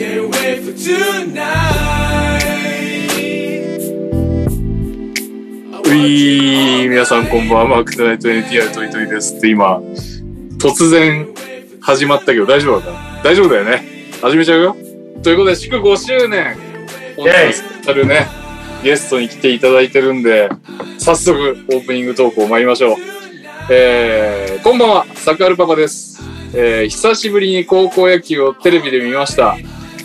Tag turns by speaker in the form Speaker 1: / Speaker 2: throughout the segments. Speaker 1: for tonight.
Speaker 2: ういー皆さんこんばんは、マークトナイト NTR トイトイですって今、突然始まったけど大丈夫だな大丈夫だよね始めちゃうよということで、祝5周年本日のスペシャルね、ゲストに来ていただいてるんで、早速オープニングトークを参りましょう。えー、こんばんは、サクアルパパです。えー、久しぶりに高校野球をテレビで見ました。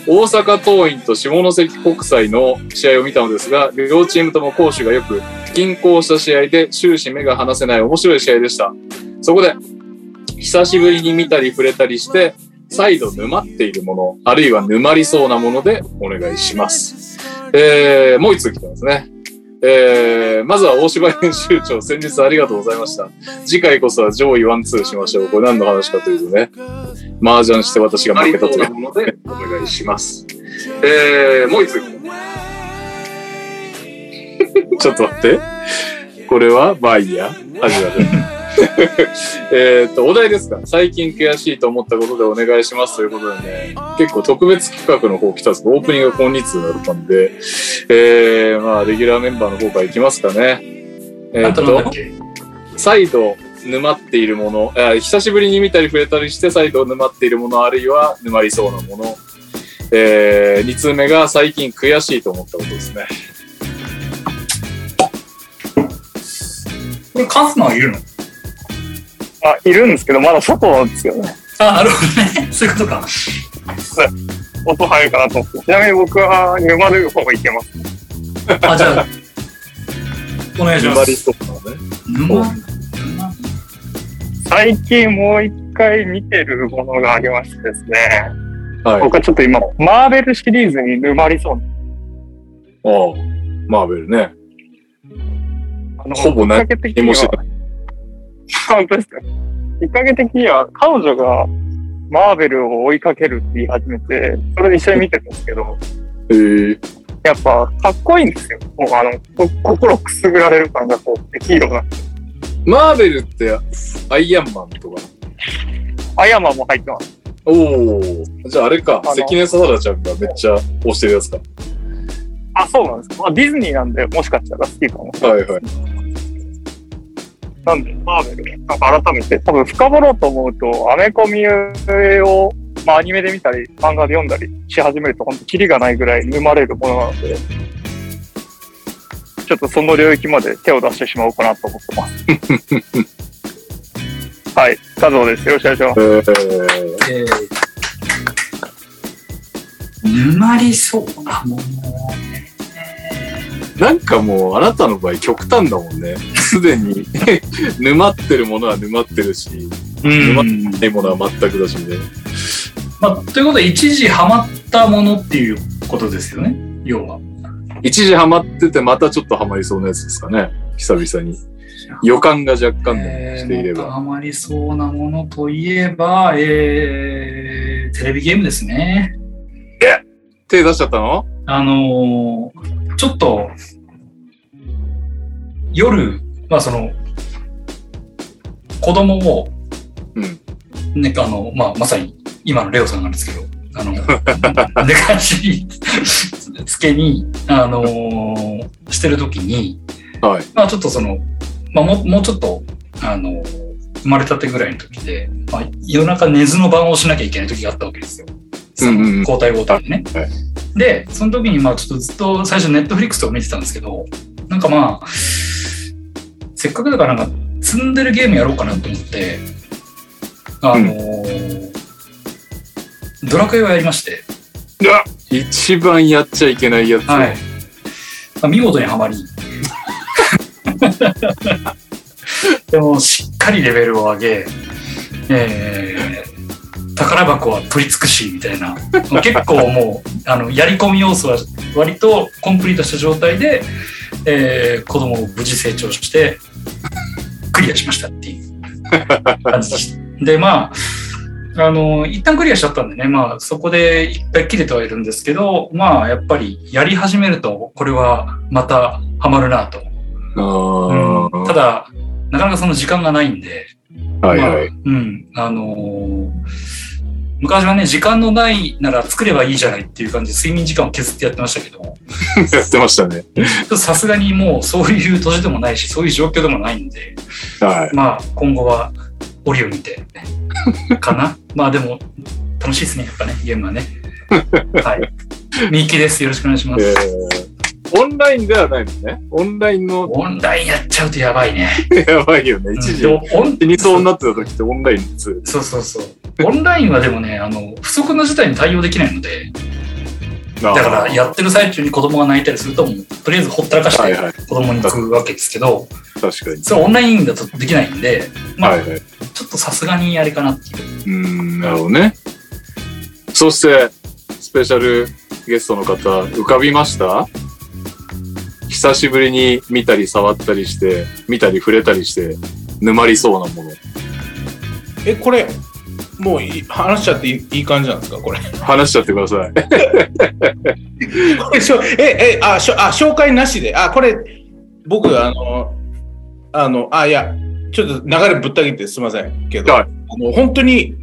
Speaker 2: 大阪桐蔭と下関国際の試合を見たのですが、両チームとも攻守がよく、均衡した試合で終始目が離せない面白い試合でした。そこで、久しぶりに見たり触れたりして、再度沼っているもの、あるいは沼りそうなものでお願いします。えー、もう一通来てますね。えー、まずは大芝編集 長、先日ありがとうございました。次回こそは上位ワンツーしましょう。これ何の話かというとね、麻雀して私が負けたというもので お願いします。えー、もう一通来てますちょっと待って。これはバイヤー始まる。 えーっと、お題ですか最近悔しいと思ったことでお願いしますということでね、結構特別企画の方来たんですけど、オープニングが今日通だったんで、えー、まあ、レギュラーメンバーの方からいきますかね。えーっ
Speaker 3: あとなんだ
Speaker 2: と
Speaker 3: っ、け
Speaker 2: 再度沼っているもの、えー久しぶりに見たり触れたりして再度沼っているもの、あるいは沼りそうなもの。えー、2通目が最近悔しいと思ったことですね。
Speaker 3: これカスマはいるの
Speaker 4: あ、いるんですけど、まだ外なんですよね。
Speaker 3: あ、なるほどね。そういうことか。
Speaker 4: 音入るかなと思って。ちなみに僕は沼る方がいけます。
Speaker 3: あ、じゃあ、お願いしま
Speaker 2: 沼り
Speaker 3: す。
Speaker 2: そうなのね。
Speaker 3: 沼沼
Speaker 4: 最近もう一回見てるものがありましてですね。
Speaker 2: はい。
Speaker 4: 僕はちょっと今、マーベルシリーズに沼りそう。
Speaker 2: ああ、マーベルね。
Speaker 4: あの
Speaker 2: ほぼない
Speaker 4: きっかけ的
Speaker 2: 何
Speaker 4: に
Speaker 2: もして
Speaker 4: は、
Speaker 2: ない。
Speaker 4: 本当ですか。きっかけ的には、彼女がマーベルを追いかけるって言い始めて、それで一緒に見てるんですけど、
Speaker 2: えー、
Speaker 4: やっぱかっこいいんですよ。もうあの、こ心くすぐられる感がこう、ヒーローが。
Speaker 2: マーベルってアイアンマンとか。
Speaker 4: アヤマンも入ってます。
Speaker 2: おお。じゃああれか
Speaker 4: あの、
Speaker 2: 関根ささらちゃんがめっちゃ推してるやつか。
Speaker 4: あ、そうなんですか。まあ、ディズニーなんで、もしかしたら好きかも。
Speaker 2: はいはい。
Speaker 4: なんで、マーベル、なんか改めて、多分深掘ろうと思うと、アメコミを、まあ、アニメで見たり、漫画で読んだりし始めると、本当キリがないぐらい沼れるものなので、ちょっとその領域まで手を出してしまおうかなと思ってます。はい、加藤です。よろしくお願いします。
Speaker 2: えー、
Speaker 3: えー沼りそうなもの。
Speaker 2: なんかもうあなたの場合極端だもんね。 すでに沼ってるものは沼ってるし、沼ってないものは全くだしね。
Speaker 3: まあ、ということで、一時ハマったものっていうことですよね。要は。
Speaker 2: 一時ハマっててまたちょっとハマりそうなやつですかね。久々に。予感が若干でもしていれ
Speaker 3: えーまた
Speaker 2: ば。
Speaker 3: ハマりそうなものといえば、えー、テレビゲームですね。
Speaker 2: 手出しちゃったの
Speaker 3: あのーちょっと、夜、まあその、子供を、
Speaker 2: うん
Speaker 3: ね、あの、まあまさに今のレオさんなんですけど、あの、寝かしつけに、あのーしてるときに、
Speaker 2: はい。
Speaker 3: まあちょっとその、まあもうもうちょっと、あの生まれたてぐらいの時で、まあ、夜中寝ずの晩をしなきゃいけない時があったわけですよ。そ
Speaker 2: うんうんう
Speaker 3: の
Speaker 2: ん
Speaker 3: 交代交代でね。
Speaker 2: はい
Speaker 3: で、その時にまあちょっとずっと最初ネットフリックスを見てたんですけど、なんかまあ、せっかくだからなんか積んでるゲームやろうかなと思って、あのードラクエをやりまして、
Speaker 2: 一番やっちゃいけないやつ。
Speaker 3: はい。まあ、見事にはまり。 でも、しっかりレベルを上げ、えー宝箱は取り尽くし、みたいな。結構もう、 あの、やり込み要素は割とコンプリートした状態で、えー子供を無事成長して、クリアしましたっていう感じでした。で、まあ、あの、一旦クリアしちゃったんでね、まあ、そこで一回切れてはいるんですけど、まあ、やっぱりやり始めると、これはまたハマるなと。
Speaker 2: あ
Speaker 3: うん
Speaker 2: ー
Speaker 3: ただ、なかなかその時間がないんで、
Speaker 2: はいはい。
Speaker 3: まあ、うん、あのー昔はね、時間のないなら作ればいいじゃないっていう感じで睡眠時間を削ってやってましたけど、ち
Speaker 2: やってましたね。
Speaker 3: ょっとさすがにもうそういう年でもないし、そういう状況でもないんで、
Speaker 2: はい。
Speaker 3: まあ今後は折を見て、か な。まあでも、楽しいですね、やっぱね、ゲームはね。はい。ミッキーです。よろしくお願いしま
Speaker 2: え
Speaker 3: す。
Speaker 2: ー、オンラインではないのね。オンラインの、
Speaker 3: オンラインやっちゃうとやばいね。
Speaker 2: やばいよね。一時
Speaker 3: で、もオン
Speaker 2: 死にそうになってた時ってオンラインです。
Speaker 3: そうそうそう。オンラインはでもね、あの、不測の事態に対応できないので、
Speaker 2: だ
Speaker 3: だからやってる最中に子供が泣いたりすると、もうとりあえずほったらかし
Speaker 2: はい
Speaker 3: て
Speaker 2: はい。
Speaker 3: 子供に行くわけですけど、
Speaker 2: 確かに。
Speaker 3: それはオンラインだとできないんで、まあ、
Speaker 2: はいはい。う
Speaker 3: ちょっとさすがにあれかなっていう。
Speaker 2: ーん、なるほどね。そして、スペシャルゲストの方、浮かびました久しぶりに見たり触ったりして、見たり触れたりして、沼りそうなもの。
Speaker 1: え、これ、もういい話しちゃっていいいい感じなんですか、これ。
Speaker 2: 話しちゃってください。
Speaker 1: これしょえ、え、あ、しょあ紹介なしで。あ、これ、僕、あの、あの、あ、いや、ちょっと流れぶった切ってすみませんけど、
Speaker 2: はい
Speaker 1: あの本当に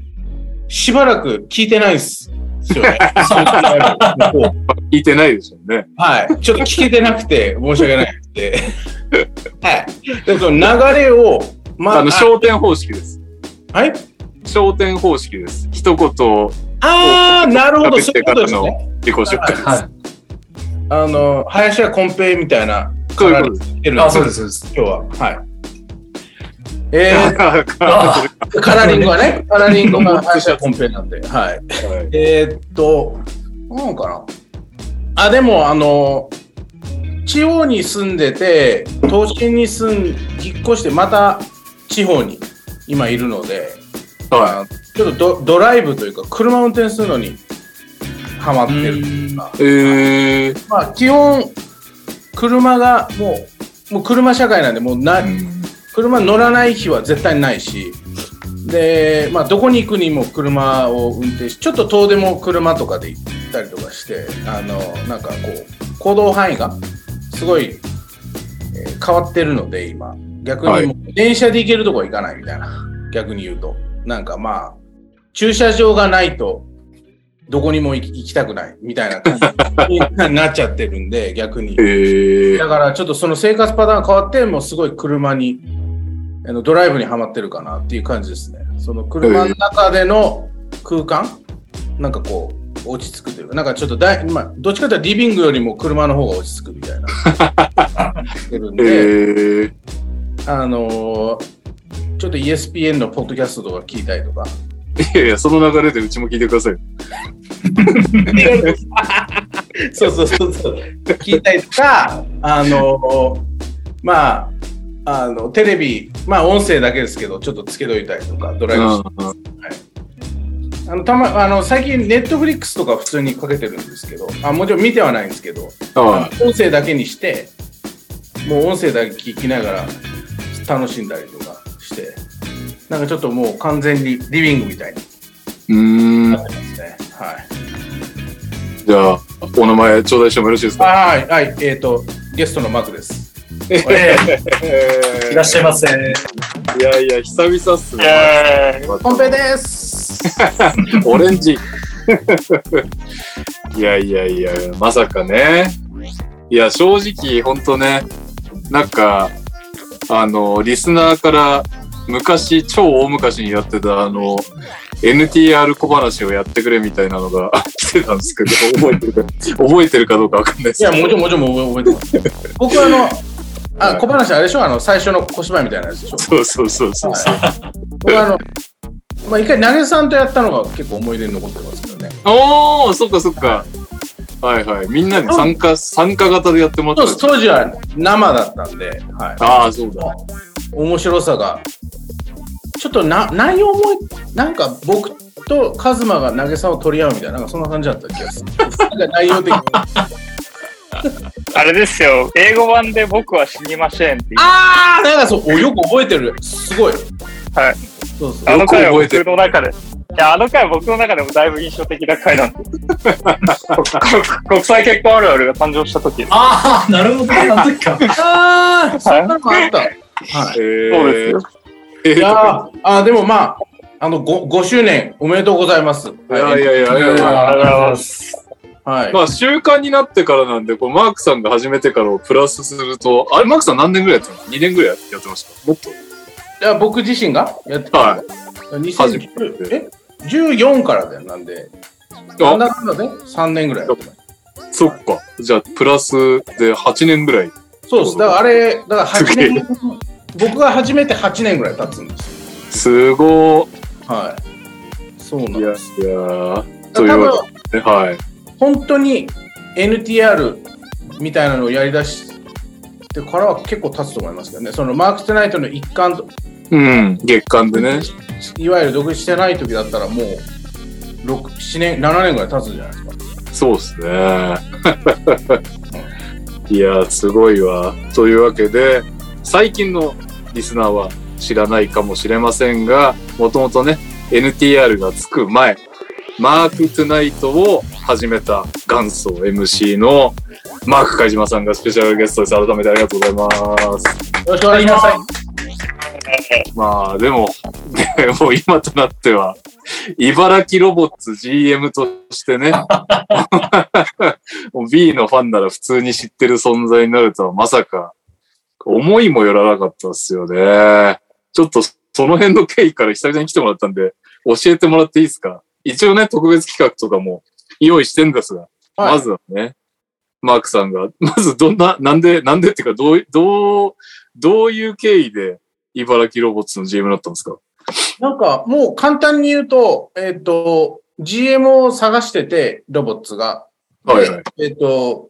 Speaker 1: しばらく聞いてないですよ ね。
Speaker 2: 聞いてないでしょうね。
Speaker 1: はい。ちょっと聞けてなくて、申し訳ないって。 はい。で、その流れを、ま
Speaker 2: あの、焦点方式です。
Speaker 1: はい。
Speaker 2: 焦点方式です。一言
Speaker 1: ああ、なるほど、
Speaker 2: 食
Speaker 1: そ
Speaker 2: べ
Speaker 1: うい
Speaker 2: てか
Speaker 1: うこと
Speaker 2: ら
Speaker 1: です
Speaker 2: の
Speaker 1: ね。
Speaker 2: 自己紹介です。
Speaker 3: は
Speaker 1: あの、林家コンペイみたいな、
Speaker 2: そういうことです。
Speaker 1: て
Speaker 3: い。
Speaker 1: るの
Speaker 3: あ、そうです、そう です。
Speaker 1: 今日は。はい。えー、
Speaker 3: あ
Speaker 1: カラーリングはね、カラーリングが会社コンペなんで、はい。
Speaker 2: はい
Speaker 1: えーっと、なんかな。あ、でも、あの、地方に住んでて、都心に住ん、引っ越して、また地方に今いるので、
Speaker 2: は
Speaker 1: あちょっとドドライブというか、車運転するのにハマっ
Speaker 3: う
Speaker 1: てる。
Speaker 3: ーん
Speaker 2: い。えー。
Speaker 1: まあ、基本、車がもう、もう車社会なんで、もうな、車乗らない日は絶対ないしで、まあ、どこに行くにも車を運転しちょっと遠出も車とかで行ったりとかしてあのなんかこう行動範囲がすごい、えー変わってるので今逆にもう電車で行けるとこは行かないみたいな、逆に言うとなんかまあ駐車場がないとどこにも行き行きたくないみたいな感じになっちゃってるんで逆に。
Speaker 2: え
Speaker 1: だ
Speaker 2: ー。
Speaker 1: からちょっとその生活パターンが変わって、もうすごい車に、あのドライブにはまってるかなっていう感じですね。その車の中での空間、なんかこう、落ち着くというか、なんかちょっとだい、まあ、どっちかというとリビングよりも車の方が落ち着くみたいな。してるん
Speaker 2: え
Speaker 1: で、
Speaker 2: ー。
Speaker 1: あのーちょっと ESPN のポッドキャストとか聞いたりとか。
Speaker 2: いやいや、その流れでうちも聞いてください。
Speaker 1: そうそうそうそう。聞いたりとか、あの、まあ、あの、テレビ、まあ音声だけですけど、ちょっとつけといたりとか、ドライブして
Speaker 2: うん
Speaker 1: あの、たま、あの、最近、ネットフリックスとか普通にかけてるんですけど、あ、もちろん見てはないんですけど、
Speaker 2: は
Speaker 1: 音声だけにして、もう音声だけ聞きながら楽しんだりとかして、なんかちょっともう完全にリビングみたいに
Speaker 2: い。うーん。
Speaker 1: なってますね。はい。
Speaker 2: じゃあ、お名前頂戴してもよろしいですか
Speaker 1: あはい、はい、えっ、と、ゲストのマークです。
Speaker 3: ええい
Speaker 2: い
Speaker 3: らっしゃいませ。
Speaker 2: いやいや、久々っす
Speaker 4: イ
Speaker 2: ね。
Speaker 4: エーイ
Speaker 1: コンペです。
Speaker 2: オレンジ。いやいやいや、まさかね。いや、正直、ほんとね、なんか、あの、リスナーから、昔、超大昔にやってた、あの、NTR 小話をやってくれみたいなのが 来てたんですけど、覚えてるか、覚えてるかどうかわかんないです
Speaker 1: い
Speaker 2: け
Speaker 1: や、
Speaker 2: ど。
Speaker 1: もちろん、もちろん、もう覚え てます。僕はあの、
Speaker 2: はい
Speaker 1: あ、小話あれでしょあの、最初の小芝居みたいなやつでしょ
Speaker 2: そうそうそうそうそう。
Speaker 1: 僕はあの、まあ、一回、投げさんとやったのが結構思い出に残ってますけどね。
Speaker 2: おー、そっかそっか。はいはい。みんなに参加、参加型でやってもら
Speaker 1: そう
Speaker 2: っ
Speaker 1: で
Speaker 2: たん
Speaker 1: す
Speaker 2: です
Speaker 1: 当時は生だったんで、はい。
Speaker 2: ああ、そうだ。
Speaker 1: 面白さが、ちょっとな内容も、なんか僕とカズマが投げさんを取り合うみたいな、なんかそんな感じだった気がする。なんか内容 的に。
Speaker 4: あれですよ、英語版で僕は死にませんって言う
Speaker 1: あー、なんかそう、およく覚えてる。すごい。
Speaker 4: はい。
Speaker 1: そうそう。
Speaker 4: あの回は
Speaker 2: よく覚えてる
Speaker 4: 僕の中で。いや、あの回は僕の中でもだいぶ印象的な回なんで。 国際結婚あるあるが誕生した時。
Speaker 3: ああ、なるほど。あの時か。
Speaker 1: あー、そんなのもあった。は
Speaker 2: そう
Speaker 1: い。
Speaker 4: そうですよ。
Speaker 2: えー
Speaker 1: いやーあーでもまああの 5, 5周年おめでとうございます。
Speaker 2: いやいやいや、ありがとうござい
Speaker 3: あり
Speaker 2: ます。
Speaker 3: がとうございます。
Speaker 1: はい。
Speaker 2: まあ、習慣になってからなんで、こうマークさんが始めてからをプラスすると、あれ、マークさん何年ぐらいやってたの ?2 年ぐらいやってました。もっと。
Speaker 1: いや僕自身がやって。
Speaker 2: はい初
Speaker 1: 2010
Speaker 2: めて
Speaker 1: え14からだよ、なんで。なんだかんだね、3年ぐらいやってます。
Speaker 2: そっか。じゃあ、プラスで8年ぐらい。
Speaker 1: そうです。だからあれ、だから8
Speaker 2: すげ
Speaker 1: 年、僕が始めて8年ぐらい経つんです。
Speaker 2: すご
Speaker 1: はい。そうなん
Speaker 2: ー。いや、いや
Speaker 1: です。
Speaker 2: ー
Speaker 1: 多
Speaker 2: というわ
Speaker 1: 分、
Speaker 2: けで、はい。
Speaker 1: 本当に NTR みたいなのをやりだしてからは結構経つと思いますけどね。そのマーク・テナイトの一環と、
Speaker 2: うん、月間でね。
Speaker 1: いわゆる独立してない時だったらもう、6、7年、7年ぐらい経つじゃないですか。
Speaker 2: そうですね。 いやー、すごいわ。というわけで、最近のリスナーは知らないかもしれませんが、もともとね、NTR がつく前、マークトゥナイトを始めた元祖 MC のマーク貝島さんがスペシャルゲストです。改めてありがとうございます。
Speaker 1: よろしくお願いします。
Speaker 2: まあでも、でも今となっては、茨城ロボッツ GM としてね、 もう B のファンなら普通に知ってる存在になるとはまさか、思いもよらなかったですよね。ちょっとその辺の経緯から久々に来てもらったんで、教えてもらっていいですか一応ね、特別企画とかも用意してんですが、
Speaker 1: はい
Speaker 2: まずはね、マークさんが、 まずどんな、なんで、なんでっていうか、どう、どう、どういう経緯で、茨城ロボッツの GM だったんですか
Speaker 1: なんか、もう簡単に言うと、えっ、と、GM を探してて、ロボッツが。
Speaker 2: はいはい。
Speaker 1: でえっ、と、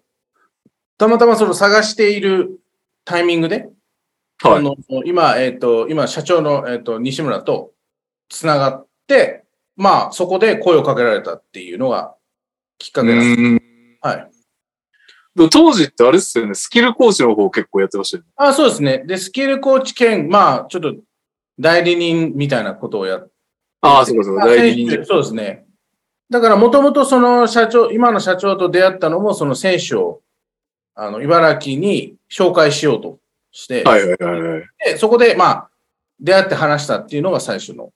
Speaker 1: たまたまその探しているタイミングで、
Speaker 2: は
Speaker 1: あ
Speaker 2: い。
Speaker 1: の今、えっ、と、今、社長の、えっと西村とつながって、まあ、そこで声をかけられたっていうのがきっか
Speaker 2: う
Speaker 1: けです。
Speaker 2: ん
Speaker 1: はい。
Speaker 2: 当時ってあれっすよね、スキル講師の方結構やってましたよね。
Speaker 1: あ、そうですね。で、スキルコーチ兼、まあ、ちょっと代理人みたいなことをやっ
Speaker 2: ああ、そうかそうか、代理人
Speaker 1: 選
Speaker 2: で
Speaker 1: 手。そうですね。だから、もともとその社長、今の社長と出会ったのも、その選手を、あの、茨城に紹介しようとして、
Speaker 2: はいはいはいはい。
Speaker 1: でそこで、まあ、出会って話したっていうのが最初の、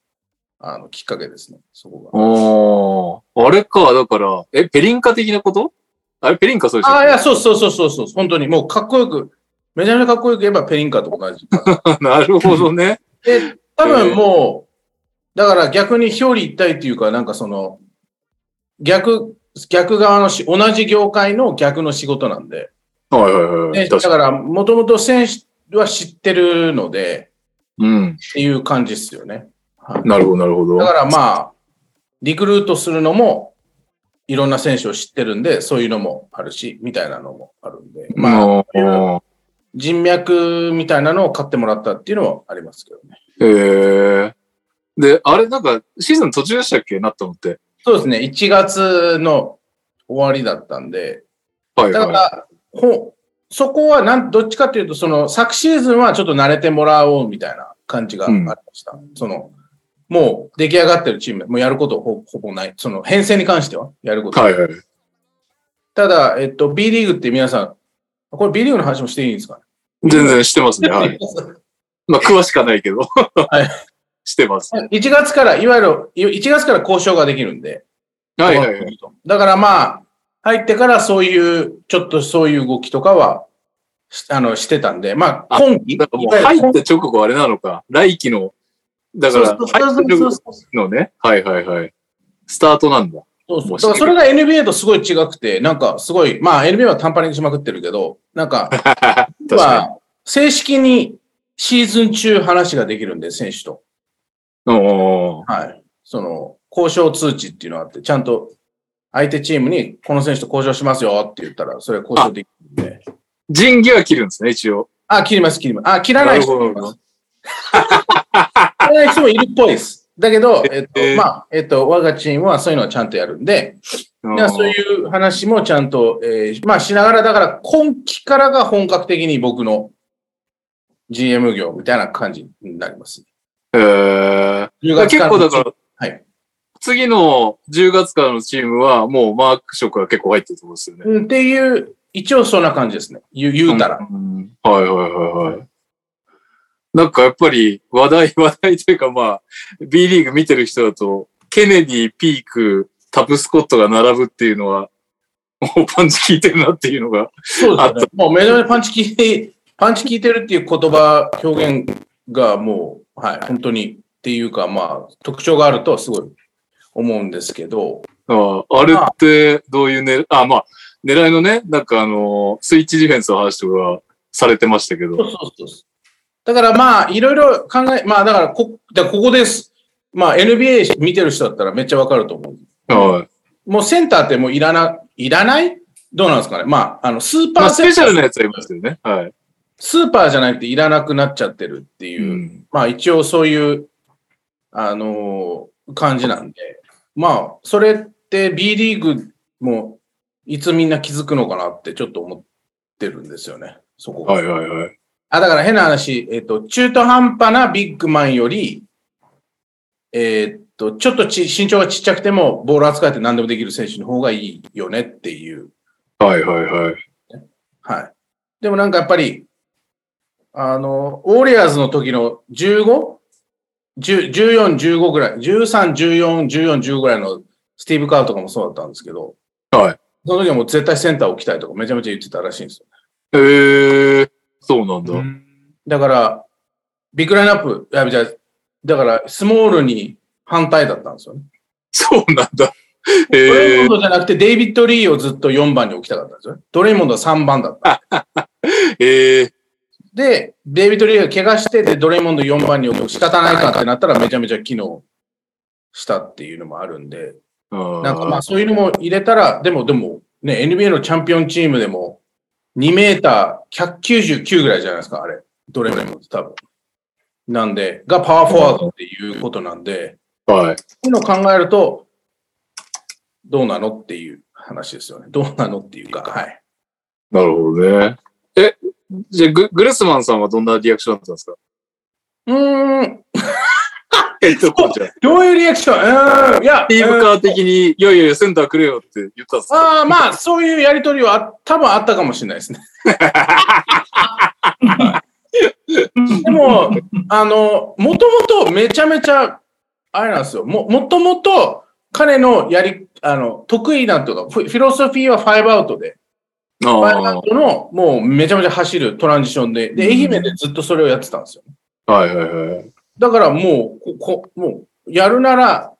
Speaker 1: あの、きっかけですね。そこが。
Speaker 2: おーあれか、だから、え、ペリンカ的なことあれ、ペリンカそうでしょ
Speaker 1: ああ、いや、そうそうそうそうそう。本当に、もうかっこよく、めちゃめちゃかっこよく言えばペリンカと同じ。
Speaker 2: なるほどね。
Speaker 1: で、多分もう、だから逆に表裏一体っていうか、なんかその、逆、逆側のし、同じ業界の逆の仕事なんで。
Speaker 2: はいはいは
Speaker 1: ね、
Speaker 2: い。
Speaker 1: だ
Speaker 2: 確か
Speaker 1: から、もともと選手は知ってるので、
Speaker 2: に。うん。
Speaker 1: っていう感じですよね。
Speaker 2: なるほど、なるほど。
Speaker 1: だからまあ、リクルートするのも、いろんな選手を知ってるんで、そういうのもあるし、みたいなのもあるんで。まあ、
Speaker 2: あー、
Speaker 1: 人脈みたいなのを買ってもらったっていうのはありますけどね。
Speaker 2: えー。で、あれ、なんか、シーズン途中でしたっけなったのって。
Speaker 1: そうですね。1月の終わりだったんで、
Speaker 2: はい
Speaker 1: だか
Speaker 2: は
Speaker 1: ら、ほそこはなん、どっちかっていうと、その、昨シーズンはちょっと慣れてもらおうみたいな感じがありました。その、もう出来上がってるチーム、もうやることほほぼない。その、編成に関してはやること。
Speaker 2: い。はいはい。
Speaker 1: ただ、えっと、B リーグって皆さん、これ B リーグの話もしていいんですかね。
Speaker 2: 全然してますね。はい。まあ、詳しかないけど。はい してます。
Speaker 1: 1月から、いわゆる、1月から交渉ができるんで。
Speaker 2: はいはいはい。
Speaker 1: だからまあ、入ってからそういう、ちょっとそういう動きとかは、しあの、してたんで、まあ、
Speaker 2: あ
Speaker 1: 今期
Speaker 2: だからもう入った直後あれなのか。来期の、だから、
Speaker 1: そうそうそ
Speaker 2: 入
Speaker 1: う
Speaker 2: った
Speaker 1: そ
Speaker 2: 直
Speaker 1: う
Speaker 2: 後のね。はいはいはい。スタートなんだ。
Speaker 1: そうそうだからそれが NBA とすごい違くて、なんかすごい、まあ NBA は短パンにしまくってるけど、なんか、
Speaker 2: 確か
Speaker 1: は正式にシーズン中話ができるんで、選手と。
Speaker 2: に。おー
Speaker 1: はい。その、交渉通知っていうのがあって、ちゃんと相手チームにこの選手と交渉しますよって言ったら、それ交渉できるんで。
Speaker 2: 仁義は切るんですね、一応。
Speaker 1: あ、切ります、切ります。あ、 切らない人も
Speaker 2: なる
Speaker 1: いま
Speaker 2: ほ
Speaker 1: す。切らない人もいるっぽいです。だけど、えっと、
Speaker 2: えー
Speaker 1: まあ、えっと、我がチームはそういうのはちゃんとやるんで、
Speaker 2: うん
Speaker 1: だからそういう話もちゃんと、えーまあしながら、だから今期からが本格的に僕の GM 業みたいな感じになります。
Speaker 2: えー
Speaker 1: 10
Speaker 2: だから結構だ
Speaker 1: ら
Speaker 2: から、
Speaker 1: はい
Speaker 2: 次の10月からのチームはもうマーク職が結構入ってるところですよね。
Speaker 1: うんっていう、一応そんな感じですね。言う言うたら。
Speaker 2: うんはいはいはいはい。なんかやっぱり話題、話題というかまあ、B リーグ見てる人だと、ケネディ、ピーク、タブスコットが並ぶっていうのは、もうパンチ効いてるなっていうのが。
Speaker 1: そう
Speaker 2: あ
Speaker 1: だ
Speaker 2: っ
Speaker 1: ね。もう目の前でパンチ聞いて、 パンチ聞いてるっていう言葉、表現がもう、はい、本当にっていうか、まあ、特徴があるとはすごい思うんですけど、
Speaker 2: あああれってどういうね、あ、まあ、狙いのね、なんかあの、スイッチディフェンスの話とかされてましたけ
Speaker 1: そう
Speaker 2: ど。
Speaker 1: そうそう。だからまあ、いろいろ考え、まあ、だからこ、だからここです。まあ、NBA 見てる人だったらめっちゃわかると思う。
Speaker 2: はい。
Speaker 1: もうセンターってもういらな、いらないどうなんですかねまあ、あの、スーパ
Speaker 2: ま
Speaker 1: ー
Speaker 2: あ、スペシャル
Speaker 1: ね
Speaker 2: なやつありますよね。はい。
Speaker 1: スーパーじゃなくていらなくなっちゃってるっていうう、
Speaker 2: ん。
Speaker 1: まあ一応そういう、あのー感じなんで、まあ、それって B リーグもいつみんな気づくのかなってちょっと思ってるんですよね、そこが。
Speaker 2: はいはいはい。
Speaker 1: あ、だから変な話、えっ、と、中途半端なビッグマンより、えっ、と、ちょっとち身長がちっちゃくてもボール扱えて何でもできる選手の方がいいよねっていう
Speaker 2: はいはいはい。
Speaker 1: はい。でもなんかやっぱり、あの、ウォリアーズの時の 15?14、14 15ぐらい、13、14、14、15ぐらいのスティーブ・カーとかもそうだったんですけど、
Speaker 2: はい。
Speaker 1: その時はもう絶対センター置きたいとかめちゃめちゃ言ってたらしいんですよ。
Speaker 2: えー、そうなんだ。
Speaker 1: だから、ビッグラインナップ、あじゃあだからスモールに反対だったんですよね。
Speaker 2: そうなん だ。
Speaker 1: ドレイ
Speaker 2: え
Speaker 1: モン
Speaker 2: ー、
Speaker 1: ドじゃなくてデイビッド・リーをずっと4番に置きたかったんですよね。ドレイモンドは3番だった。
Speaker 2: えー、
Speaker 1: で、デイビッド・リーが怪我して、で、ドレイモンド4番に置く仕方ないかってなったらめちゃめちゃ機能したっていうのもあるんで、
Speaker 2: あ
Speaker 1: なんかま
Speaker 2: ー
Speaker 1: あそういうのも入れたら、でもでもね、NBA のチャンピオンチームでも2メーター199ぐらいじゃないですか、あれ。ドレイモンドって多分。なんで、がパワーフォワードっていうことなんで、
Speaker 2: はい。
Speaker 1: そういうのを考えると、どうなのっていう話ですよね。どうなのっていうか、はい。
Speaker 2: なるほどね。え、じゃあグ、グレスマンさんはどんなリアクションだったんですか
Speaker 1: うーん、
Speaker 2: えっと、こうちゃん。ス
Speaker 1: どういうリアクションうーん、いや、
Speaker 2: ティー
Speaker 1: うー
Speaker 2: ブ
Speaker 1: ん
Speaker 2: カー的に、いやいやいや、センターくれよって言ったんですか
Speaker 1: ああ、まあ、そういうやりとりはあ多分あったかもしれないですね。 でも、あの、もともとめちゃめちゃ、あれなんですよ。も、もともと彼のやり、あの、得意なんていうか、フィフィロソフィーはファイブアウトで、ファイブア
Speaker 2: あ
Speaker 1: ウトの、もうめちゃめちゃ走るトランジションで、で、愛媛でずっとそれをやってたんですよ。
Speaker 2: あ。はいはいはい。
Speaker 1: だからもう、こ、こもう、やるなら、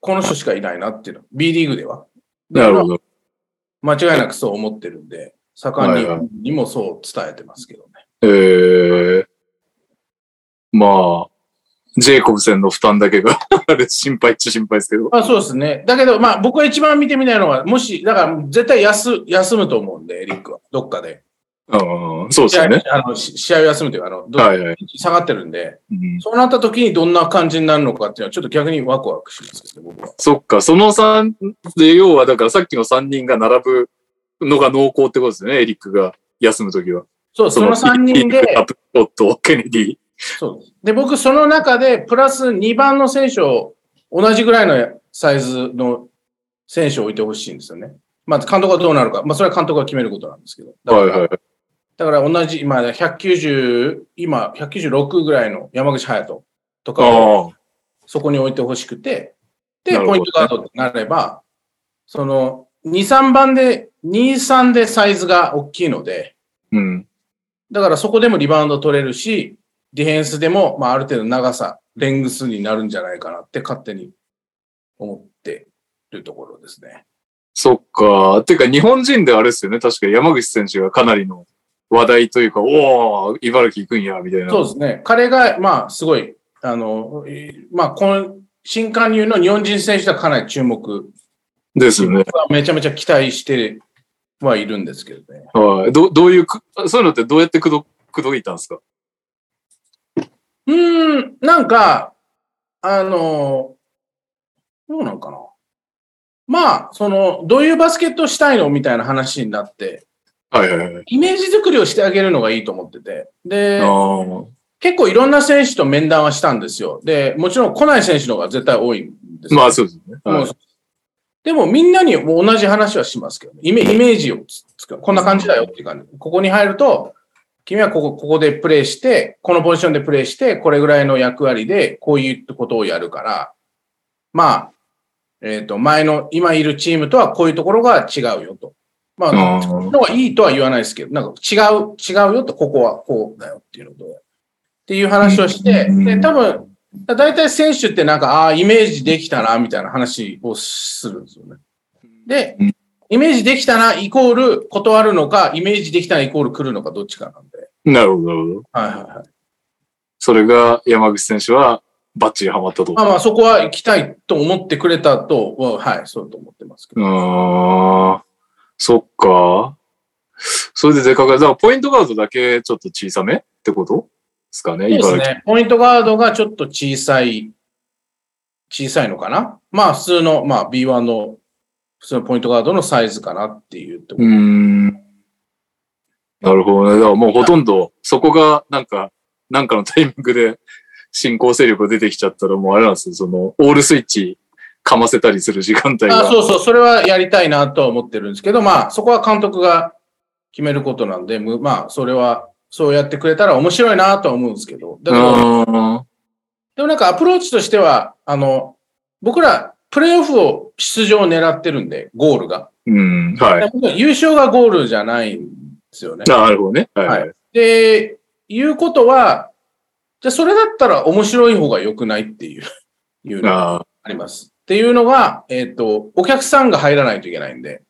Speaker 1: この人しかいないなっていうの。B リーグでは。
Speaker 2: なるほど。
Speaker 1: 間違いなくそう思ってるんで、盛
Speaker 2: はいは
Speaker 1: んににもそう伝えてますけどね。
Speaker 2: えー、まあ、ジェイコブセンの負担だけが、 あれ、心配っちゃ心配ですけど。
Speaker 1: まあそうですね。だけど、まあ僕が一番見てみたいのは、もし、だから絶対休休むと思うんで、エリックは。どっかで。
Speaker 2: うん、そうです
Speaker 1: 試合
Speaker 2: よね。
Speaker 1: あのし試合を休むというか、あの、ど
Speaker 2: はいはい。
Speaker 1: 下がってるんで、
Speaker 2: うん
Speaker 1: そうなった時にどんな感じになるのかっていうのは、ちょっと逆にワクワクしますね、僕は。
Speaker 2: そっか、その3で、要はだからさっきの3人が並ぶのが濃厚ってことですよね、エリックが休むときは。
Speaker 1: そう、その3人
Speaker 2: エリック
Speaker 1: で
Speaker 2: タ、プスコット、ケネディ。
Speaker 1: そうです。で、僕、その中で、プラス2番の選手を、同じぐらいのサイズの選手を置いてほしいんですよね。まあ、監督はどうなるか。まあ、それは監督が決めることなんですけど。だか
Speaker 2: は
Speaker 1: ら
Speaker 2: いはい。
Speaker 1: だから同じ、今、190、今、196ぐらいの山口隼人とかを
Speaker 2: ああ。
Speaker 1: そこに置いてほしくて、で、
Speaker 2: なるほど
Speaker 1: ポイントガードになれば、その、2、3番で、2、3でサイズが大きいので、
Speaker 2: うん。
Speaker 1: だからそこでもリバウンド取れるし、ディフェンスでも、まあ、ある程度長さ、レングスになるんじゃないかなって勝手に思ってるところですね。
Speaker 2: そっか。てか、日本人であれですよね。確か山口選手がかなりの話題というか、おお茨城行くんや、みたいな。
Speaker 1: そうですね。彼が、まあ、すごい、あの、えーまあ、この、新加入の日本人選手はかなり注目、
Speaker 2: ですよね。
Speaker 1: めちゃめちゃ期待してはいるんですけどね。
Speaker 2: はい。ど、どういうく、そういうのってどうやってくど、くどいたんですか
Speaker 1: うーん、なんか、あの、どうなんかな。まあ、その、どういうバスケットしたいのみたいな話になって、
Speaker 2: はいはいはい。
Speaker 1: イメージ作りをしてあげるのがいいと思ってて。で、
Speaker 2: あ
Speaker 1: 結構いろんな選手と面談はしたんですよ。で、もちろん来ない選手の方が絶対多いんで
Speaker 2: あ。
Speaker 1: すよ
Speaker 2: まあ、そうですね。はい
Speaker 1: もうでもみんなにもう同じ話はしますけどね、イメイメージをつつくこんな感じだよっていう感じ。ここに入ると、君はここ、ここでプレイして、このポジションでプレイして、これぐらいの役割で、こういうことをやるから、まあ、えっ、と、前の、今いるチームとはこういうところが違うよと。まあ、
Speaker 2: あ
Speaker 1: の
Speaker 2: ー
Speaker 1: がいいとは言わないですけど、なんか違う、違うよと、ここはこうだよっていうのと。っていう話をして、
Speaker 2: うん
Speaker 1: で、多分、だいたい選手ってなんか、ああー、イメージできたな、みたいな話をするんですよね。で
Speaker 2: うん、
Speaker 1: イメージできたな、イコール断るのか、イメージできたな、イコール来るのか、どっちかなんで。
Speaker 2: なるほど、なるほど。
Speaker 1: はいはいはい。
Speaker 2: それが山口選手はバッチリハマったと。
Speaker 1: まあまあ、そこは行きたいと思ってくれたとは、はい、そうと思ってますけど。
Speaker 2: うーん。そっか。それで出かけ、だからポイントガードだけちょっと小さめってことですかね、
Speaker 1: そうです
Speaker 2: 城。
Speaker 1: ね。ポイントガードがちょっと小さい、小さいのかなまあ、普通の、まあ、B1 の、普通のポイントガードのサイズかなっていうとこ
Speaker 2: うーん。なるほどね。だからもうほとんど、そこがなんか、なんかのタイミングで進行勢力が出てきちゃったらもうあれなんですよ。その、オールスイッチかませたりする時間帯
Speaker 1: あ
Speaker 2: が。
Speaker 1: そうそう、それはやりたいなとは思ってるんですけど、まあ、そこは監督が決めることなんで、むまあ、それは、そうやってくれたら面白いなとは思うんですけど、だけど、
Speaker 2: あ
Speaker 1: でもなんかアプローチとしては、あの、僕ら、プレイオフを出場を狙ってるんで、ゴールが。
Speaker 2: ーうん。はい。
Speaker 1: 優勝がゴールじゃないんですよね。
Speaker 2: あなるほどね。はい。
Speaker 1: はいで、いうことは、じゃあそれだったら面白い方が良くないっていう、 いうのが
Speaker 2: あ
Speaker 1: あります。っていうのが、えっ、と、お客さんが入らないといけないんで、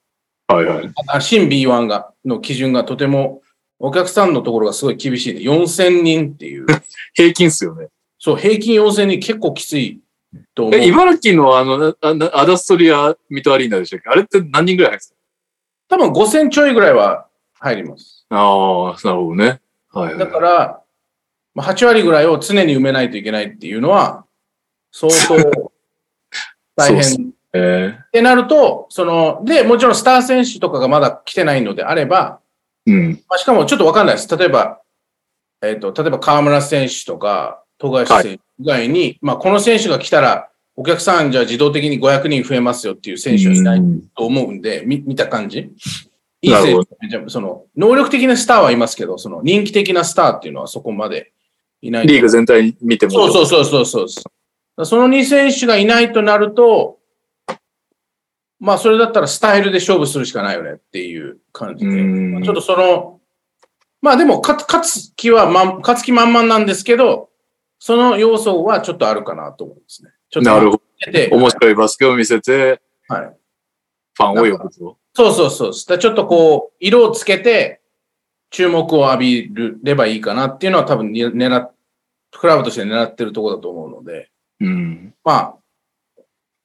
Speaker 2: ーはいはい。
Speaker 1: あ新 B1 が、の基準がとても、お客さんのところがすごい厳しいんで、4000人っ ていう、
Speaker 2: 平均っすよね。
Speaker 1: そう、平均4000人結構きついと思う。
Speaker 2: え、茨城のあの、あなアダストリアミトアリーナでしたっけあれって何人ぐらい入ってた
Speaker 1: 多分5000ちょいぐらいは入ります。
Speaker 2: ああ、なるほどね。はい、はい。
Speaker 1: だから、まあ、8割ぐらいを常に埋めないといけないっていうのは、相当大
Speaker 2: そうっす
Speaker 1: 変
Speaker 2: え
Speaker 1: ってなると、その、で、もちろんスター選手とかがまだ来てないのであれば、
Speaker 2: ーうん。
Speaker 1: まあ、しかもちょっとわかんないです。例えば、えっ、と、例えば河村選手とか、富樫選手以外に、まあ、この選手が来たら、お客さんじゃあ自動的に500人増えますよっていう選手はいない
Speaker 2: うん
Speaker 1: と思うんで、み見た感じ。いい
Speaker 2: なる
Speaker 1: 選
Speaker 2: ほ
Speaker 1: 手、じゃあその、能力的なスターはいますけど、その人気的なスターっていうのはそこまでいない。
Speaker 2: リーグ全体見ても。
Speaker 1: そうそうそうそうそうです。だからその2選手がいないとなると、まあそれだったらスタイルで勝負するしかないよねっていう感じ
Speaker 2: う
Speaker 1: で、
Speaker 2: ん。
Speaker 1: ちょっとその、まあでも勝つ勝つ気は、まん、勝つ気満々なんですけど、その要素はちょっとあるかなと思うんですね。ちょっと
Speaker 2: なるほど。
Speaker 1: で
Speaker 2: 面白いバスケを見せて、
Speaker 1: はい
Speaker 2: ファンを呼ぶと。
Speaker 1: そうそうそうです。だからちょっとこう、色をつけて、注目を浴びるればいいかなっていうのは多分に狙っ、クラブとして狙ってるところだと思うので、
Speaker 2: うん。
Speaker 1: まあ、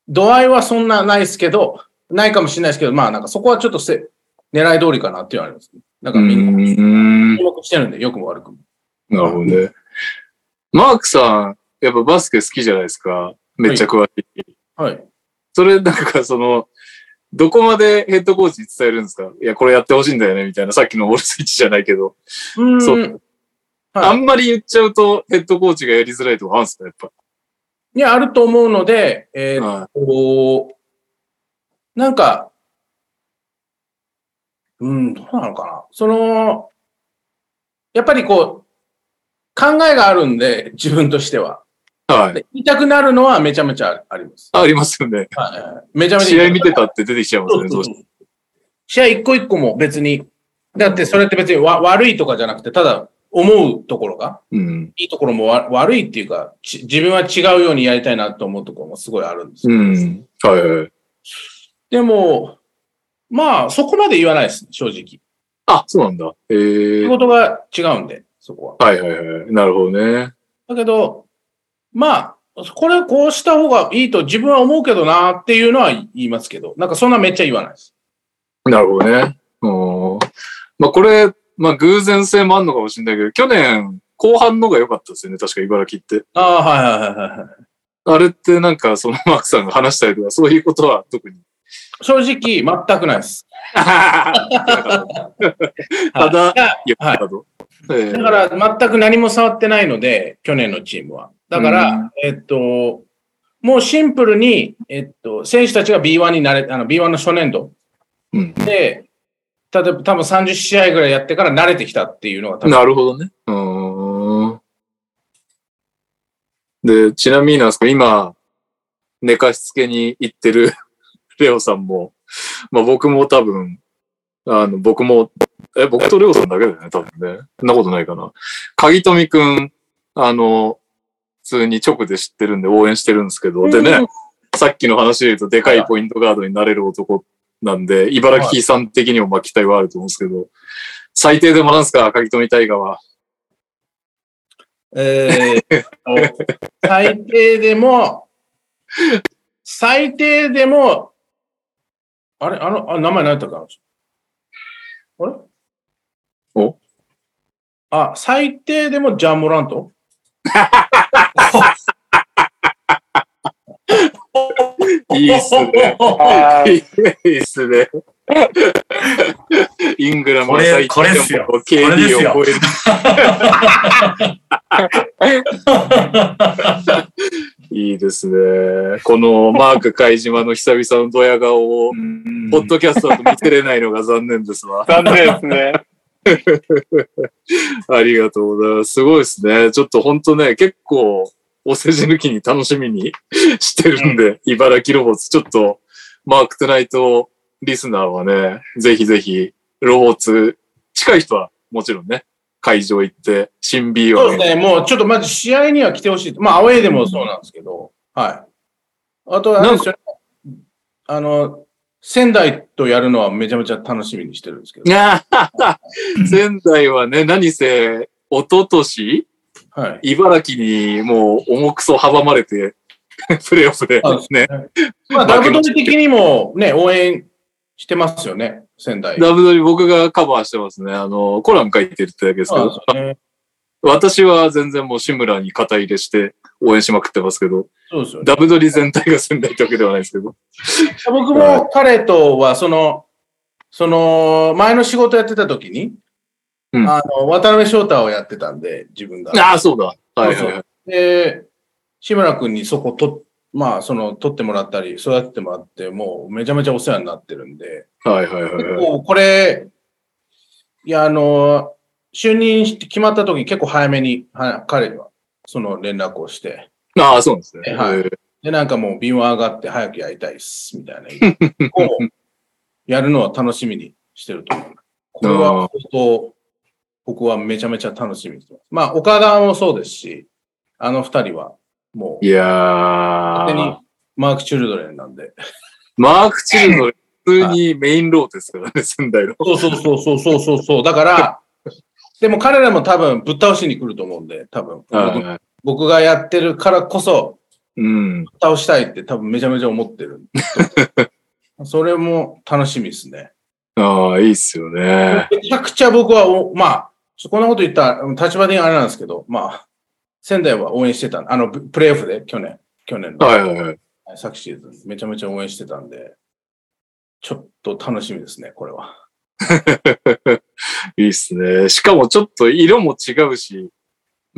Speaker 1: 度合いはそんなないですけど、ないかもしれないですけど、まあなんかそこはちょっとせ狙い通りかなっていうのはあります、ね。なん
Speaker 2: う
Speaker 1: かみんな注
Speaker 2: ん。なる
Speaker 1: 目してるんで、良くも悪くも。
Speaker 2: ほどね。マークさん、やっぱバスケ好きじゃないですか。めっちゃ詳しい。
Speaker 1: はい。
Speaker 2: それなんかその、どこまでヘッドコーチに伝えるんですかいや、これやってほしいんだよね、みたいな。さっきのオールスイッチじゃないけど。
Speaker 1: うん。
Speaker 2: そあ
Speaker 1: はい。
Speaker 2: んまり言っちゃうと、ヘッドコーチがやりづらいとかあるんですかやっぱ。
Speaker 1: いや、あると思うので、えーっ
Speaker 2: は
Speaker 1: と、なんか、うん、どうなのかな。その、やっぱりこう、考えがあるんで、自分としては。
Speaker 2: い。はい。
Speaker 1: で言いたくなるのはめちゃめちゃあります。
Speaker 2: ありますよね。
Speaker 1: はいはいはい。めちゃめちゃ
Speaker 2: 試合見てたって出てきちゃいますよ
Speaker 1: そう
Speaker 2: ね、
Speaker 1: そ
Speaker 2: ど
Speaker 1: う
Speaker 2: う
Speaker 1: そ
Speaker 2: し
Speaker 1: う試合一個一個も別に、だってそれって別にわ悪いとかじゃなくて、ただ思うところが、
Speaker 2: うん。
Speaker 1: いいところもわ悪いっていうか、ち自分は違うようにやりたいなと思うところもすごいあるんです
Speaker 2: う
Speaker 1: よ
Speaker 2: ん。はいはい。
Speaker 1: でも、まあ、そこまで言わないです、正直。
Speaker 2: あ、そうなんだ。え
Speaker 1: 仕
Speaker 2: ー。
Speaker 1: 事が違うんで、そこは。
Speaker 2: はいはいはい。なるほどね。
Speaker 1: だけど、まあ、これこうした方がいいと自分は思うけどなっていうのは言いますけど、なんかそんなめっちゃ言わないです。
Speaker 2: なるほどね。うん。まあこれ、まあ偶然性もあるのかもしれないけど、去年後半のが良かったですよね。確か茨城って。
Speaker 1: ああ、はいはいはいはい。
Speaker 2: あれってなんかそのマークさんが話したりとか、そういうことは特 に。
Speaker 1: 正直、全くないです。
Speaker 2: ただ、言ったと。ええ
Speaker 1: だから全く何も触ってないので、去年のチームは。だから、
Speaker 2: うん
Speaker 1: えっと、もうシンプルに、えっと、選手たちが B1 になれ、あの B1 の初年度
Speaker 2: うん
Speaker 1: で、例えば多分30試合ぐらいやってから慣れてきたっていうのが多分
Speaker 2: なるほどね。うーん。で、ちなみになんですか、今、寝かしつけに行ってる レオさんも、まあ僕も多分、あの、僕も、え、僕とレオさんだけだよね、多分ね。そんなことないかな。鍵富くん、あの、普通に直で知ってるんで応援してるんですけど、でね、さっきの話で言うと、でかいポイントガードになれる男なんで、茨城さん的にもまあ期待はあると思うんですけど、最低でもなんですか、鍵富大河 は。
Speaker 1: えー 最低でも、最低でも、あれあの、あ、名前何やったかあれ
Speaker 2: お
Speaker 1: あ、最低でもジャンモラント
Speaker 2: いいっすね。
Speaker 4: あー
Speaker 2: いいっすね。イングラムは最
Speaker 3: これこれっす
Speaker 2: 低
Speaker 3: よ
Speaker 2: も
Speaker 3: これです
Speaker 2: KD
Speaker 3: よ
Speaker 2: を超える。いいですね。このマーク海島の久々のドヤ顔を、ポッドキャストだと見てれないのが残念ですわ。
Speaker 4: 残念ですね。
Speaker 2: ありがとうございます。すごいですね。ちょっと本当ね、結構、お世辞抜きに楽しみに してるんで、茨城ロボッツ、ちょっと、マークトナイトリスナーはね、ぜひぜひ、ロボッツ、近い人はもちろんね、会場行って、新 B
Speaker 1: そう
Speaker 2: を
Speaker 1: ですね。もうちょっとまず試合には来てほしい。まあ、アウェイでもそうなんですけど。はい。あとは、あれですよねあの、仙台とやるのはめちゃめちゃ楽しみにしてるんですけど。
Speaker 2: あー 仙台はね、何せ、一昨年
Speaker 1: はい。
Speaker 2: 茨城にもう重くそ阻まれて、 プレイオフで
Speaker 1: そうです
Speaker 2: ね、
Speaker 1: まあ、ダブドリ的にもね、応援してますよね、仙台。
Speaker 2: ダブドリ僕がカバーしてますね。あの、コラム書いてるってだけですけ
Speaker 1: そうな
Speaker 2: ど
Speaker 1: んで、すよね。
Speaker 2: 私は全然もう志村に肩入れして応援しまくってますけど、
Speaker 1: そうですよね。
Speaker 2: ダブドリ全体が仙台ってわけではないですけど。
Speaker 1: 僕も彼とは、その、その、前の仕事やってた時に、
Speaker 2: うん
Speaker 1: あの、渡辺翔太をやってたんで、自分が。
Speaker 2: ああ、そうだ。はいはいはい。
Speaker 1: で、志村君にそこ取っ、まあ、その、取ってもらったり、育ててもらって、もう、めちゃめちゃお世話になってるんで、
Speaker 2: はいはいはい
Speaker 1: 結
Speaker 2: はい。
Speaker 1: 構、これ、いや、あの、就任して決まった時に結構早めに、は彼には、その連絡をして、
Speaker 2: ああ、そうなんですね。
Speaker 1: はい
Speaker 2: えー
Speaker 1: で、なんかもう、便は上がって早くやりたいっす、みたいな。こうやるのは楽しみにしてると思う。これは、本当、僕はめちゃめちゃ楽しみにしてます。まあ、岡田もそうですし、あの二人は、もう
Speaker 2: い、や
Speaker 1: 勝手に
Speaker 2: ー、
Speaker 1: マーク・チュルドレンなんで。
Speaker 2: マーク・チルドレン普通にメインローテですからね、仙台の。
Speaker 1: そうそうそうそうそうそうそう。だから、でも彼らも多分ぶっ倒しに来ると思うんで、多分。
Speaker 2: はいはい
Speaker 1: 僕がやってるからこそ、
Speaker 2: うん。
Speaker 1: ぶっ倒したいって多分めちゃめちゃ思ってる。 それも楽しみですね。
Speaker 2: ああ、いいっすよね。
Speaker 1: めちゃくちゃ僕はお、まあ、ちょこんなこと言ったら、立場的にあれなんですけど、まあ、仙台は応援してた、あの、ププレーオフで、去年、去年の、
Speaker 2: はいはいはい。
Speaker 1: 昨シーズン、めちゃめちゃ応援してたんで、ちょっと楽しみですね、これは。
Speaker 2: いいっすね。しかもちょっと色も違うし、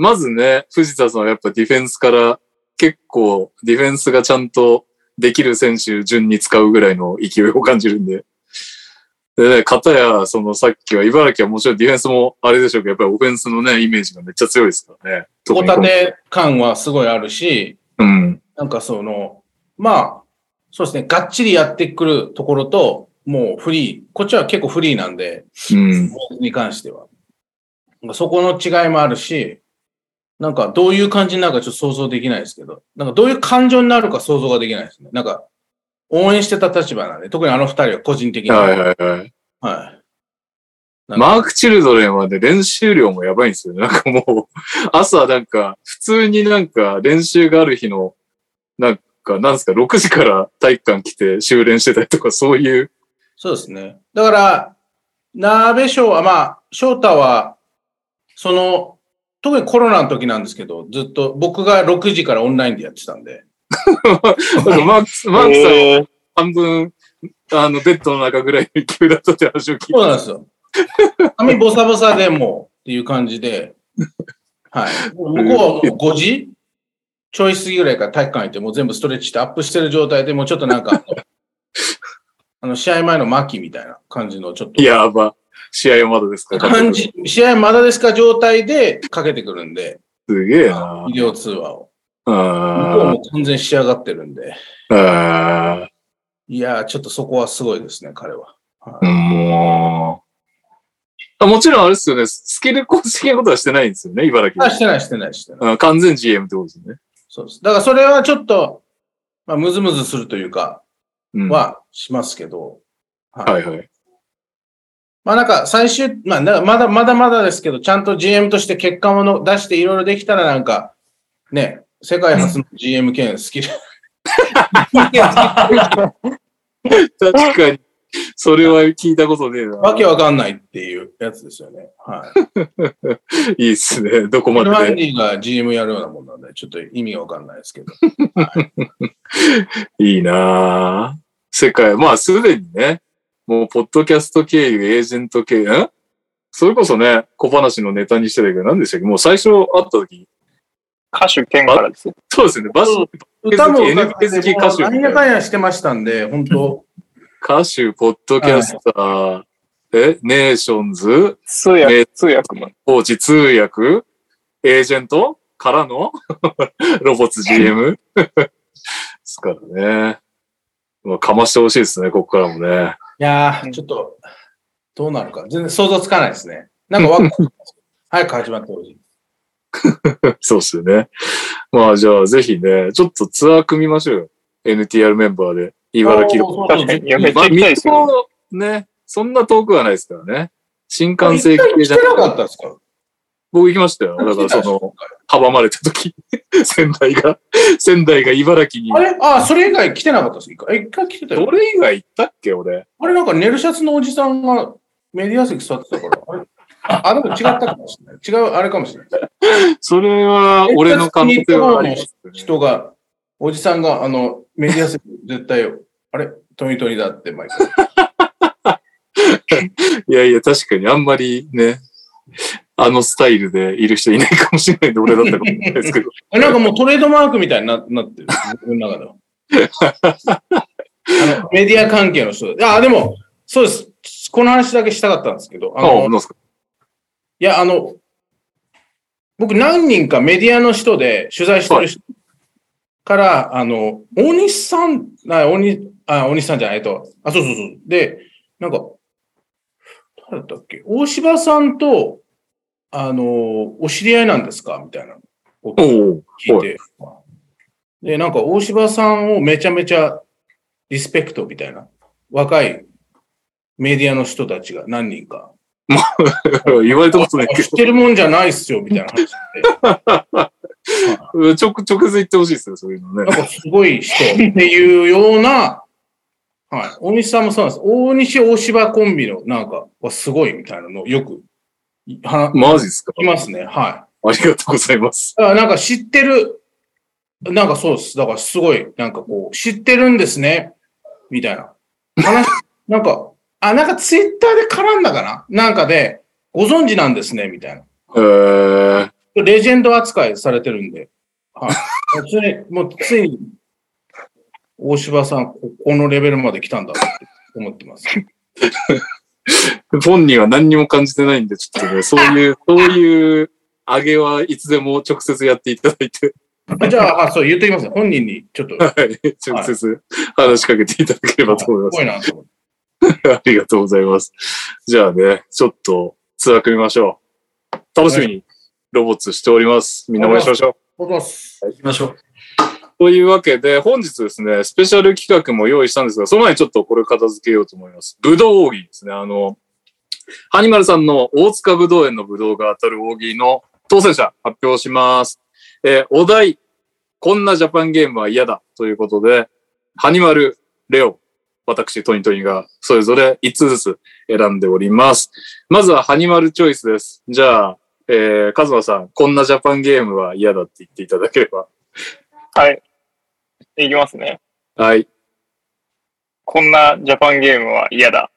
Speaker 2: まずね、藤田さんはやっぱディフェンスから結構ディフェンスがちゃんとできる選手順に使うぐらいの勢いを感じるんで。でね、片や、そのさっきは茨城はもちろんディフェンスもあれでしょうけど、やっぱりオフェンスのね、イメージがめっちゃ強いですからね。
Speaker 1: ホ
Speaker 2: に
Speaker 1: タテ感はすごいあるし、
Speaker 2: うん。
Speaker 1: なんかその、まあ、そうですね、がっちりやってくるところと、もうフリー、こっちは結構フリーなんで、
Speaker 2: うん。
Speaker 1: に関しては。なんかそこの違いもあるし、なんかどういう感じになるかちょっと想像できないですけど、なんかどういう感情になるか想像ができないですね。なんか、応援してた立場なんで、特にあの二人は個人的に。
Speaker 2: はいはいはい。
Speaker 1: はい
Speaker 2: マーク・チルドレンはね、練習量もやばいんですよね。なんかもう、朝なんか、普通になんか練習がある日の、なんか、なんですか、6時から体育館来て修練してたりとか、そういう。
Speaker 1: そうですね。だから、鍋翔は、まあ、翔太は、その、特にコロナの時なんですけど、ずっと僕が6時からオンラインでやってたんで、
Speaker 2: だからマーク、マー クさんは
Speaker 4: えー
Speaker 2: 半分、あの、ベッドの中ぐらいの勢いだったって話を聞い
Speaker 1: そう
Speaker 2: て。
Speaker 1: なんですよ。髪ボサボサでもうっていう感じで、はい。向こうはもう5時ちょい過ぎぐらいから体育館行って、もう全部ストレッチしてアップしてる状態で、もうちょっとなんか、あの、試合前の牧みたいな感じの、ちょっと。
Speaker 2: やば。試合はまだですか
Speaker 1: 感じ、試合まだですか状態でかけてくるんで、
Speaker 2: すげえな。
Speaker 1: ビデオ通話を。向こう
Speaker 2: あ
Speaker 1: も完全仕上がってるんで。
Speaker 2: ーあ
Speaker 1: いやー、ちょっとそこはすごいですね、彼は。は
Speaker 2: ー。もう。あもちろんあれですよね。スキル公式なことはしてないんですよね、茨
Speaker 1: い
Speaker 2: 城
Speaker 1: あ、
Speaker 2: は
Speaker 1: してない、してない、してない。
Speaker 2: あ。完全 GM ってことですよね。
Speaker 1: そうです。だからそれはちょっと、まあ、ムズムズするというか、
Speaker 2: うん、は
Speaker 1: はしますけど、
Speaker 2: いはい。
Speaker 1: まあなんか最終、まあなまだまだまだですけど、ちゃんと GM として結果もの出していろいろできたらなんか、ね、世界初の GM 兼スキル、
Speaker 2: 確かに。それは聞いたことねえな。
Speaker 1: わけわかんないっていうやつですよね。はい。
Speaker 2: いいっすね。どこ
Speaker 1: フ
Speaker 2: ま
Speaker 1: ルハ
Speaker 2: で
Speaker 1: ン
Speaker 2: ね。
Speaker 1: ディが GM やるようなもんなんで、ちょっと意味がわかんないで すけど。
Speaker 2: いいなぁ世界、まあすでにね、もうポッドキャスト経由、エージェント経由、んそれこそね、小話のネタにしてたけど、何でしたっけもう最初会った時、
Speaker 4: 歌手兼からですよ。
Speaker 2: そうですね、バス、
Speaker 1: 歌も
Speaker 2: NBS 好き歌手
Speaker 1: 何やかんやしてましたんで、本当
Speaker 2: 歌手、ポッドキャスター、え、ネーションズ、
Speaker 4: 通
Speaker 2: え
Speaker 4: 訳、通訳も。
Speaker 2: コーチ通訳、エージェントからの ロボッツ GM ですからね。まあかましてほしいですね、ここからもね。
Speaker 1: いやー、ちょっと、どうなるか。全然想像つかないですね。なんかわかん ないです早く始まってほしい。
Speaker 2: そうっすよね。まあじゃあぜひね、ちょっとツアー組みましょうよ。NTR メンバーで。茨城の。
Speaker 1: おーそうそう
Speaker 4: 確かにいやめっち
Speaker 2: ま
Speaker 4: ゃ
Speaker 2: あ、
Speaker 4: 行きたいで
Speaker 2: 水
Speaker 4: すよ。
Speaker 2: 戸ね、そんな遠くはないですからね。新幹
Speaker 1: 一
Speaker 2: 線
Speaker 1: 回
Speaker 2: 系
Speaker 1: 来
Speaker 2: じ
Speaker 1: て
Speaker 2: ゃ
Speaker 1: なか
Speaker 2: な
Speaker 1: っ
Speaker 2: く
Speaker 1: たですか
Speaker 2: 僕行きましたよ。だからその、阻まれた時、 仙台が、仙台が茨城に
Speaker 1: あ。れあ、それ以外来てなかったです。一回、一回来てた
Speaker 2: ど
Speaker 1: よ。
Speaker 2: れ以外行ったっけ俺。
Speaker 1: あれなんか寝るシャツのおじさんがメディア席座ってたから。あれあ、でも違ったかもしれない。違う、あれかもしれない。
Speaker 2: それは、俺の可能性はあります、ね。
Speaker 1: 人が、おじさんが、あの、メディア席絶対、あれトニトニだって毎回。
Speaker 2: いやいや、確かにあんまりね、あのスタイルでいる人いないかもしれないんで、俺だったかもしれないですけど。
Speaker 1: あなんかもうトレードマークみたいにななってる。僕の中では。あのメディア関係の人で。あ、でも、そうです。この話だけしたかったんですけど、 あ
Speaker 2: ああ、
Speaker 1: の
Speaker 2: なん、ですか
Speaker 1: いや、あの、僕何人かメディアの人で取材してる人から、あの、大西さん、あ、大西、あ、大西さんじゃないえっと、あ、そうそうそう。で、なんか、誰だったっけ大柴さんと、あの、お知り合いなんですかみたいなのを
Speaker 2: お
Speaker 1: 聞
Speaker 2: お。
Speaker 1: いて。で、なんか大柴さんをめちゃめちゃリスペクトみたいな、若いメディアの人たちが何人か
Speaker 2: 言われたことないけ
Speaker 1: 知ってるもんじゃないっすよ、みたいな 話で。
Speaker 2: ど、ちょく直接言ってほしいですよ、そういうのね。
Speaker 1: なんかすごい人っていうような、はい。大西さんもそうなんです。大西大芝コンビのなんかはすごいみたいなのをよく、は、
Speaker 2: マジですか
Speaker 1: いますね。は
Speaker 2: ありがとうございます。
Speaker 1: い。だからなんか知ってる、なんかそうです。だからすごい、なんかこう、知ってるんですね、みたいな。話、 なんか、あ、なんかツイッターで絡んだかななんかで、ご存知なんですね、みたいな。
Speaker 2: えー、
Speaker 1: レジェンド扱いされてるんで、はい。ついに、もうついに、大柴さん、ここのレベルまで来たんだなって思ってます。
Speaker 2: 本人は何にも感じてないんで、ちょっとね、そういう、 そういう、上げはいつでも直接やっていただいて、
Speaker 1: じゃあ、あそう言ってきますね。本人にちょっと、す
Speaker 2: はい直接話しかけていただければと思います
Speaker 1: ごいなと思って。
Speaker 2: ありがとうございます。じゃあね、ちょっとツアー組みましょう。楽しみにロボッツしております。みんな応援しましょ
Speaker 1: おはようございます。
Speaker 3: 行きましょう。
Speaker 2: う。というわけで、本日ですね、スペシャル企画も用意したんですが、その前にちょっとこれ片付けようと思います。ぶどう扇ですね。あの、ハニマルさんの大塚ぶどう園のぶどうが当たる扇の当選者発表します。えーお題、こんなジャパンゲームは嫌だということで、ハニマル、レオ、私、トニトニがそれぞれ5つずつ選んでおります。まずはハニマルチョイスです。じゃあ、えー、カズマさん、こんなジャパンゲームは嫌だって言っていただければ。
Speaker 4: はい。いきますね。
Speaker 2: はい。
Speaker 4: こんなジャパンゲームは嫌だ。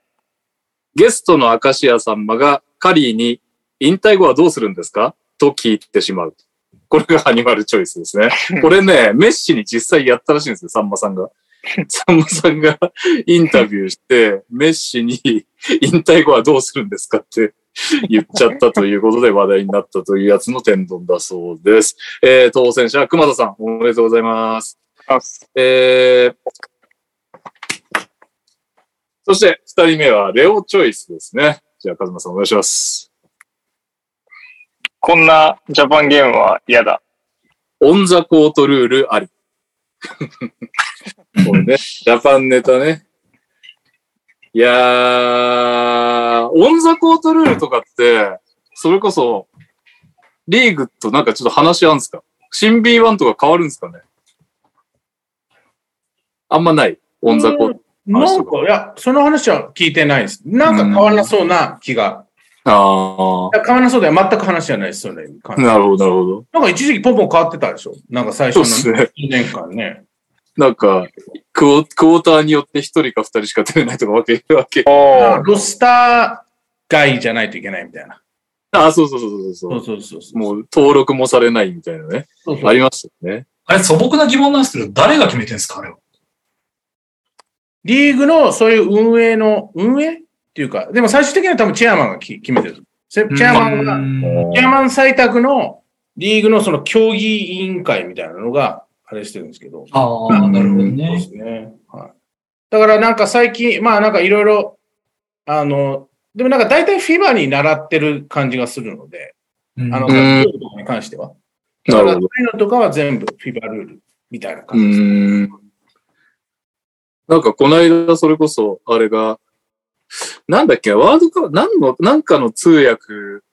Speaker 2: ゲストの明石家さんまがカリーに引退後はどうするんですかと聞いてしまう。これがハニマルチョイスですね。これね、メッシに実際やったらしいんですよ、さんまさんが。さんまさんがインタビューして、メッシに引退後はどうするんですかって 言っちゃったということで話題になったというやつの天丼だそうです。えー、当選者は熊田さん、おめでとうございます。
Speaker 4: あす
Speaker 2: えー、そして二人目はレオチョイスですね。じゃあ、カズマさんお願いします。
Speaker 4: こんなジャパンゲームは嫌だ。
Speaker 2: オンザコートルールあり。これね、ジャパンネタね。いやー、オンザコートルールとかって、それこそ、リーグとなんかちょっと話あんすか新 B1 とか変わるんすかねあんまないオンザコート。
Speaker 1: なんか、いや、その話は聞いてないです。なんか変わらなそうな気が。
Speaker 2: あ
Speaker 1: いや変わらなそうでは全く話じゃないですよね。感
Speaker 2: ー、
Speaker 1: じ
Speaker 2: なるほど、なるほど。
Speaker 1: なんか一時期ポンポン変わってたでしょなんか最初
Speaker 2: そう
Speaker 1: の
Speaker 2: っすね。
Speaker 1: 1年間ね。
Speaker 2: なんか、クォクォーターによって一人か二人しか出れないとかわけ、わけ。
Speaker 4: おー
Speaker 1: ロスター外じゃないといけないみたいな。
Speaker 2: あー、そうそうそうそうそう
Speaker 1: そうそうそうそう。
Speaker 2: もう登録もされないみたいなね。
Speaker 1: そうそう
Speaker 2: ありましたよね。
Speaker 3: あれ素朴な疑問なんですけど、誰が決めてんですかあれは。
Speaker 1: リーグのそういう運営の、運営っていうか、でも最終的には多分チェアマンがき決めてる。せチェアマンが、チェアマン採択のリーグのその競技委員会みたいなのが、あれしてるんですけど。
Speaker 3: ああ、なるほど
Speaker 1: そうで
Speaker 3: ね。
Speaker 1: すね。はい。だからなんか最近、まあなんかいろいろ、あの、でもなんか大体フィバに習ってる感じがするので、あの、
Speaker 2: うん
Speaker 1: ルールとかに関しては。
Speaker 2: な
Speaker 1: だ
Speaker 2: るほ
Speaker 1: から
Speaker 2: ど。
Speaker 1: そういうのとかは全部フィバルールみたいな
Speaker 2: う
Speaker 1: 感じです。
Speaker 2: ーん。なんかこの間それこそ、あれが、なんだっけ、ワールドカップ、なんの、なんかの通訳、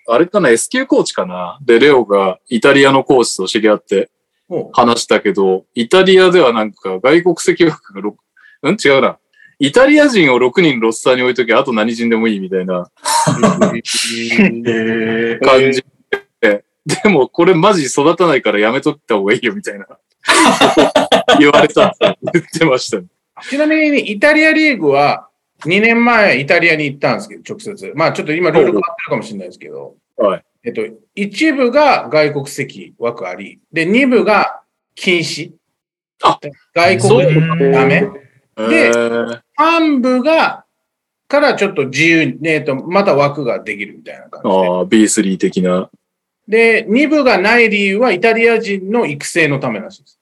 Speaker 2: あれかな、S 級コーチかな。で、レオがイタリアのコーチと知り合って
Speaker 1: も
Speaker 2: 話したけど、イタリアではなんか外国籍枠が6、うん違うな。イタリア人を6人ロスターに置いとき、あと何人でもいいみたいな
Speaker 1: う、
Speaker 3: え
Speaker 2: 感じで、でもこれマジ育たないからやめとった方がいいよみたいな、言われたって言ってましたね。
Speaker 1: ちなみにイタリアリーグは2年前イタリアに行ったんですけど、直接。まあちょっと今ルール変わってるかもしれないですけど、
Speaker 2: はい。
Speaker 1: えっと、一部が外国籍枠あり、で、二部が禁止。
Speaker 2: あ
Speaker 1: 外
Speaker 2: そう
Speaker 1: 国
Speaker 2: い
Speaker 1: 籍ダメ。で
Speaker 2: えー
Speaker 1: 半部が、からちょっと自由に、えっと、また枠ができるみたいな感
Speaker 2: ああ、B3 的な。
Speaker 1: じで。で、二部がない理由はイタリア人の育成のためらしいです。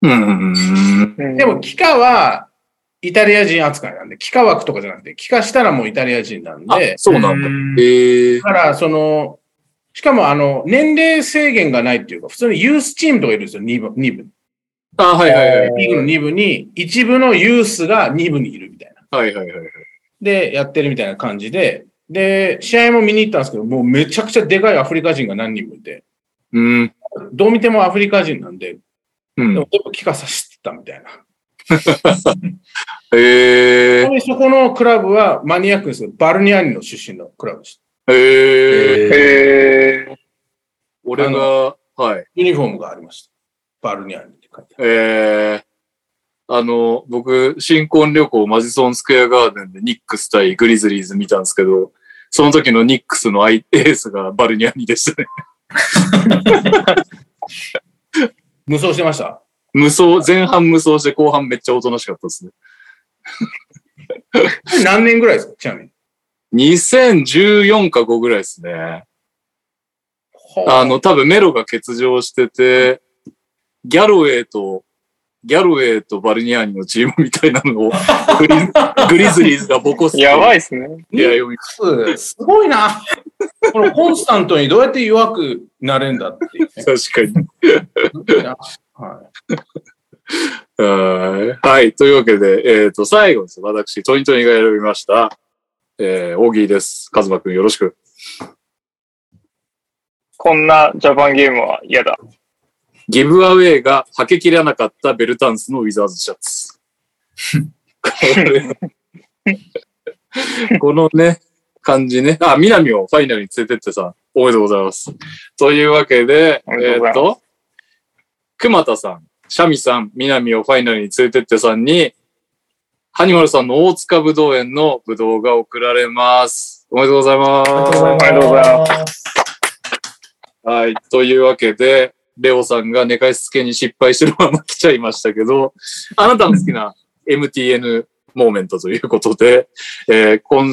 Speaker 2: うんうんうん。
Speaker 4: うん
Speaker 1: でも、帰化は、イタリア人扱いなんで、帰化枠とかじゃなくて、帰化したらもうイタリア人なん
Speaker 2: あ
Speaker 1: で、、
Speaker 2: そうなんだ。
Speaker 3: だ。
Speaker 2: ええ
Speaker 1: だから、その、しかも、あの、年齢制限がないっていうか、普通にユースチームとかいるんですよ、二部、二部。
Speaker 2: あ、はいはいはい。
Speaker 1: リーグの2部に、一部のユースが2部にいるみたいな。
Speaker 2: はいはいはい。
Speaker 1: で、やってるみたいな感じで、で、試合も見に行ったんですけど、もうめちゃくちゃでかいアフリカ人が何人もいて、
Speaker 2: うん。
Speaker 1: どう見てもアフリカ人なんで、
Speaker 2: う
Speaker 1: で
Speaker 2: ん
Speaker 1: も、全部聞かさせてたみたいな。
Speaker 2: ええ
Speaker 1: でそこのクラブはマニアックですけど、バルニャーニの出身のクラブでした。
Speaker 2: ええ
Speaker 3: え
Speaker 4: えー、
Speaker 2: 俺
Speaker 1: あ
Speaker 2: が、はい。
Speaker 1: ユニフォームがありました。バルニャーニって書いてある。
Speaker 2: ええあの、僕、新婚旅行マジソンスクエアガーデンでニックス対グリズリーズ見たんですけど、その時のニックスのアイ エースがバルニャーニでしたね。
Speaker 1: 無双してました。
Speaker 2: 無双、前半無双して後半めっちゃおとなしかったですね。
Speaker 1: これ何年ぐらいですかちなみに。
Speaker 2: 2014か5ぐらいですね。あの、多分メロが欠場してて、ギャロウェイと、ギャロウェイとバルニャーニのチームみたいなのを、グリグリズリーズがボコす
Speaker 4: やば
Speaker 2: い
Speaker 4: いっすね。
Speaker 2: 試合を見
Speaker 1: すごいな。このコンスタントにどうやって弱くなれんだっていうね
Speaker 2: 確かに。
Speaker 1: は
Speaker 2: はいはい。というわけで、えっ、と、最後です。私、トニトニが選びました。えー、オギーです。カズマくんよろしく。
Speaker 4: こんなジャパンゲームは嫌だ。
Speaker 2: ギブアウェイが履けきらなかったベルタンスのウィザーズシャツ。これこのね、感じね。あ、南をファイナルに連れてってさ、おめでとうございます。というわけで、
Speaker 4: おめで
Speaker 2: え
Speaker 4: とう
Speaker 2: ーっ
Speaker 4: ござい
Speaker 2: と、熊田さん、シャミさん、南をファイナルに連れてってさんに、ハニマルさんの大塚ぶどう園のぶどうが贈られます。おめでとうございます。
Speaker 4: ありがとうござい
Speaker 3: ます。
Speaker 2: はい。というわけで、レオさんが寝かしつけに失敗してるまま来ちゃいましたけど、あなたの好きな MTN モーメントということで、えー今、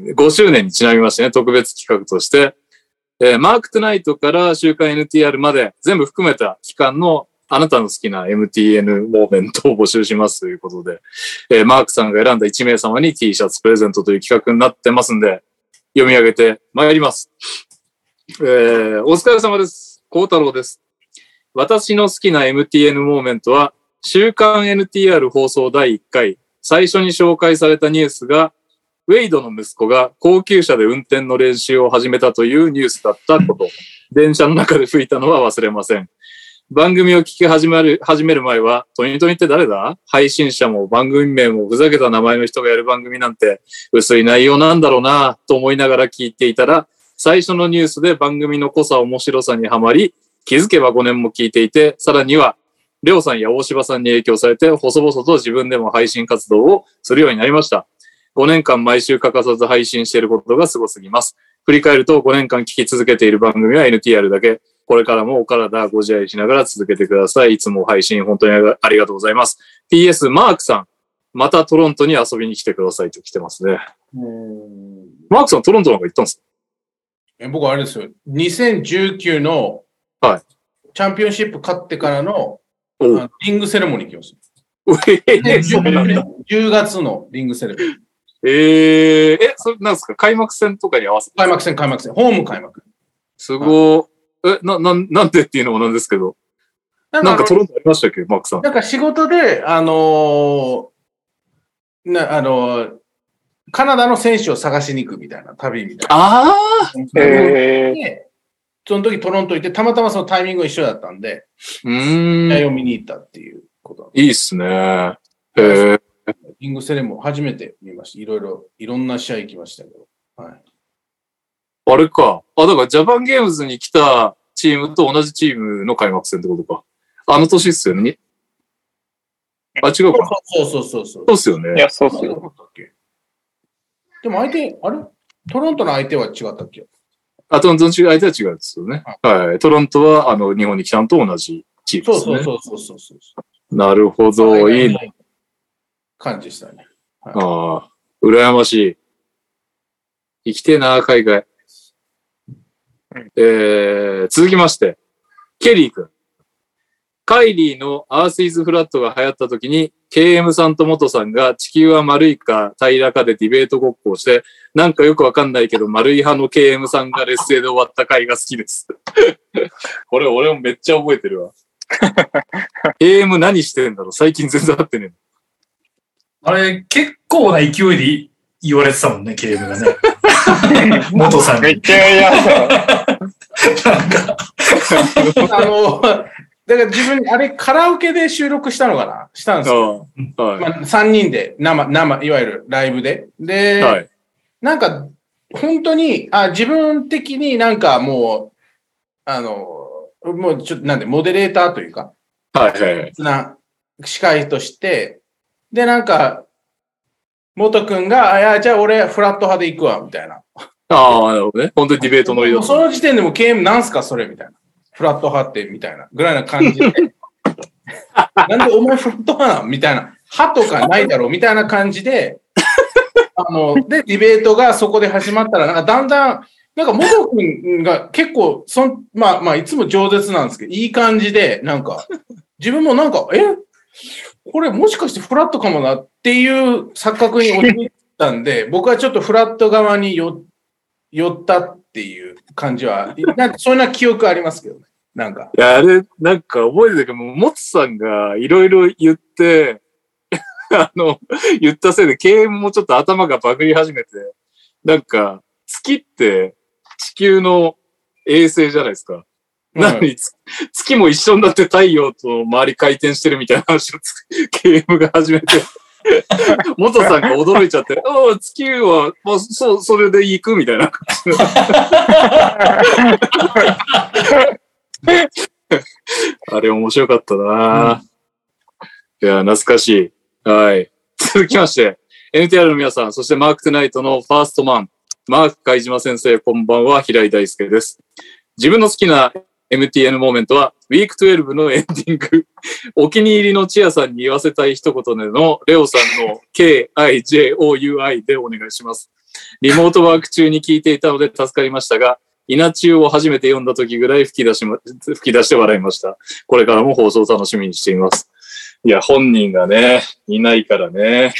Speaker 2: 5周年にちなみましてね、特別企画として、えーマークトゥナイトから週刊 NTR まで全部含めた期間のあなたの好きな MTN モーメントを募集しますということで、えーマークさんが選んだ1名様に T シャツプレゼントという企画になってますんで、読み上げて参ります。えーお疲れ様です。幸太郎です。私の好きな MTN モーメントは、週刊 NTR 放送第1回、最初に紹介されたニュースが、ウェイドの息子が高級車で運転の練習を始めたというニュースだったこと。電車の中で吹いたのは忘れません。番組を聞き始まる、始める前は、トニトニって誰だ配信者も番組名もふざけた名前の人がやる番組なんて薄い内容なんだろうなと思いながら聞いていたら、最初のニュースで番組の濃さ面白さにはまり、気づけば5年も聞いていて、さらには、りょうさんや大柴さんに影響されて、細々と自分でも配信活動をするようになりました。5年間毎週欠かさず配信していることがすごすぎます。振り返ると5年間聞き続けている番組は NTR だけ。これからもお体ご自愛しながら続けてください。いつも配信本当にありがとうございます。PS、マークさん。またトロントに遊びに来てくださいと来てますね。マークさん、トロントなんか行ったんですか
Speaker 1: え僕、あれですよ。2019の、
Speaker 2: はい
Speaker 1: チャンピオンシップ勝ってからの、
Speaker 2: お
Speaker 1: あのリングセレモニー行きまし
Speaker 2: うえ
Speaker 1: た。
Speaker 2: ーそうなんだ。
Speaker 1: 10月のリングセレモニー。
Speaker 2: えええ、それなんですか開幕戦とかに合わせて。
Speaker 1: 開幕戦、開幕戦。ホーム開幕。
Speaker 2: すごーえ、な、なん、なんでっていうのもなんですけど。
Speaker 1: なん
Speaker 2: なんかトロントありましたっけマークさん。
Speaker 1: なんか仕事で、あのーな、あのーカナダの選手を探しに行くみたいな、旅みたいな。
Speaker 2: ああ
Speaker 4: え
Speaker 1: で、その時トロント行って、たまたまそのタイミングが一緒だったんで、
Speaker 2: う
Speaker 1: 試
Speaker 2: ー
Speaker 1: 合
Speaker 2: ん。
Speaker 1: を見に行ったっていうこと。
Speaker 2: いいっすね。えー、
Speaker 1: リングセレモン初めて見ました。いろいろ、いろんな試合行きましたけど。はい。
Speaker 2: あれか。あ、だからジャパンゲームズに来たチームと同じチームの開幕戦ってことか。あの年っすよね。にあ、違うかな。
Speaker 1: そうそうそうそ
Speaker 2: そ
Speaker 1: う
Speaker 2: うっすよ
Speaker 4: ーい
Speaker 2: ね。
Speaker 4: や、そうっ
Speaker 1: そう。
Speaker 4: すよ。
Speaker 1: だっけでも相手、あれトロントの相手は違ったっけ
Speaker 2: あ、トロントの違う相手は違うんですよね。はい。トロントは、あの、日本に来たのと同じチーム
Speaker 1: そ
Speaker 2: で
Speaker 1: う
Speaker 2: すね。
Speaker 1: そうそうそうそうそう。
Speaker 2: なるほど。いいな。
Speaker 1: 感じでしたね。
Speaker 2: ああ、羨ましい。生きてえな、海外。えー、続きまして、ケリー君。カイリーのアースイズフラットが流行った時に、KM さんと元さんが地球は丸いか平らかでディベートごっこをして、なんかよくわかんないけど丸い派の KM さんが劣勢で終わった回が好きです。 これ俺もめっちゃ覚えてるわ。KM 何してんだろう最近全然会ってねえ
Speaker 3: あれ、結構な勢いで言われてたもんね、ゲームがね。元さん
Speaker 4: めっ
Speaker 3: に。
Speaker 4: ちゃやりました よ。
Speaker 3: なんか、
Speaker 1: あの、だから自分、あれ、カラオケで収録したのかなしたんですよ。
Speaker 2: の。 ああはい
Speaker 1: まあ、3人で、生、生、いわゆるライブで。で、
Speaker 2: はい。
Speaker 1: なんか、本当に、あ、自分的になんかもう、あの、もうちょっと、なんで、モデレーターというか、
Speaker 2: はいはいはい。
Speaker 1: な、司会として、で、なんか、元くんが、あ、いやじゃあ俺、フラット派で行くわ、みたいな。
Speaker 2: ああ、なるほどね。本当にディベートのりだ
Speaker 1: もうそ
Speaker 2: と。
Speaker 1: の時点でもう KM なんすかそれみたいな。フラット派ってみたいな。ぐらいな感じで。 なんでお前フラット派なんみたいな。派とかないだろうみたいな感じで。あの、で、ディベートがそこで始まったら、なんかだんだん、なんか元君が結構、そん、まあまあ、いつも饒舌なんですけど、いい感じで、なんか、自分もなんか、えこれもしかしてフラットかもなっていう錯覚に陥ったんで、僕はちょっとフラット側に寄っ寄ったっていう感じは、なんかそんな記憶ありますけどね。なんか。
Speaker 2: いや、あれ、なんか覚えてたけど、もつさんがいろいろ言って、 あの、言ったせいで、経営もちょっと頭がバグり始めて、なんか、月って地球の衛星じゃないですか。なの
Speaker 1: はい
Speaker 2: に、つ月も一緒になって太陽と周り回転してるみたいな話をつ KM が始めて、元さんが驚いちゃって、おう月は、まあ、そう、それで行くみたいな感じであれ面白かったな、いや、懐かしい。はい。続きまして、NTR の皆さん、そしてマークトゥナイトのファーストマン、マーク海島先生、こんばんは、平井大輔です。自分の好きな MTN モーメントは、ウィーク12のエンディング、 お気に入りのチアさんに言わせたい一言での、レオさんの KIJOUI でお願いします。リモートワーク中に聞いていたので助かりましたが、稲中を初めて読んだ時ぐらい吹き出しま、吹き出して笑いました。これからも放送を楽しみにしています。いや、本人がね、いないからね。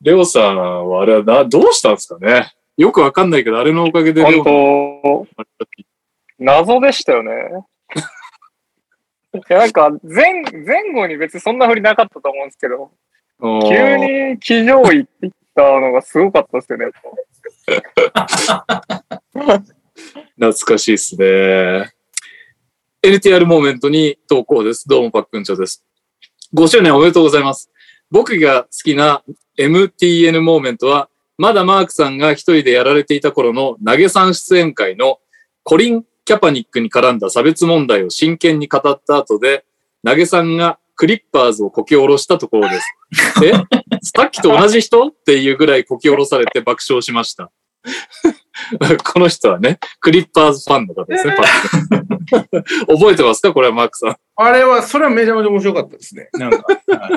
Speaker 2: レオさんはあれはな、どうしたんですかねよくわかんないけど、あれのおかげでレオさん
Speaker 4: 本
Speaker 2: が
Speaker 4: 当、謎でしたよね。いや、なんか、前、前後に別にそんなふりなかったと思うんですけど、
Speaker 2: うん
Speaker 4: 急に騎乗位って言ったのがすごかったですよね。
Speaker 2: 懐かしいですね。NTR モーメントに投稿です。どうも、パックンチョです。5周年おめでとうございます。僕が好きな MTN モーメントは、まだマークさんが一人でやられていた頃の投げさん出演会のコリン・キャパニックに絡んだ差別問題を真剣に語った後で、投げさんがクリッパーズをこき下ろしたところです。えさっきと同じ人っていうぐらいこき下ろされて爆笑しました。 この人はね、クリッパーズファンの方ですね、パック ン覚えてますかこれはマークさん。
Speaker 1: あれは、それはめちゃめちゃ面白かったですね。なんか。はい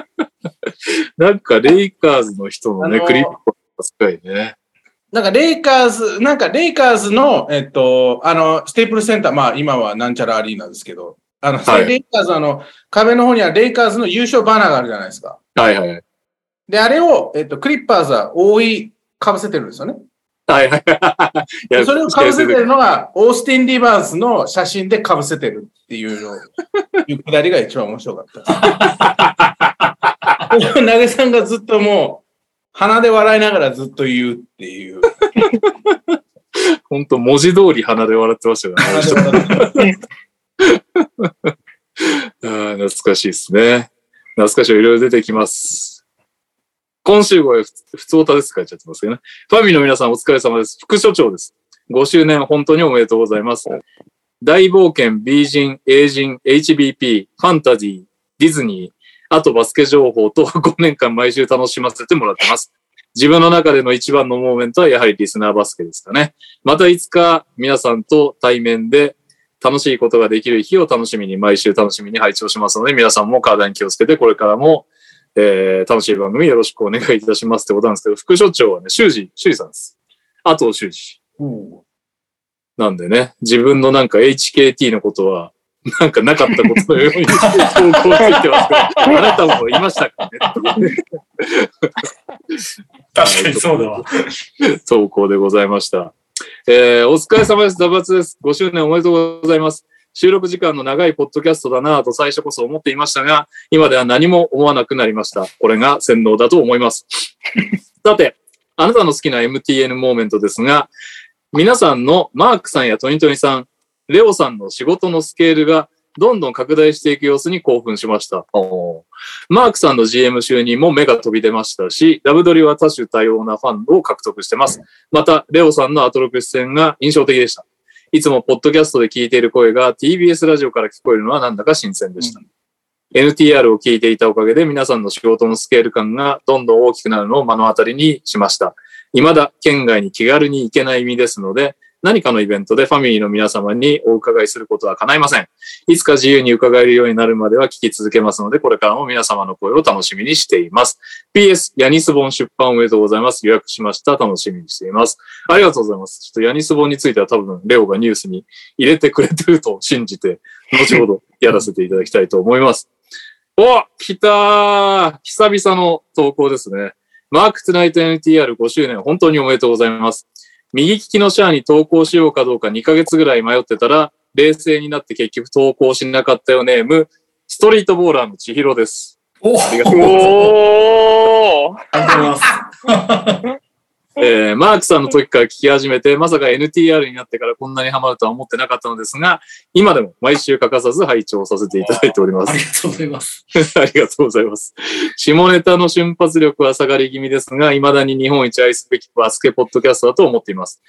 Speaker 2: なんか、レイカーズの人のね、
Speaker 1: あのー
Speaker 2: クリップがすごいね。
Speaker 1: なんか、レイカーズ、なんか、レイカーズの、えっと、あの、ステープルセンター、まあ、今はなんちゃらアリーナですけど、あの、
Speaker 2: はい
Speaker 1: レイカーズ、あの、壁の方にはレイカーズの優勝バナーがあるじゃないですか。
Speaker 2: はいはいはい。
Speaker 1: で、あれを、えっと、クリッパーズは覆い、かぶせてるんですよね。
Speaker 2: はいはい。い
Speaker 1: でそれをかぶせてるのが、オースティン・リバースの写真でかぶせてるっていうのいうくだりが一番面白か った。投げさんがずっともう、鼻で笑いながらずっと言うっていう。
Speaker 2: 本当文字通り鼻で笑ってましたよね。あの人あー懐かしいですね。懐かしいいろいろ出てきます。今週号へふつ、ふつおたです書いちゃってますけどね。ファミの皆さんお疲れ様です。副所長です。5周年本当におめでとうございます。大冒険、美人、英人、HBP、ファンタジー、ディズニー、あとバスケ情報と 5年間毎週楽しませてもらってます。自分の中での一番のモーメントはやはりリスナーバスケですかね。またいつか皆さんと対面で楽しいことができる日を楽しみに、毎週楽しみに配置をしますので、皆さんも体に気をつけて、これからも、えー楽しい番組よろしくお願いいたしますってことなんですけど、副所長はね、修二、修二さんです。あと修二。なんでね、自分のなんか HKT のことは、なんかなかったことのように投稿ついてますけど、あなたもいましたかね
Speaker 3: 確かにそうだわ。
Speaker 2: 投稿でございました。えーお疲れ様です。ダバツです。5周年おめでとうございます。収録時間の長いポッドキャストだなぁと最初こそ思っていましたが、今では何も思わなくなりました。これが洗脳だと思います。 さて、あなたの好きな MTN モーメントですが、皆さんのマークさんやトニトニさん、レオさんの仕事のスケールがどんどん拡大していく様子に興奮しました。マークさんの GM 就任も目が飛び出ましたし、ラブドリは多種多様なファンを獲得してます。また、レオさんのアトロク出演が印象的でした。いつもポッドキャストで聞いている声が TBS ラジオから聞こえるのはなんだか新鮮でした。NTR を聞いていたおかげで皆さんの仕事のスケール感がどんどん大きくなるのを目の当たりにしました。未だ県外に気軽に行けない身ですので、何かのイベントでファミリーの皆様にお伺いすることは叶いません。いつか自由に伺えるようになるまでは聞き続けますので、これからも皆様の声を楽しみにしています。PS、ヤニスボン出版おめでとうございます。予約しました。楽しみにしています。ありがとうございます。ちょっとヤニスボンについては多分、レオがニュースに入れてくれてると信じて、後ほどやらせていただきたいと思います。お来たー久々の投稿ですね。マークトゥナイト NTR5 周年、本当におめでとうございます。右利きのシャアに投稿しようかどうか2ヶ月ぐらい迷ってたら、冷静になって結局投稿しなかったよネーム、ストリートボーラーの千尋です。
Speaker 3: おお
Speaker 2: ありがとうございます。
Speaker 4: おー
Speaker 3: ありがとうございます。
Speaker 2: えーマークさんの時から聞き始めて、まさか NTR になってからこんなにハマるとは思ってなかったのですが、今でも毎週欠かさず拝聴させていただいております
Speaker 3: あ。りがとうございます。
Speaker 2: ありがとうございます。下ネタの瞬発力は下がり気味ですが、未だに日本一愛すべきバスケポッドキャストだと思っています。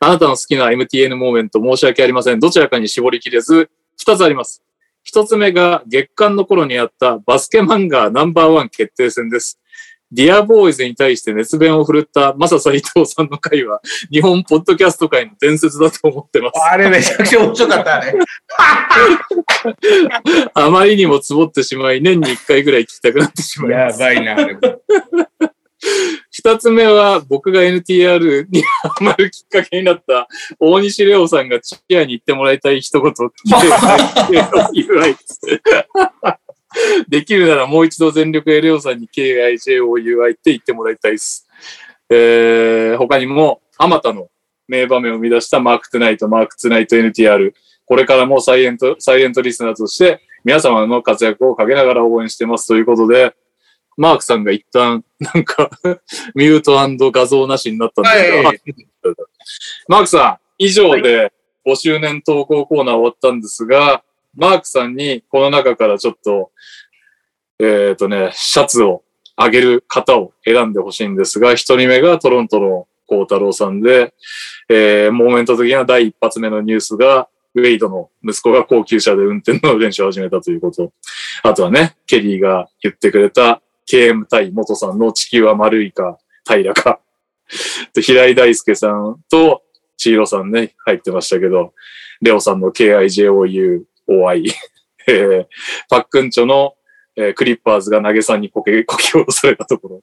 Speaker 2: あなたの好きな MTN モーメント申し訳ありません。どちらかに絞りきれず、二つあります。一つ目が月間の頃にあったバスケ漫画ナンバーワン決定戦です。ディアボーイズに対して熱弁を振るったマサ斎藤さんの回は、日本ポッドキャスト界の伝説だと思ってます。
Speaker 1: あれめちゃくちゃ面白かったね。
Speaker 2: あまりにも積もってしまい、年に1回ぐらい聞きたくなってしまいます。
Speaker 1: ばいな、あれも。
Speaker 2: 二つ目は、僕が NTR にハマるきっかけになった、大西レオさんがチアに行ってもらいたい一言っていうできるならもう一度全力でレオさんに KIJOUI って言ってもらいたいです。えー他にも、あまたの名場面を生み出したマークトゥナイト、マークトゥナイト NTR。これからもサイエント、サイレントリスナーとして、皆様の活躍をかけながら応援してますということで、マークさんが一旦、なんか、 ミュート画像なしになったんですけど、
Speaker 1: は
Speaker 2: マークさん、以上で5周年投稿コーナー終わったんですが、マークさんにこの中からちょっと、えっ、とね、シャツをあげる方を選んでほしいんですが、一人目がトロントの幸太郎さんで、えーモーメント的な第一発目のニュースが、ウェイドの息子が高級車で運転の練習を始めたということ。あとはね、ケリーが言ってくれた KM 対元さんの地球は丸いか、平らか。 で平井大輔さんと千尋さんね、入ってましたけど、レオさんの KIJOUOI、え ーパックンチョの、えークリッパーズが投げさんにこけ、こき下ろされたところ。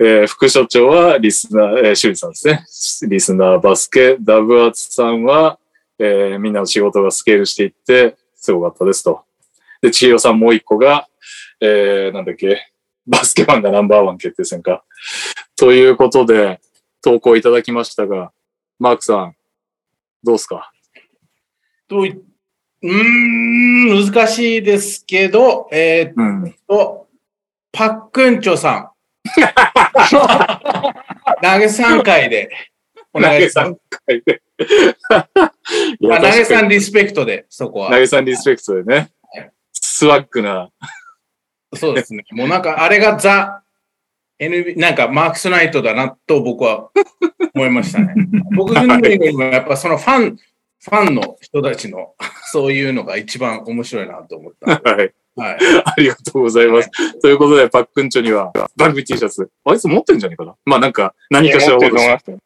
Speaker 2: えー副所長はリスナー、えー、修二さんですね。リスナーバスケ、ダブアツさんは、えーみんなの仕事がスケールしていって、すごかったですと。で、千尋さんもう一個が、えーなんだっけ、バスケマンがナンバーワン決定戦か。ということで、投稿いただきましたが、マークさん、どうですか
Speaker 1: とい、うーん、難しいですけど、えーっ
Speaker 2: うん。
Speaker 1: と、パックンチョ さん。投げ3回で。お
Speaker 2: 投
Speaker 1: 願
Speaker 2: げ
Speaker 1: いし
Speaker 2: さ
Speaker 1: ます
Speaker 2: ん回で。 い
Speaker 1: ま
Speaker 2: や
Speaker 1: あ投げ
Speaker 2: 確か
Speaker 1: さ
Speaker 2: に
Speaker 1: んリスペクトで、そこ
Speaker 2: 投
Speaker 1: は。
Speaker 2: げさんリスペクトでね
Speaker 1: はい。
Speaker 2: スワッグな。
Speaker 1: そうですね。もうなんか、あれがザ、NB、なんかマークスナイトだなと僕は思いましたね。僕のよりもやっぱそのファン、ファンの人たちの、 そういうのが一番面白いなと思った。
Speaker 2: はい。
Speaker 1: はい。
Speaker 2: ありがとうございます。ということで、パックンチョには番組 T シャツ。あいつ持ってんじゃねえかなまあなんか、何かしら
Speaker 4: 持
Speaker 2: を
Speaker 4: ってると思いますよ。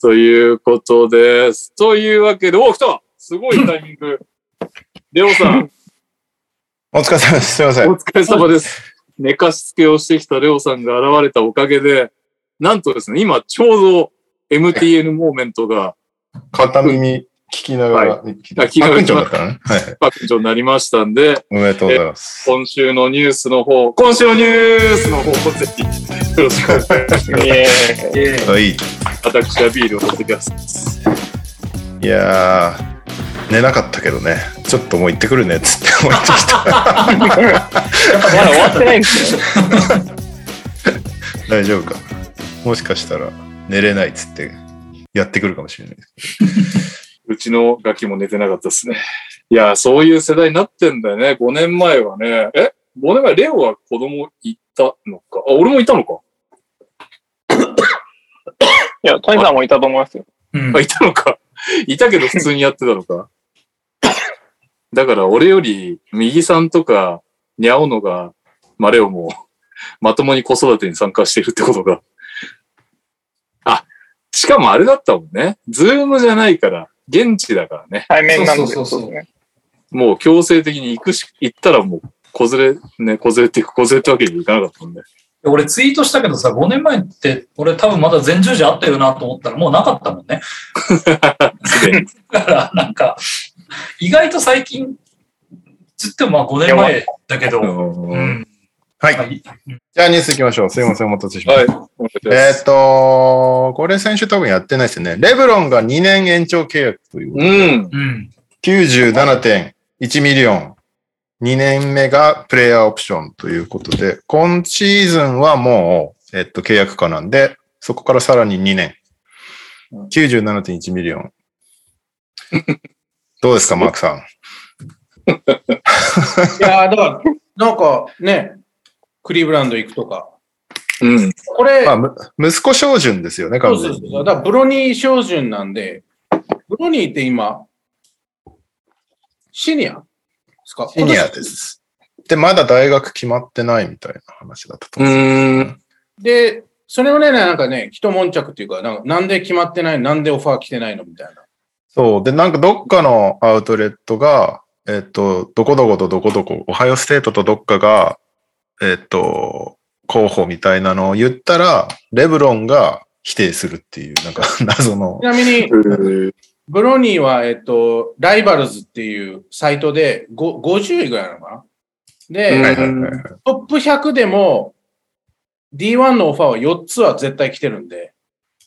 Speaker 2: ということです。というわけで、お、来たすごいタイミン グ。レオさん、
Speaker 5: お疲れ様です。すいませ
Speaker 2: お
Speaker 5: ん。
Speaker 2: 疲れ様です。寝かしつけをしてきたレオさんが現れたおかげで、なんとですね、今ちょうど MTN モーメントが
Speaker 5: 片耳聞きながら、聞きなが
Speaker 2: あ聞きながら
Speaker 5: ら。パクンチョンだからね。はい。
Speaker 2: パクになりましたんで、
Speaker 5: おめでとうございます。
Speaker 2: 今週のニュースの方、今週のニュースの方をぜひ、よろしくお願いします。
Speaker 4: いえいえ
Speaker 3: えー
Speaker 5: はい。
Speaker 2: 私はビールを持ってきます。
Speaker 5: いやー、寝なかったけどね。ちょっともう行ってくるねっつって思って きた。
Speaker 4: まだ終わってないんですよ。
Speaker 5: 大丈夫か。もしかしたら寝れないっつってやってくるかもしれない。
Speaker 2: うちのガキも寝てなかったですね。いやー、そういう世代になってんだよね。5年前はね。え ?5 年前、レオは子供いたのか。あ、俺もいたのか。
Speaker 4: いや、谷さんもいたと思いますよ。
Speaker 3: うん
Speaker 2: あ、いたのか。 いたけど普通にやってたのか。だから俺より、右さんとか、にゃおのが、まあ、レオも、まともに子育てに参加してるってことが。あ、しかもあれだったもんね。ズームじゃないから、現地だからね。
Speaker 4: 対面なん
Speaker 3: そ
Speaker 4: で。
Speaker 3: うそうそうそう
Speaker 4: ね
Speaker 2: もう強制的に行くし、行ったらもう、子連れ、ね、子連れっていうか、子連れってわけにはいかなかったんで。
Speaker 3: 俺ツイートしたけどさ、5年前って、俺多分まだ前十字あったよなと思ったらもうなかったもんね。
Speaker 2: すでに。
Speaker 3: だから、なんか、意外と最近、つってもまあ5年前だけど、う
Speaker 2: は
Speaker 3: ん。
Speaker 5: はい
Speaker 3: まあい
Speaker 5: じゃあニュース行きましょう。すいません、お待たせしました。
Speaker 2: い。お願いしま
Speaker 5: えっ、
Speaker 2: す
Speaker 5: と、これ先週多分やってないですよね。レブロンが2年延長契約という。
Speaker 2: うん。
Speaker 3: うん。
Speaker 5: 97.1ミリオン。2年目がプレイヤーオプションということで、今シーズンはもう、えっと、契約家なんで、そこからさらに2年。97.1ミ リオン。どうですか、マークさん。
Speaker 1: いやーだから、なんかね、クリーブランド行くとか。
Speaker 2: うん。
Speaker 1: これ、
Speaker 5: まあむ、息子照準ですよね、
Speaker 1: そ
Speaker 5: 完
Speaker 1: うそ
Speaker 5: 全
Speaker 1: う
Speaker 5: に。
Speaker 1: そう。だからブロニー照準なんで、ブロニーって今、シニアですか
Speaker 5: シニアです。で、まだ大学決まってないみたいな話だったと
Speaker 2: う
Speaker 5: 思うん
Speaker 2: ー
Speaker 5: で
Speaker 2: ん。
Speaker 1: で、それをね、なんかね、一悶着っていうか、なんかなんで決まってないなんでオファー来てないのみたいな。
Speaker 5: すよ。そう。で、なんかどっかのアウトレットが、えっと、どこどことどこどこ、オハイオステートとどっかが、えっと、候補みたいなのを言ったら、レブロンが否定するっていう、なんか 謎の
Speaker 1: ち。な みに、
Speaker 2: う
Speaker 1: ブロニーは、えっと、ライバルズっていうサイトでご50位ぐらいなのかなで、
Speaker 2: うん
Speaker 5: はいはいはいはい。
Speaker 1: トップ100でも D1 のオファーは4つは絶対来てるんで、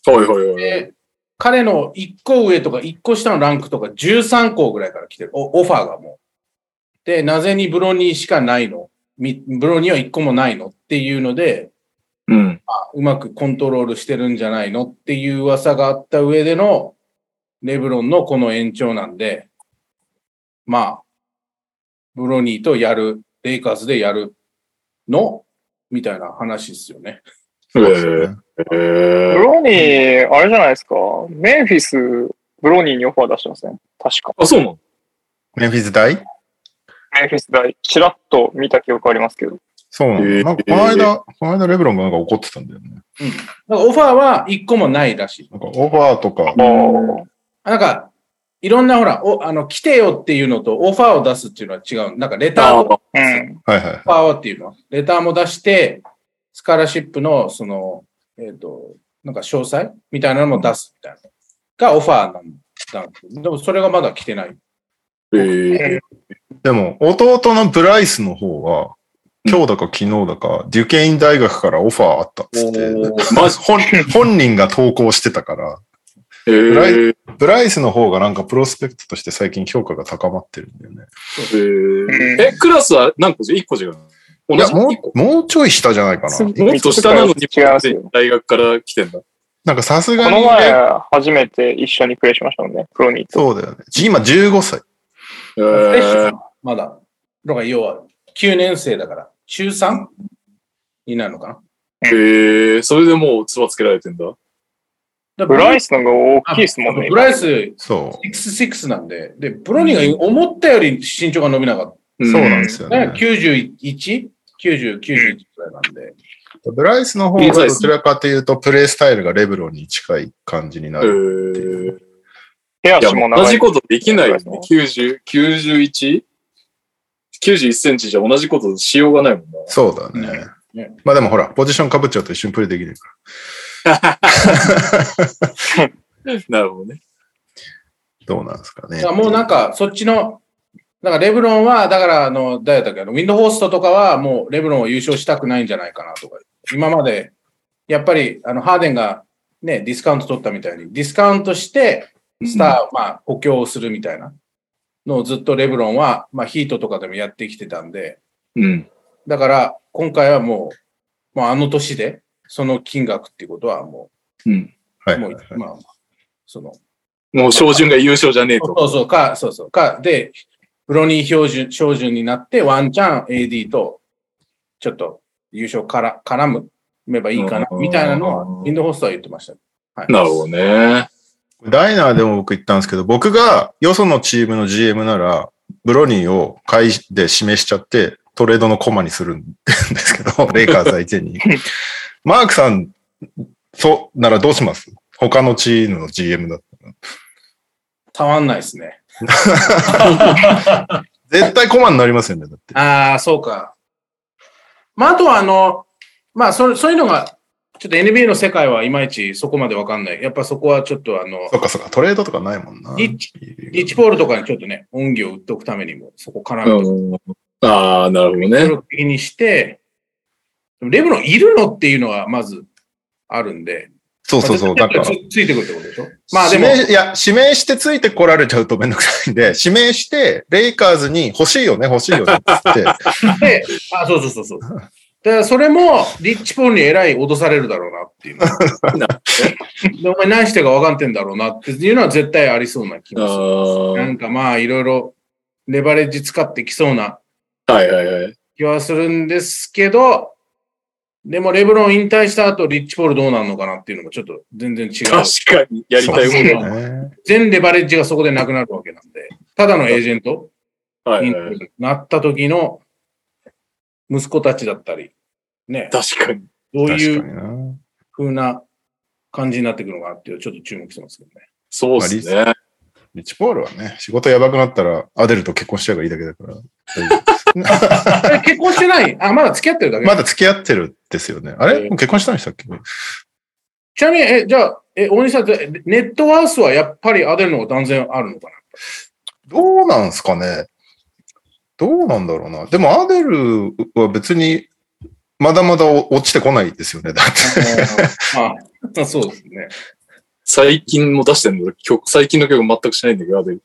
Speaker 2: はいはいはい。
Speaker 1: で彼の1個上とか1個下のランクとか13校ぐらいから来てる。おオファーがもう。で、なぜにブロニーしかないのみブロニーは1個もないのっていうので、
Speaker 2: うん。
Speaker 1: うまくコントロールしてるんじゃないのっていう噂があった上での、レブロンのこの延長なんで、まあ、ブロニーとやる、レイカーズでやるのみたいな話ですよね。
Speaker 2: え
Speaker 5: です
Speaker 2: ー
Speaker 5: ね
Speaker 4: ブ
Speaker 2: えー。
Speaker 4: ロニー、あれじゃないですか。メンフィス、ブロニーにオファー出してません、確か。
Speaker 2: あ、そうなの
Speaker 5: メンフィス大
Speaker 4: メンフィス大、ちらっと見た記憶ありますけど。
Speaker 5: そうなの、
Speaker 2: えー
Speaker 5: なんかこの間、この間レブロンがなんか怒ってたんだよね。
Speaker 1: だからオファーは1個もないらしい。
Speaker 5: なんかオファーとか、
Speaker 4: ああ、
Speaker 1: なんか、いろんなほら、お、あの、来てよっていうのとオファーを出すっていうのは違う。なんか、レター
Speaker 2: あ
Speaker 1: を、オフ
Speaker 2: ー
Speaker 4: うん。
Speaker 5: はいはい。
Speaker 1: ァーをっていうのは、レターも出して、スカラシップの、その、えっ、と、なんか詳細みたいなのも出すみたいな。がオファーなんだ。でも、それがまだ来てない。
Speaker 2: えー。
Speaker 5: でも、弟のブライスの方は、今日だか昨日だか、デュケイン大学からオファーあったっつって、
Speaker 2: おーマジ
Speaker 5: 本本人が投稿してたから、
Speaker 2: えー。
Speaker 5: ブライスの方がなんかプロスペクトとして最近評価が高まってるんだよね。
Speaker 2: えーえ、クラスは何個じゃ ?1 個違うの
Speaker 5: い
Speaker 2: 同
Speaker 5: や、
Speaker 2: じ
Speaker 5: も
Speaker 2: 一個
Speaker 5: う、もうちょい下じゃないか
Speaker 2: も
Speaker 5: な。
Speaker 2: っと下なのに
Speaker 4: 違いますよ。
Speaker 2: 大学から来てんだ。
Speaker 5: なんかさすが
Speaker 4: こ
Speaker 5: に
Speaker 4: の
Speaker 5: ね、
Speaker 4: 前、初めて一緒にプレイしましたもんね、プロニーと。
Speaker 5: そうだよね。今15歳。
Speaker 2: え
Speaker 1: フレッシュ
Speaker 2: ー
Speaker 1: なまだ。だから、要は、9年生だから、中 3? になるのかな
Speaker 2: えー。それでもうつばつけられてんだ。
Speaker 1: だか
Speaker 4: ブ
Speaker 1: ら
Speaker 4: ライスのが大きいですもんね。
Speaker 1: ブライス、
Speaker 5: そ
Speaker 1: 66なんで、で、ブロニーが思ったより身長が伸びなかった。
Speaker 5: う。そうなんですよ
Speaker 1: ね
Speaker 5: ね、。
Speaker 1: 91?90、91くらいなんで。
Speaker 5: ブライスの方がどちらかというと、プレイスタイルがレブロンに近い感じにな
Speaker 2: え
Speaker 5: る。
Speaker 2: ー。
Speaker 4: 手
Speaker 2: いや、
Speaker 4: 足も長い。
Speaker 2: 同じことできないよね
Speaker 4: 長い。
Speaker 2: 90、91?91 センチじゃ同じことしようがないもんな。
Speaker 5: そうだね
Speaker 1: ね。
Speaker 5: まあでもほら、ポジション被っちゃうと一瞬プレイできるか
Speaker 2: なるほどね。
Speaker 5: ら。どうなんですかね
Speaker 1: だか。らもうなんか、そっちの、だからレブロンは、だからあの、誰だっけ、あのウィンドホーストとかはもうレブロンを優勝したくないんじゃないかなとか、今まで、やっぱりあの、ハーデンがね、ディスカウント取ったみたいに、ディスカウントして、スター、まあ、補強をするみたいなのをずっとレブロンは、まあ、ヒートとかでもやってきてたんで、
Speaker 2: うん。
Speaker 1: だから、今回はもう、もうあの年で、その金額っていうことはも
Speaker 2: うん。
Speaker 5: は
Speaker 1: う、
Speaker 5: い
Speaker 1: も
Speaker 5: はいうはい、。
Speaker 1: まあ、その、
Speaker 2: もう、照準が優勝じゃねえと。
Speaker 1: そうそう、か、そうそう、か、で、ブロニー標準、標準になって、ワンチャン AD と、ちょっと優勝から、絡む、めばいいかな、
Speaker 2: うん
Speaker 1: みたいなのは、インドホストは言ってました。はい。
Speaker 2: なるほどね。
Speaker 5: ダイナーでも僕言ったんですけど、僕がよそのチームの GM なら、ブロニーを買いで示しちゃって、トレードのコマにするんです けど、レイカーズ相手に。マークさん、そう、ならどうします他のチームの GM だ。
Speaker 1: たまんないですね。
Speaker 5: 絶対コマになりますよね、だって。
Speaker 1: ああ、そうか。まあ、あとは、あの、まあ、それ、そういうのが、ちょっと NBA の世界はいまいちそこまでわかんない。やっぱそこはちょっとあの、
Speaker 5: そっかそっか、トレードとかないもんな。
Speaker 1: リッリッチポールとかにちょっとね、恩義を売っておくためにも、そこ絡めて
Speaker 2: うん。ああ、なるほど
Speaker 1: 努
Speaker 2: ね。
Speaker 1: 力的にして、でもレブロンいるのっていうのはまずあるんで。
Speaker 5: そうそうそう、
Speaker 1: まあ
Speaker 5: だ
Speaker 1: 絶
Speaker 5: から。
Speaker 1: 対つついてくるってことでしょまあで
Speaker 5: 指
Speaker 1: も、
Speaker 5: 名、いや、指名してついてこられちゃうとめんどくさいんで、指名して、レイカーズに欲しいよね、欲しいよね、っ つって。
Speaker 1: で、あ、そうそうそうそう。だからそれも、リッチポールにえらい脅されるだろうなっていう ので。お前何してるか分かってんだろうなっていうのは絶対ありそうな気
Speaker 2: あ
Speaker 1: がする。
Speaker 2: あ。は
Speaker 1: なんかまあいろいろレバレッジ使ってきそうない
Speaker 2: はいはい。
Speaker 1: 気はするんですけど、でもレブロン引退した後、リッチポールどうなるのかなっていうのもちょっと全然違う。
Speaker 2: 確かに、やりたい
Speaker 5: そ
Speaker 2: こ
Speaker 5: うだね。
Speaker 1: 全レバレッジがそこでなくなるわけなんで、ただのエージェント
Speaker 2: と。はい
Speaker 1: に
Speaker 2: はい。
Speaker 1: なった時の、息子たちだったり、ね、
Speaker 2: 確かに。
Speaker 1: どうい
Speaker 5: 確か
Speaker 1: う
Speaker 5: にな。
Speaker 1: 風な感じになってくるのかなっていう、ちょっと注目してますけどね。
Speaker 2: そうですね。
Speaker 5: リッチポールはね、仕事やばくなったら、アデルと結婚しちゃえばいいだけだから。大丈夫
Speaker 1: あれ結婚してないあ、まだ付き合ってるだけ。
Speaker 5: まだ付き合ってるですよね。あ
Speaker 1: え
Speaker 5: れ
Speaker 1: え
Speaker 5: もう結婚したんでしたっけ
Speaker 1: ちなみに、え、じゃあ、え、大西さん、えネットワースはやっぱりアデルの方が断然あるのか な
Speaker 5: どうなんすかねどうなんだろうな。でも、アデルは別に、まだまだ落ちてこないですよね。だって。
Speaker 1: ああ、そうですね。
Speaker 2: 最近も出してんの曲、最近の曲全くしないんだけど、あれ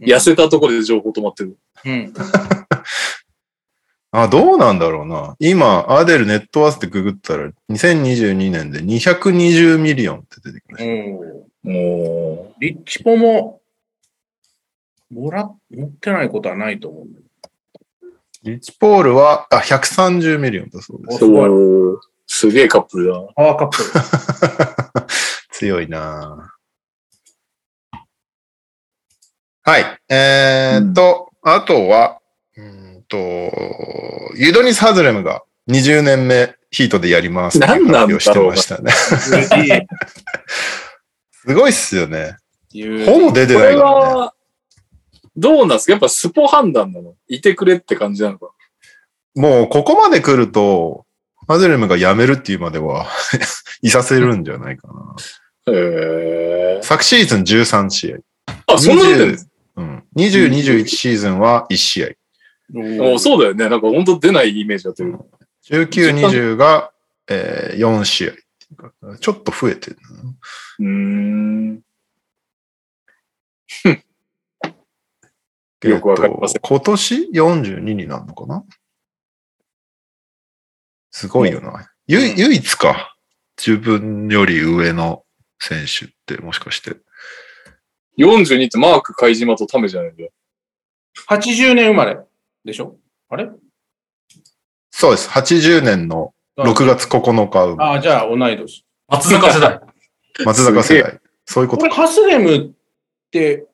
Speaker 2: 痩せたところで情報止まってる。
Speaker 1: うん。
Speaker 5: あ、どうなんだろうな。今、アデルネットワースでググったら、2022年で220ミリオンって出てきまし
Speaker 1: うん。
Speaker 2: も
Speaker 1: リッチポも、もら、持ってないことはないと思うんだけ
Speaker 5: た。リッチポールは、あ、130ミリオンだそうで
Speaker 1: お
Speaker 5: す。
Speaker 2: う、おーすげえカップルだな。
Speaker 1: ど。パワーカップ ル。
Speaker 5: 強いなぁはい。えーっと、あとは、うーんと、ユドニス・ハズレムが20年目ヒートでやりますって
Speaker 2: 何なんだろう
Speaker 5: 発表してましたね。
Speaker 1: 嬉しい
Speaker 5: すごいっすよね。
Speaker 1: 言
Speaker 5: ほ
Speaker 1: う。
Speaker 5: ぼ出て
Speaker 2: こ
Speaker 5: ない
Speaker 2: れ
Speaker 5: からね。
Speaker 2: は、どうなんですかやっぱスポ判断なのいてくれって感じなのか。
Speaker 5: もうここまで来ると、ハズレムが辞めるっていうまでは、 いさせるんじゃないかな。
Speaker 2: へえ。
Speaker 5: 昨シーズン13試合。
Speaker 2: あ、そんな出てん
Speaker 5: 20うん。20、21シーズンは1試合。
Speaker 2: のおそうだよね。なんか本当出ないイメージだという。
Speaker 5: 19、20が、えー4試合っていうか。ちょっと増えてるな。
Speaker 2: うーん。よくわかりません
Speaker 5: えっと今年42になるのかなすごいよな。ゆ
Speaker 1: うん
Speaker 5: 唯一か。自分より上の選手って、もしかして。
Speaker 2: 42ってマーク、貝島とタメじゃないんだよ。
Speaker 1: 80年生まれでしょあれ
Speaker 5: そうです。80年の6月9日生ま
Speaker 1: ああ、じゃあ同い年。
Speaker 3: 松坂世代。
Speaker 5: れ、松坂世代。そういうこ
Speaker 1: ことれ、
Speaker 5: か。
Speaker 1: ハスレムって、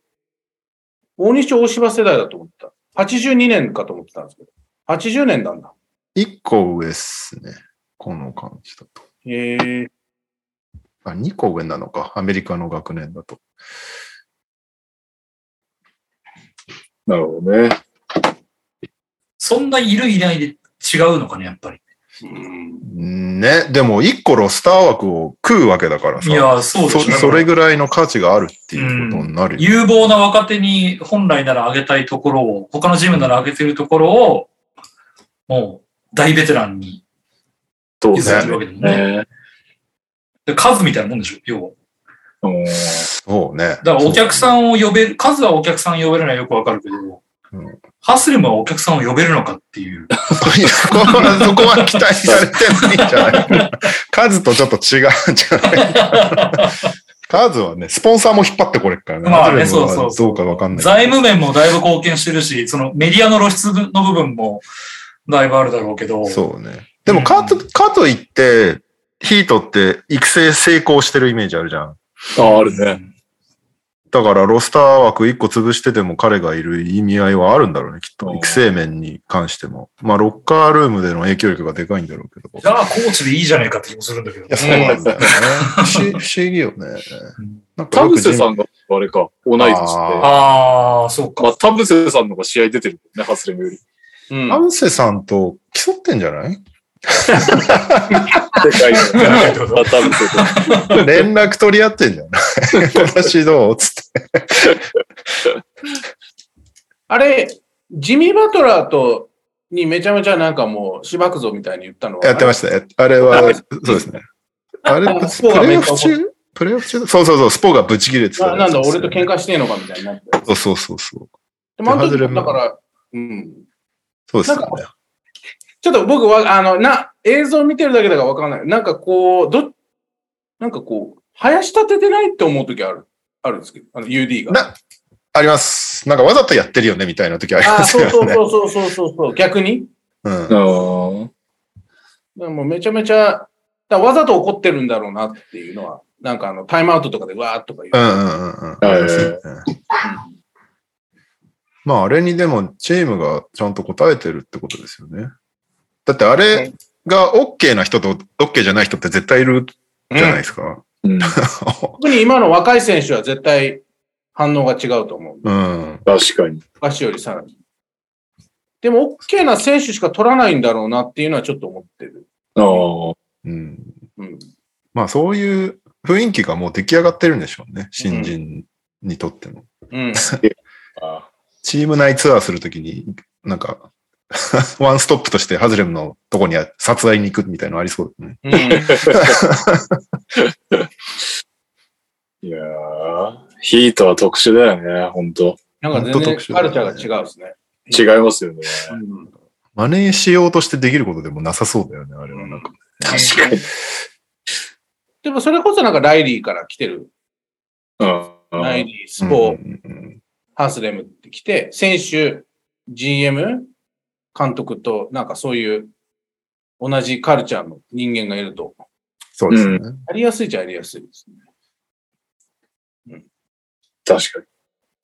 Speaker 1: 大西町大芝世代だと思ってた。82年かと思ってたんですけど。80年なんだ。
Speaker 5: 1個上っすね。この感じだと。
Speaker 1: へえ。
Speaker 5: あ、2個上なのか。アメリカの学年だと。
Speaker 2: なるほどね。
Speaker 3: そんないるいないで違うのかね、やっぱり。
Speaker 1: うん
Speaker 5: ね、でも一個ロスター枠を食うわけだから
Speaker 3: い
Speaker 5: さ。
Speaker 3: や、そうで
Speaker 5: そ
Speaker 3: すね。
Speaker 5: それぐらいの価値があるっていうことになるよ。
Speaker 3: 有望な若手に本来なら上げたいところを、他のチームなら上げてるところを、もう大ベテランに
Speaker 2: どう
Speaker 3: 譲
Speaker 2: せ
Speaker 3: ってるわけでもね。
Speaker 2: ね。
Speaker 3: で数みたいなもんでしょ、要は。
Speaker 2: うん
Speaker 5: そうね。
Speaker 3: だからお客
Speaker 5: ん。
Speaker 3: さんを呼べる、数はお客さん呼べるのはよくわかるけど、
Speaker 5: うん
Speaker 3: ハスレムはお客さんを呼べるのかっていう。
Speaker 5: いやそこは、そこは期待されてないんじゃ ない数とちょっと違うんじゃない数はね、スポンサーも引っ張ってこれっからね。
Speaker 3: まあね
Speaker 5: アデル
Speaker 3: そう
Speaker 5: は
Speaker 3: そうそう
Speaker 5: どうかわかんない。
Speaker 3: 財務面もだいぶ貢献してるし、そのメディアの露出の部分もだいぶあるだろうけど、
Speaker 5: そうね。でもかと、かといって、ヒートって育成成功してるイメージあるじゃん。
Speaker 2: あ、あるね。
Speaker 5: だからロスター枠1個潰してても彼がいる意味合いはあるんだろうね、きっ
Speaker 2: う
Speaker 5: と。
Speaker 2: ん
Speaker 5: 育成面に関しても。まあ、ロッカールームでの影響力がでかいんだろうけど。い
Speaker 3: じゃあコーチでいいじゃないかって気もするんだけど。
Speaker 5: や、そうなんだよね。不思 不思議よね。なんか
Speaker 2: 田
Speaker 5: よく
Speaker 2: 臥
Speaker 5: 人
Speaker 2: さんが、あれか、同い年で。
Speaker 5: あ
Speaker 3: ああ、そう
Speaker 2: ま
Speaker 3: か。
Speaker 2: あ、田臥さんの方が試合出てるもんね、ハスレムより。
Speaker 1: うん
Speaker 5: アンセさんと競ってんじゃない
Speaker 2: 世界の。
Speaker 3: ないってこと
Speaker 2: まあ田臥さん
Speaker 5: 連絡取り合ってんじゃない今年どうつって。
Speaker 1: あれ、ジミー・バトラーと、にめちゃめちゃなんかもう、しばくぞみたいに言ったのは。
Speaker 5: やってま
Speaker 1: し
Speaker 5: した。やあれは、そうですね。あれ、
Speaker 1: あス
Speaker 5: プ
Speaker 1: ポがめ
Speaker 5: レー
Speaker 1: っちゃ怒
Speaker 5: オ
Speaker 1: っ
Speaker 5: フ中プレーオフ中そうそうそう、スポがブチ切れてたやつ
Speaker 1: なんだ、
Speaker 5: です
Speaker 1: 俺
Speaker 5: よ
Speaker 1: と
Speaker 5: ね
Speaker 1: 喧嘩してんのかみたいになって。
Speaker 5: そうそうそうそう。
Speaker 1: でも、あの
Speaker 5: ハズ
Speaker 1: 時
Speaker 5: レム
Speaker 1: だから、うん。
Speaker 5: そうですよ
Speaker 1: なん
Speaker 5: ね。
Speaker 1: ちょっと僕は、あの、な、映像見てるだけだからわかんない。なんかこう、ど、なんかこう、林立ててないって思う時ある、あるんですけど、あの、UD が。
Speaker 5: な、あります。なんかわざとやってるよね、みたいな時あり
Speaker 1: あ
Speaker 5: ま
Speaker 1: あ、
Speaker 5: す
Speaker 1: そうそ
Speaker 5: よ
Speaker 1: う
Speaker 5: ね。
Speaker 1: そうそうそうそうそう、逆に。
Speaker 5: うん。
Speaker 2: うん
Speaker 1: だからもうめちゃめちゃ、だからわざと怒ってるんだろうなっていうのは、なんかあの、タイムアウトとかでわーっとか言う。
Speaker 5: うんうんうんうん。ありますよねまあ、あれにでも、チームがちゃんと答えてるってことですよね。だってあ
Speaker 4: は
Speaker 5: れ
Speaker 4: い
Speaker 5: が OK な人と OK じゃない人って絶対いるじゃないですか。
Speaker 2: うん、
Speaker 1: 特に今の若い選手は絶対反応が違うと思う。
Speaker 5: うん。
Speaker 2: 確かに。
Speaker 1: 昔よりさらに。でも、OK な選手しか取らないんだろうなっていうのはちょっと思ってる。
Speaker 2: ああ。
Speaker 5: うん。
Speaker 1: うん。
Speaker 5: まあそういう雰囲気がもう出来上がってるんでしょうね。新人にとっての。
Speaker 1: うん。
Speaker 2: あ
Speaker 5: チーム内ツアーするときに、なんか、 ワンストップとしてハズレムのとこに殺害に行くみたいなのありそうですね。
Speaker 1: うん、
Speaker 2: い やー、ヒートは特殊だよね、ほんと。
Speaker 1: なんか全
Speaker 5: 本当
Speaker 1: 然
Speaker 5: 特殊だ
Speaker 1: カ
Speaker 5: ね
Speaker 1: ルチャーが違うですね。
Speaker 2: 違いますよね。
Speaker 1: うん
Speaker 5: 真似しようとしてできることでもなさそうだよね、あれはなんか。
Speaker 2: 確かに。
Speaker 1: でもそれこそなんかライリーから来てる。
Speaker 2: うん。
Speaker 1: ライリー、スポー、
Speaker 5: うんうんうん
Speaker 1: ハースレムって来て、選手、GM、監督となんかそういう同じカルチャーの人間がいると、
Speaker 5: そうですね。
Speaker 1: やりやすいじゃやりやすいですね。
Speaker 2: 確かに。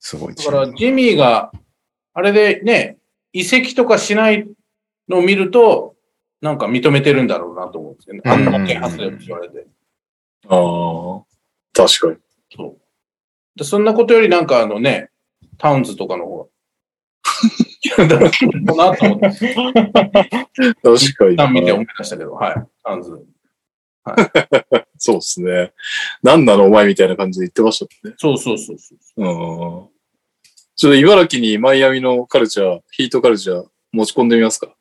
Speaker 5: すごい
Speaker 1: だ
Speaker 5: チ
Speaker 1: か
Speaker 5: ーム
Speaker 1: ら、ジミーが、あれでね、移籍とかしないのを見ると、なんか認めてるんだろうなと思うんですよね。あんだけ発言言われて。
Speaker 2: ああ。確かに。
Speaker 1: そう。でそんなことよりなんかあのね、タウンズとかの方が。だろうなと思って、
Speaker 2: 確かに
Speaker 1: 一旦見て
Speaker 2: な。
Speaker 1: 思い出したけど、はい。タウンズ。
Speaker 2: そうですね。なんなのお前みたいな感じで言ってましたね。
Speaker 1: そうそうそうそう。
Speaker 2: うん。ちょっと茨城にマイアミのカルチャー、ヒートカルチャー持ち込んでみますか。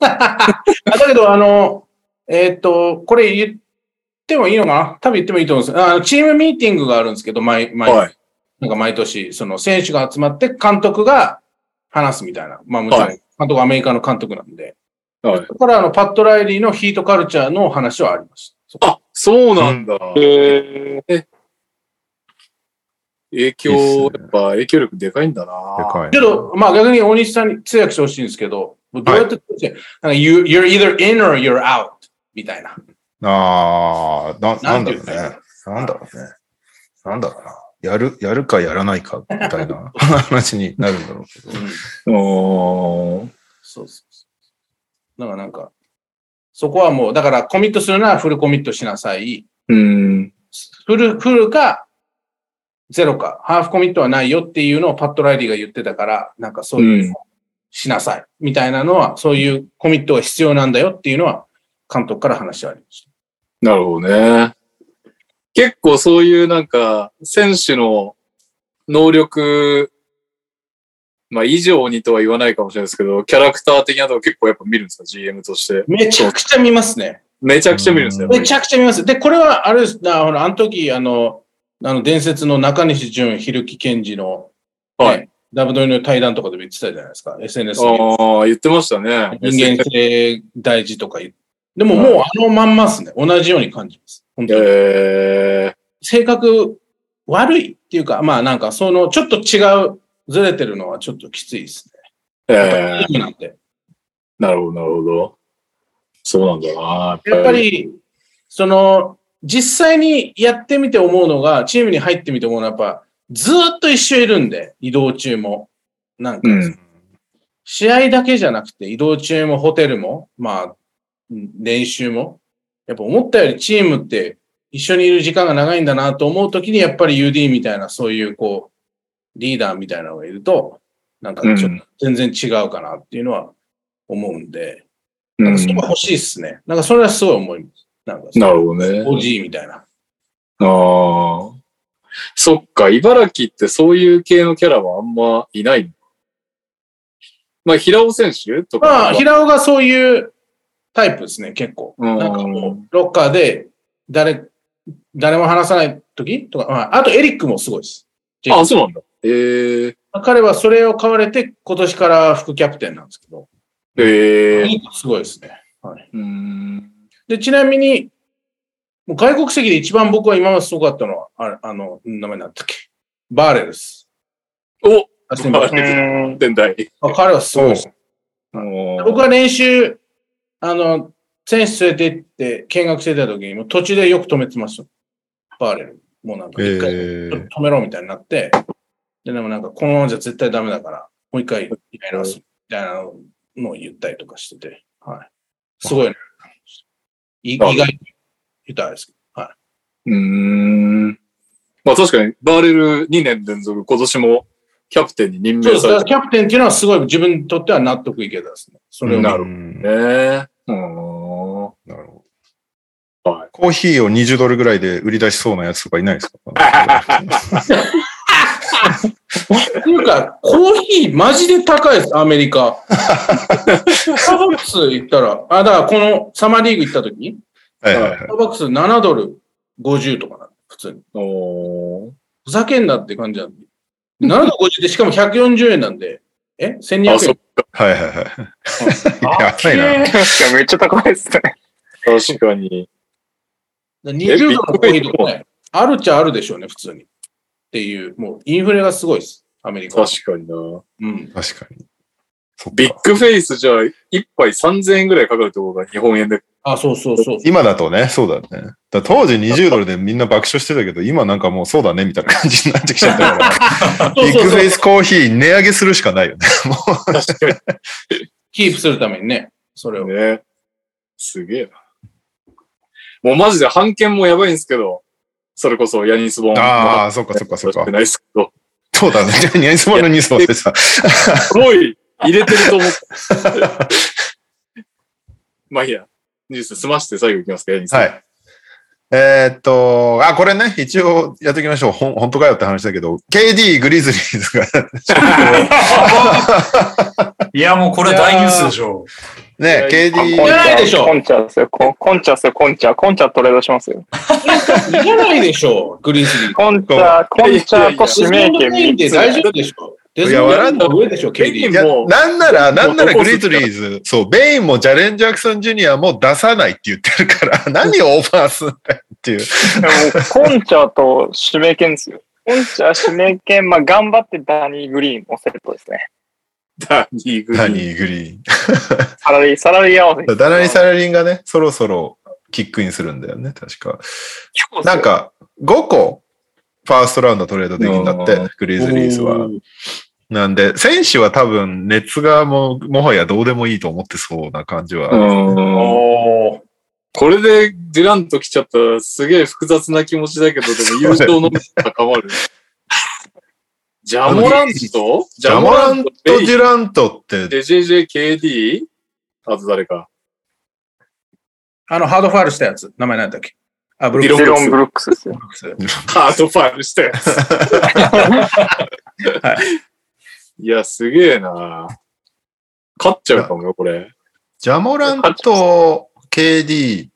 Speaker 1: あだけど、あの、えーっと、これ言ってもいいのかな多分言ってもいいと思うんですあのチームミーティングがあるんですけど、毎、毎、
Speaker 2: はい。
Speaker 1: なんか毎年、その選手が集まって監督が話すみたいな。まあもちろ
Speaker 2: は
Speaker 1: ん、監督はアメリカの監督なんで。
Speaker 2: はい。
Speaker 1: だからあの、パッド・ライリーのヒートカルチャーの話はありました。そ
Speaker 2: あ、そうなんだ。
Speaker 4: え
Speaker 2: 影響、
Speaker 5: いいっすね
Speaker 2: やっぱ影響力でかいんだ
Speaker 5: で
Speaker 2: な。
Speaker 5: かい
Speaker 1: け。ど、まあ逆に大西さんに通訳してほしいんですけど、もうどうやって通訳して、なんか you, you're either in or you're out みたいな。
Speaker 5: ああ、な、な
Speaker 1: なん
Speaker 5: んだろう
Speaker 1: ていう
Speaker 5: ね。なんだろうね。なんだろうな。やる、やるかやらないかみたいな 話になるんだろうけど。
Speaker 2: うん。
Speaker 1: そうそうそう。だからなんか、そこはもう、だからコミットするならフルコミットしなさい。
Speaker 2: うん。
Speaker 1: フル、フルか、ゼロか、ハーフコミットはないよっていうのをパッド・ライリーが言ってたから、なんかそういう、
Speaker 2: うん
Speaker 1: しなさい。みたいなのは、そういうコミットが必要なんだよっていうのは、監督から話はありまし
Speaker 2: なるほどね。結構そういうなんか、選手の能力、まあ以上にとは言わないかもしれないですけど、キャラクター的なとこ結構やっぱ見るんですか ?GM として。
Speaker 1: た。めちゃくちゃ見ますね。
Speaker 2: めちゃくちゃ見るんですよ。
Speaker 1: めちゃくちゃ見ます。で、これは、あれです。あの、あの時、あの、あの、伝説の中西淳、ひるき健二の、
Speaker 2: はい
Speaker 1: ね。ダブドリの対談とかでも言ってたじゃないですか。SNS で
Speaker 2: ああ、言ってましたね。
Speaker 1: 人間性大事とか言う。でももうあのまんまっすね。同じように感じます。本当に。
Speaker 2: え
Speaker 1: 性格悪いっていうか、まあなんかそのちょっと違う、ずれてるのはちょっときついです
Speaker 2: ー、
Speaker 1: ね。
Speaker 2: えー、
Speaker 1: チームなんて。
Speaker 2: なるほど、なるほど。そうなんだな。
Speaker 1: やっぱ、り、その、実際にやってみて思うのが、チームに入ってみて思うのはやっぱ、ずーっと一緒いるんで、移動中も。なんか、
Speaker 2: うん。
Speaker 1: 試合だけじゃなくて、移動中もホテルも、まあ、うん練習も、やっぱ思ったよりチームって一緒にいる時間が長いんだなと思うときに、やっぱり UD みたいな、そういうこう、リーダーみたいなのがいると、なんかちょっと全然違うかなっていうのは思うんで、
Speaker 2: う
Speaker 1: なん
Speaker 2: ん
Speaker 1: かそれは欲しいっすね。なんかそれはすごい思います。なんか、
Speaker 2: なるほどね。
Speaker 1: OG みたいな。
Speaker 2: ああ。そっか、茨城ってそういう系のキャラはあんまいないのまあ、平尾選手とか。
Speaker 1: まあ、平尾がそういうタイプですね、結構。
Speaker 2: うん
Speaker 1: なんかもう、ロッカーで、誰、誰も話さない時とか、まあ、あとエリックもすごいです。
Speaker 2: あ、そうなんだ。ええ
Speaker 1: 彼はそれを買われて、今年から副キャプテンなんですけど、
Speaker 2: ええ
Speaker 1: エリックすごいですね。はい。
Speaker 2: うーん。
Speaker 1: で、ちなみに、もう外国籍で一番僕は今まですごかったのは、あれあの、名前なんだったっけバーレルです。
Speaker 2: お
Speaker 1: あすいません
Speaker 4: ー、うーん。
Speaker 2: 天台。
Speaker 1: あ彼はすごいです。僕
Speaker 2: 僕
Speaker 1: は練習、あの、選手連れて行って見学してた時に、もう途中でよく止めてました。バーレル。もうなんか、一回ち
Speaker 5: え
Speaker 1: ょっ
Speaker 5: ー、
Speaker 1: と止めろみたいになって、で、でもなんか、このままじゃ絶対ダメだから、もう一回やり直すみたいなのを言ったりとかしてて。すごいね。い意
Speaker 2: あ
Speaker 1: 外に言ったらあれですけ
Speaker 2: うーん。まあ確かに、バーレル2年連続、今年もキャプテンに任
Speaker 1: ど。そ
Speaker 2: 命
Speaker 1: うです。だ
Speaker 2: さ
Speaker 1: か
Speaker 2: れ
Speaker 1: ら
Speaker 2: て
Speaker 1: キャプテンっていうのはすごい自分にとっては納得いけたですね。それを見て
Speaker 2: なる
Speaker 5: うん
Speaker 2: るね。うーん。は
Speaker 5: なるほど。
Speaker 2: はい
Speaker 5: コーヒーを20ドルぐらいで売り出しそうなやつとかいないですか
Speaker 1: っていうか、コーヒーマジで高いです、アメリ カ。スターバックス行ったら、あ、だからこのサマーリーグ行った時、
Speaker 5: はいはいはい
Speaker 1: スターバックス7ドル50とかなんで普通に。
Speaker 2: おー
Speaker 1: ふざけんなって感じなんで。7ドル50でしかも140円なんで、え ?1200
Speaker 2: あ、そ
Speaker 1: 円
Speaker 2: っ。か。
Speaker 5: はいはいはい。やばいな。
Speaker 4: いや、めっちゃ高いです ね。
Speaker 2: 確かに。
Speaker 1: 20ドルのコーヒーとかね、あるっちゃあるでしょうね、普通に。っていう、もうインフレがすごいです、アメリカは。
Speaker 2: 確かにな。
Speaker 1: うん。
Speaker 5: 確かに。そっ
Speaker 2: ビッ
Speaker 5: か
Speaker 2: グフェイスじゃあ、一杯3000円ぐらいかかるってことか、日本円で。
Speaker 1: あ、そうそうそう。
Speaker 5: 今だとね、そうだね。だから当時20ドルでみんな爆笑してたけど、今なんかもうそうだねみたいな感じになってきちゃったか ら、
Speaker 1: そう
Speaker 5: ビッ
Speaker 1: そう
Speaker 5: グフ
Speaker 1: そ
Speaker 5: ェイ
Speaker 1: う。
Speaker 5: スコーヒー値上げするしかないよ ね。
Speaker 2: 確か
Speaker 1: キープするためにね、それを。
Speaker 2: ね。すげえな。もうマジで判券もやばいんですけど、それこそヤニスボン。
Speaker 5: ああ、そっかそっかそっ
Speaker 2: 知っ
Speaker 5: か
Speaker 2: て。ないですけど。
Speaker 5: そうだね。じゃあ、ニャイスマンのニュース忘 れてた。
Speaker 2: すごい入れてると思って。まあいいや。ニュース済まして最後いきますか、ヤニスボン。
Speaker 5: はい。えーっと、あ、これね、一応やっておきましょう。ほん本当かよって話だけど、KD グリズリーズが
Speaker 3: いや、もうこれ大ニュースでしょう。
Speaker 5: ね、
Speaker 1: いや
Speaker 5: KD、
Speaker 1: らないでしょ
Speaker 4: コンチャですよ。ココンチャですよ、コンチャ。コンチャトレードしますよ。
Speaker 1: いらないでしょう、グリズリー。
Speaker 4: コンチャ、コンチャと指名権
Speaker 1: ないん
Speaker 4: 3
Speaker 1: で
Speaker 4: つ。
Speaker 1: 大丈夫でしょう。デ
Speaker 5: い
Speaker 1: ズ
Speaker 5: や
Speaker 1: モン
Speaker 5: 笑
Speaker 1: ド
Speaker 5: ん
Speaker 1: の上でしょう、
Speaker 2: ケニ
Speaker 1: KD。
Speaker 5: い
Speaker 2: ー
Speaker 5: や
Speaker 2: も、
Speaker 5: なんなら、なんなら
Speaker 2: もう
Speaker 5: グリズリーズ、そう、ベインもジャレン・ジャクソン・ジュニアも出さないって言ってるから、 何をオファーすんだよっていう。
Speaker 4: でもコンチャと指名権ですよ。コンチャ、指名権、まあ、頑張ってダニー・グリーンをセットですね。
Speaker 2: ダニーグリーン
Speaker 5: ダニー・グリ
Speaker 4: サラリー、サラリー合わせ
Speaker 5: ーン。ダナリー・サラリンがね、そろそろキックインするんだよね、確か。なん、か、5個、ファーストラウンドトレードできるんだっ
Speaker 2: あ
Speaker 5: て、グリズリーズは。なんで、選手は多分、熱がもう、もはやどうでもいいと思ってそうな感じ
Speaker 2: う
Speaker 5: は。
Speaker 2: ん。
Speaker 1: おー
Speaker 2: これでデュラント来ちゃったらすげえ複雑な気持ちだけど、でも優勝の目高まる。ジャモラントジ
Speaker 5: ジャモランとデュラントって、
Speaker 2: で、JJKD? あと誰か。
Speaker 1: あの、ハードファールしたやつ、名前なんだっけあ、ブ
Speaker 4: デ
Speaker 1: ルック
Speaker 4: ィ
Speaker 1: ス。
Speaker 4: ロン・ブルックスですよ。
Speaker 1: ブルック
Speaker 2: ハートファイルしたやつ。いや、すげえな勝っちゃうかもよ、これ。
Speaker 5: ジャモランと KD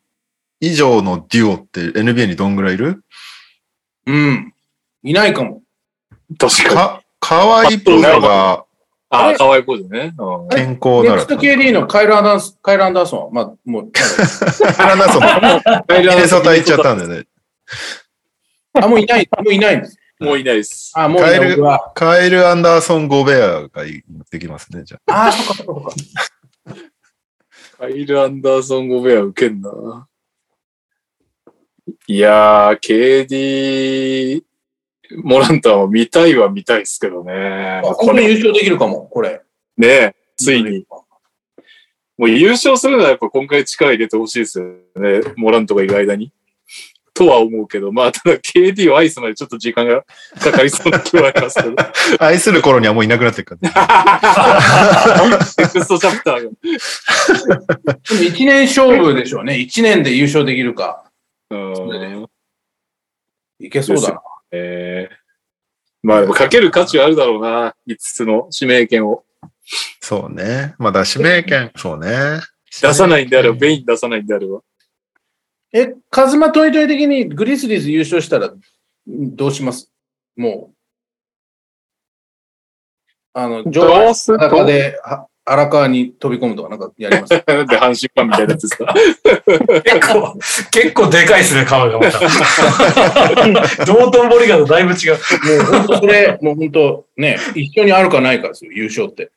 Speaker 5: 以上のデュオって NBA にどんぐらいいる
Speaker 1: スうん。いないかも。
Speaker 2: 確かに。
Speaker 5: か、河合ポーザが
Speaker 2: ああ、かわいそうでね。うん
Speaker 5: 健康
Speaker 1: ネ
Speaker 5: な
Speaker 1: ク
Speaker 5: ら
Speaker 1: ス。ト KD のカイル・アンダースカイル・アンダーソンは、まあ、もう、
Speaker 5: カラナソンも、ミネソタ行っちゃったんだよね。
Speaker 1: あ、もういない、もういないんです。
Speaker 2: もういないです。
Speaker 1: あ、もうい
Speaker 5: カ
Speaker 1: な
Speaker 5: イ
Speaker 1: い。
Speaker 5: ル
Speaker 1: 僕は
Speaker 5: カエル・アンダーソン・ゴベアが行ってきますね、じゃあ。
Speaker 1: あ、そっかそっかそっか。
Speaker 2: カイル・アンダーソン・ゴベア受けんな。いやー、KD、モランタンは見たいは見たいですけどね。
Speaker 1: あこれ優勝できるかも、これ。
Speaker 2: ねえ、ついに。。もう優勝するならやっぱ今回力入れてほしいですよね。モラントがいる間に。とは思うけど、まあ、ただ KD を愛すまでちょっと時間がかかりそうな気はありますけど。
Speaker 5: 愛する頃にはもういなくなってるからね。
Speaker 2: ネクストチャプターが。
Speaker 1: でも一年勝負でしょうね。一年で優勝できるか。
Speaker 2: うん。
Speaker 1: いけそうだな。
Speaker 2: えーまあ、でもかける価値はあるだろうな。5つの指名権を。
Speaker 5: そうね。まだ指名権。そうね。
Speaker 2: 出さないんであれば、ベイン出さないんであれば。
Speaker 1: え、カズマトイトイ的にグリスリーズ優勝したらんどうしますもう。あの、上
Speaker 4: どう
Speaker 1: 半
Speaker 4: す
Speaker 1: 身
Speaker 4: る
Speaker 1: 裸
Speaker 4: と、
Speaker 1: では荒川に飛び込むとかなんかやります
Speaker 2: なんで阪神ファンみたいなやつですか。
Speaker 3: 結構、結構でかいですね、川がまた。 道頓堀がとだいぶ違う。
Speaker 1: もう本当それ、もう本当ね、一緒にあるかないかですよ、優勝って。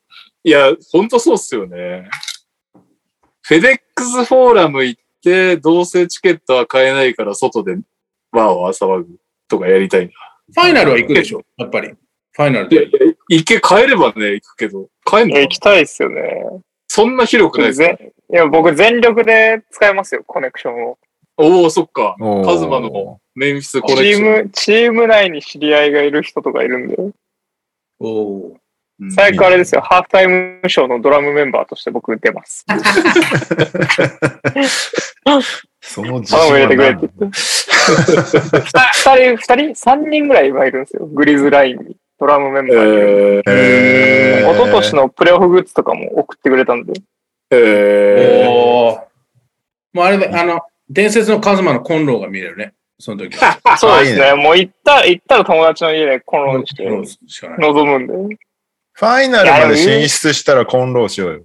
Speaker 2: いや、ほんとそうっすよね。フェデックスフォーラム行って、どうせチケットは買えないから外でワーワー騒ぐとかやりたいな。
Speaker 1: ファイナルは行くでしょ、やっぱり。ファイナル
Speaker 2: いや
Speaker 1: で
Speaker 2: い。や行け、買えればね、行くけど、買えんのかな
Speaker 4: え行きたいですよね。
Speaker 2: そんな広くないですか
Speaker 4: ぜいや、僕全力で使いますよ、コネクションを。
Speaker 2: おお、そっか。
Speaker 5: おー
Speaker 2: カズマのメンフィスコ
Speaker 4: チ
Speaker 2: レクション。
Speaker 4: ーム、チーム内に知り合いがいる人とかいるんで。
Speaker 1: おお。
Speaker 2: うん
Speaker 4: 最悪あれですよ、ハーフタイムショーのドラムメンバーとして僕出ます。
Speaker 5: その自信
Speaker 4: 頼む入れ
Speaker 5: は
Speaker 4: てくれ
Speaker 5: な
Speaker 4: っ
Speaker 5: い
Speaker 4: て言って。二人、二人、三人ぐらい今いるんですよ。グリズラインに。ドラムメンバーにいる。
Speaker 2: えー、
Speaker 5: へー
Speaker 4: 一昨年のプレオフグッズとかも送ってくれたんで。
Speaker 2: えー、
Speaker 1: おお。もうあれだ、あの、伝説のカズマのコンロが見れるね。その時は。
Speaker 4: そうです
Speaker 5: あ
Speaker 4: ね。もう行ったら、行ったら友達の家でコンロンして
Speaker 1: コンロし かない。
Speaker 4: 望むんで。
Speaker 5: ファイナルまで進出したらコンローしようよ。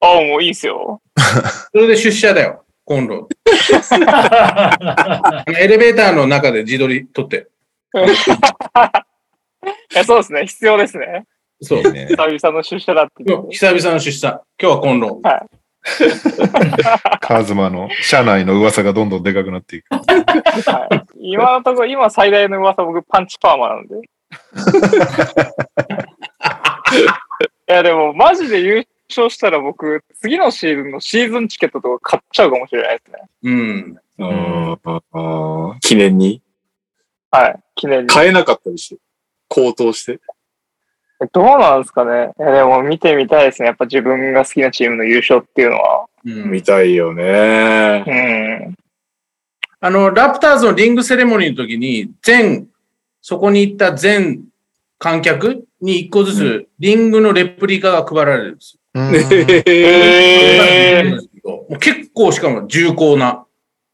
Speaker 4: ああ、もういいっすよ。
Speaker 1: それで出社だよ、コンロ。あのエレベーターの中で自撮り撮って。
Speaker 4: いやそうですね。必要ですね。
Speaker 1: そう
Speaker 5: いい。ね
Speaker 4: 久々の出社だって。
Speaker 1: 今日久々の出社。今日はコンロ。
Speaker 5: カズマの社内の噂がどんどんでかくなっていく。
Speaker 4: はい、今のところ、今最大の噂、僕パンチパーマな んで。いや、でもマジで優勝したら僕、次のシーズンのシーズンチケットとか買っちゃうかもしれないですね。
Speaker 1: うん。
Speaker 2: あーあー記念に
Speaker 4: はい。記念に。
Speaker 2: 買えなかったりして、高騰して。
Speaker 4: どうなんですかね。いや、でも見てみたいですね。やっぱ自分が好きなチームの優勝っていうのは。
Speaker 1: うん
Speaker 2: 見たいよね
Speaker 4: う。ん。
Speaker 1: あの、ラプターズのリングセレモニーの時に、全、そこに行った全観客に一個ずつ、リングのレプリカが配られるんですよ。
Speaker 5: うん
Speaker 2: え
Speaker 4: えー、
Speaker 1: もう結構、しかも重厚な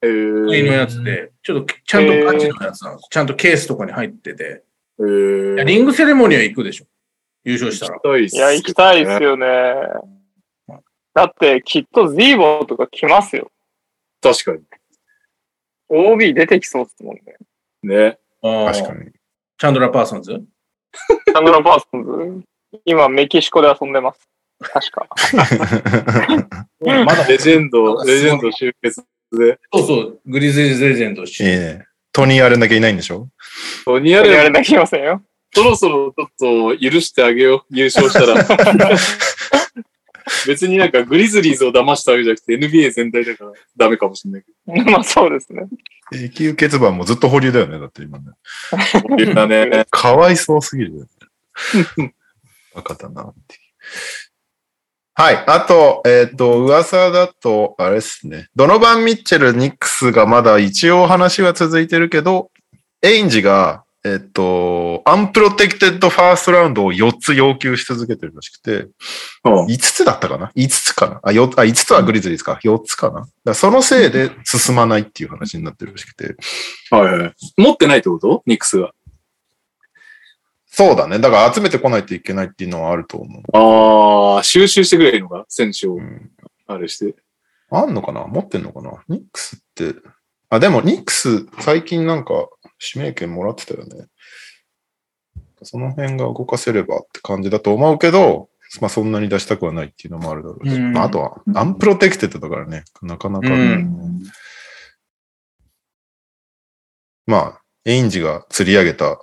Speaker 2: ー
Speaker 1: 国のやつで、ちょっとちゃんとガチのやつなんです。ちゃんとケースとかに入ってて。
Speaker 2: えー
Speaker 1: リングセレモニーは行くでしょ。優勝したら
Speaker 2: 行き。たいっす
Speaker 4: いや、行きたいですよね。だって、きっと Z ボーとか来ますよ。
Speaker 2: 確か
Speaker 4: OB 出てきそうですもんね。
Speaker 2: に。ね。
Speaker 5: 確か
Speaker 1: に。
Speaker 5: に。
Speaker 1: チャンドラ・パーソンズ
Speaker 4: サンドラ・パーソンズ、今、メキシコで遊んでます。確か。
Speaker 1: まだ、
Speaker 2: レジェン
Speaker 1: な
Speaker 2: ド、
Speaker 1: んかすごい
Speaker 2: レジェンド集結で。
Speaker 1: そうそう、グリズリーズレジェンド
Speaker 5: いいね。トニーあれだけいないんでしょ
Speaker 2: トニア
Speaker 4: や
Speaker 2: レ
Speaker 4: れなきゃいけませんよ。
Speaker 2: そろそろちょっと許してあげよう、優勝したら。別になんかグリズリーズを騙したわけじゃなくて NBA 全体だからダメかもしれないけ
Speaker 4: まあ、そうですね。
Speaker 5: 永久欠番もずっと保留だよね。だって今ね。
Speaker 2: ど。みんなね。
Speaker 5: かわいそうすぎるよ ね。バカだなっていう。はい。あと、えっ、と、噂だと、あれですね。ドノバン・ミッチェル・ニックスがまだ一応話は続いてるけど、エインジが、えっ、と、アンプロテクテッドファーストラウンドを4つ要求し続けてるらしくて、
Speaker 2: うん
Speaker 5: 5つだったかな ?5 つかなあ、よあ、5つはグリズリーズか。4つかなだからそのせいで進まないっていう話になってるらしくて。
Speaker 2: はいはい。持ってないってことニックスが。
Speaker 5: そうだね。だから集めてこないといけないっていうのはあると思う。
Speaker 2: ああ、収集してくれるのか選手を
Speaker 5: う。ん
Speaker 2: あれして。
Speaker 5: あんのかな持ってんのかなニックスって。あ、でもニックス最近なんか指名権もらってたよね。その辺が動かせればって感じだと思うけど、まあそんなに出したくはないっていうのもあるだろうし。
Speaker 1: うん
Speaker 5: まあ、あとはアンプロテクテッドだからね、なかなか、
Speaker 1: うん
Speaker 5: まあ、エインジが釣り上げた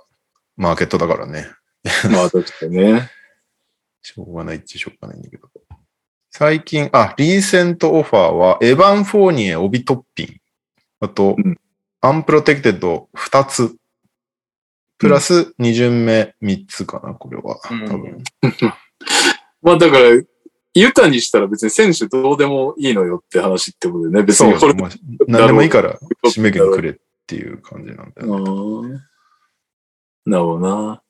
Speaker 5: マーケットだからね。
Speaker 2: まあ確かにね。
Speaker 5: しょうがないっちゃしょうがないんだけど。最近、あ、リーセントオファーは、エヴァン・フォーニエ、オビトッピン。あと、
Speaker 2: うん
Speaker 5: アンプロテクテッド2つ。プラス2巡目3つかな、これは。
Speaker 1: うん
Speaker 5: 多分。
Speaker 2: まあだから、ユタにしたら別に選手どうでもいいのよって話ってことでね。別
Speaker 5: そう
Speaker 2: にこれ。
Speaker 5: もう何でもいいから、締め切りくれっていう感じなんだよね
Speaker 2: うんなるほどな。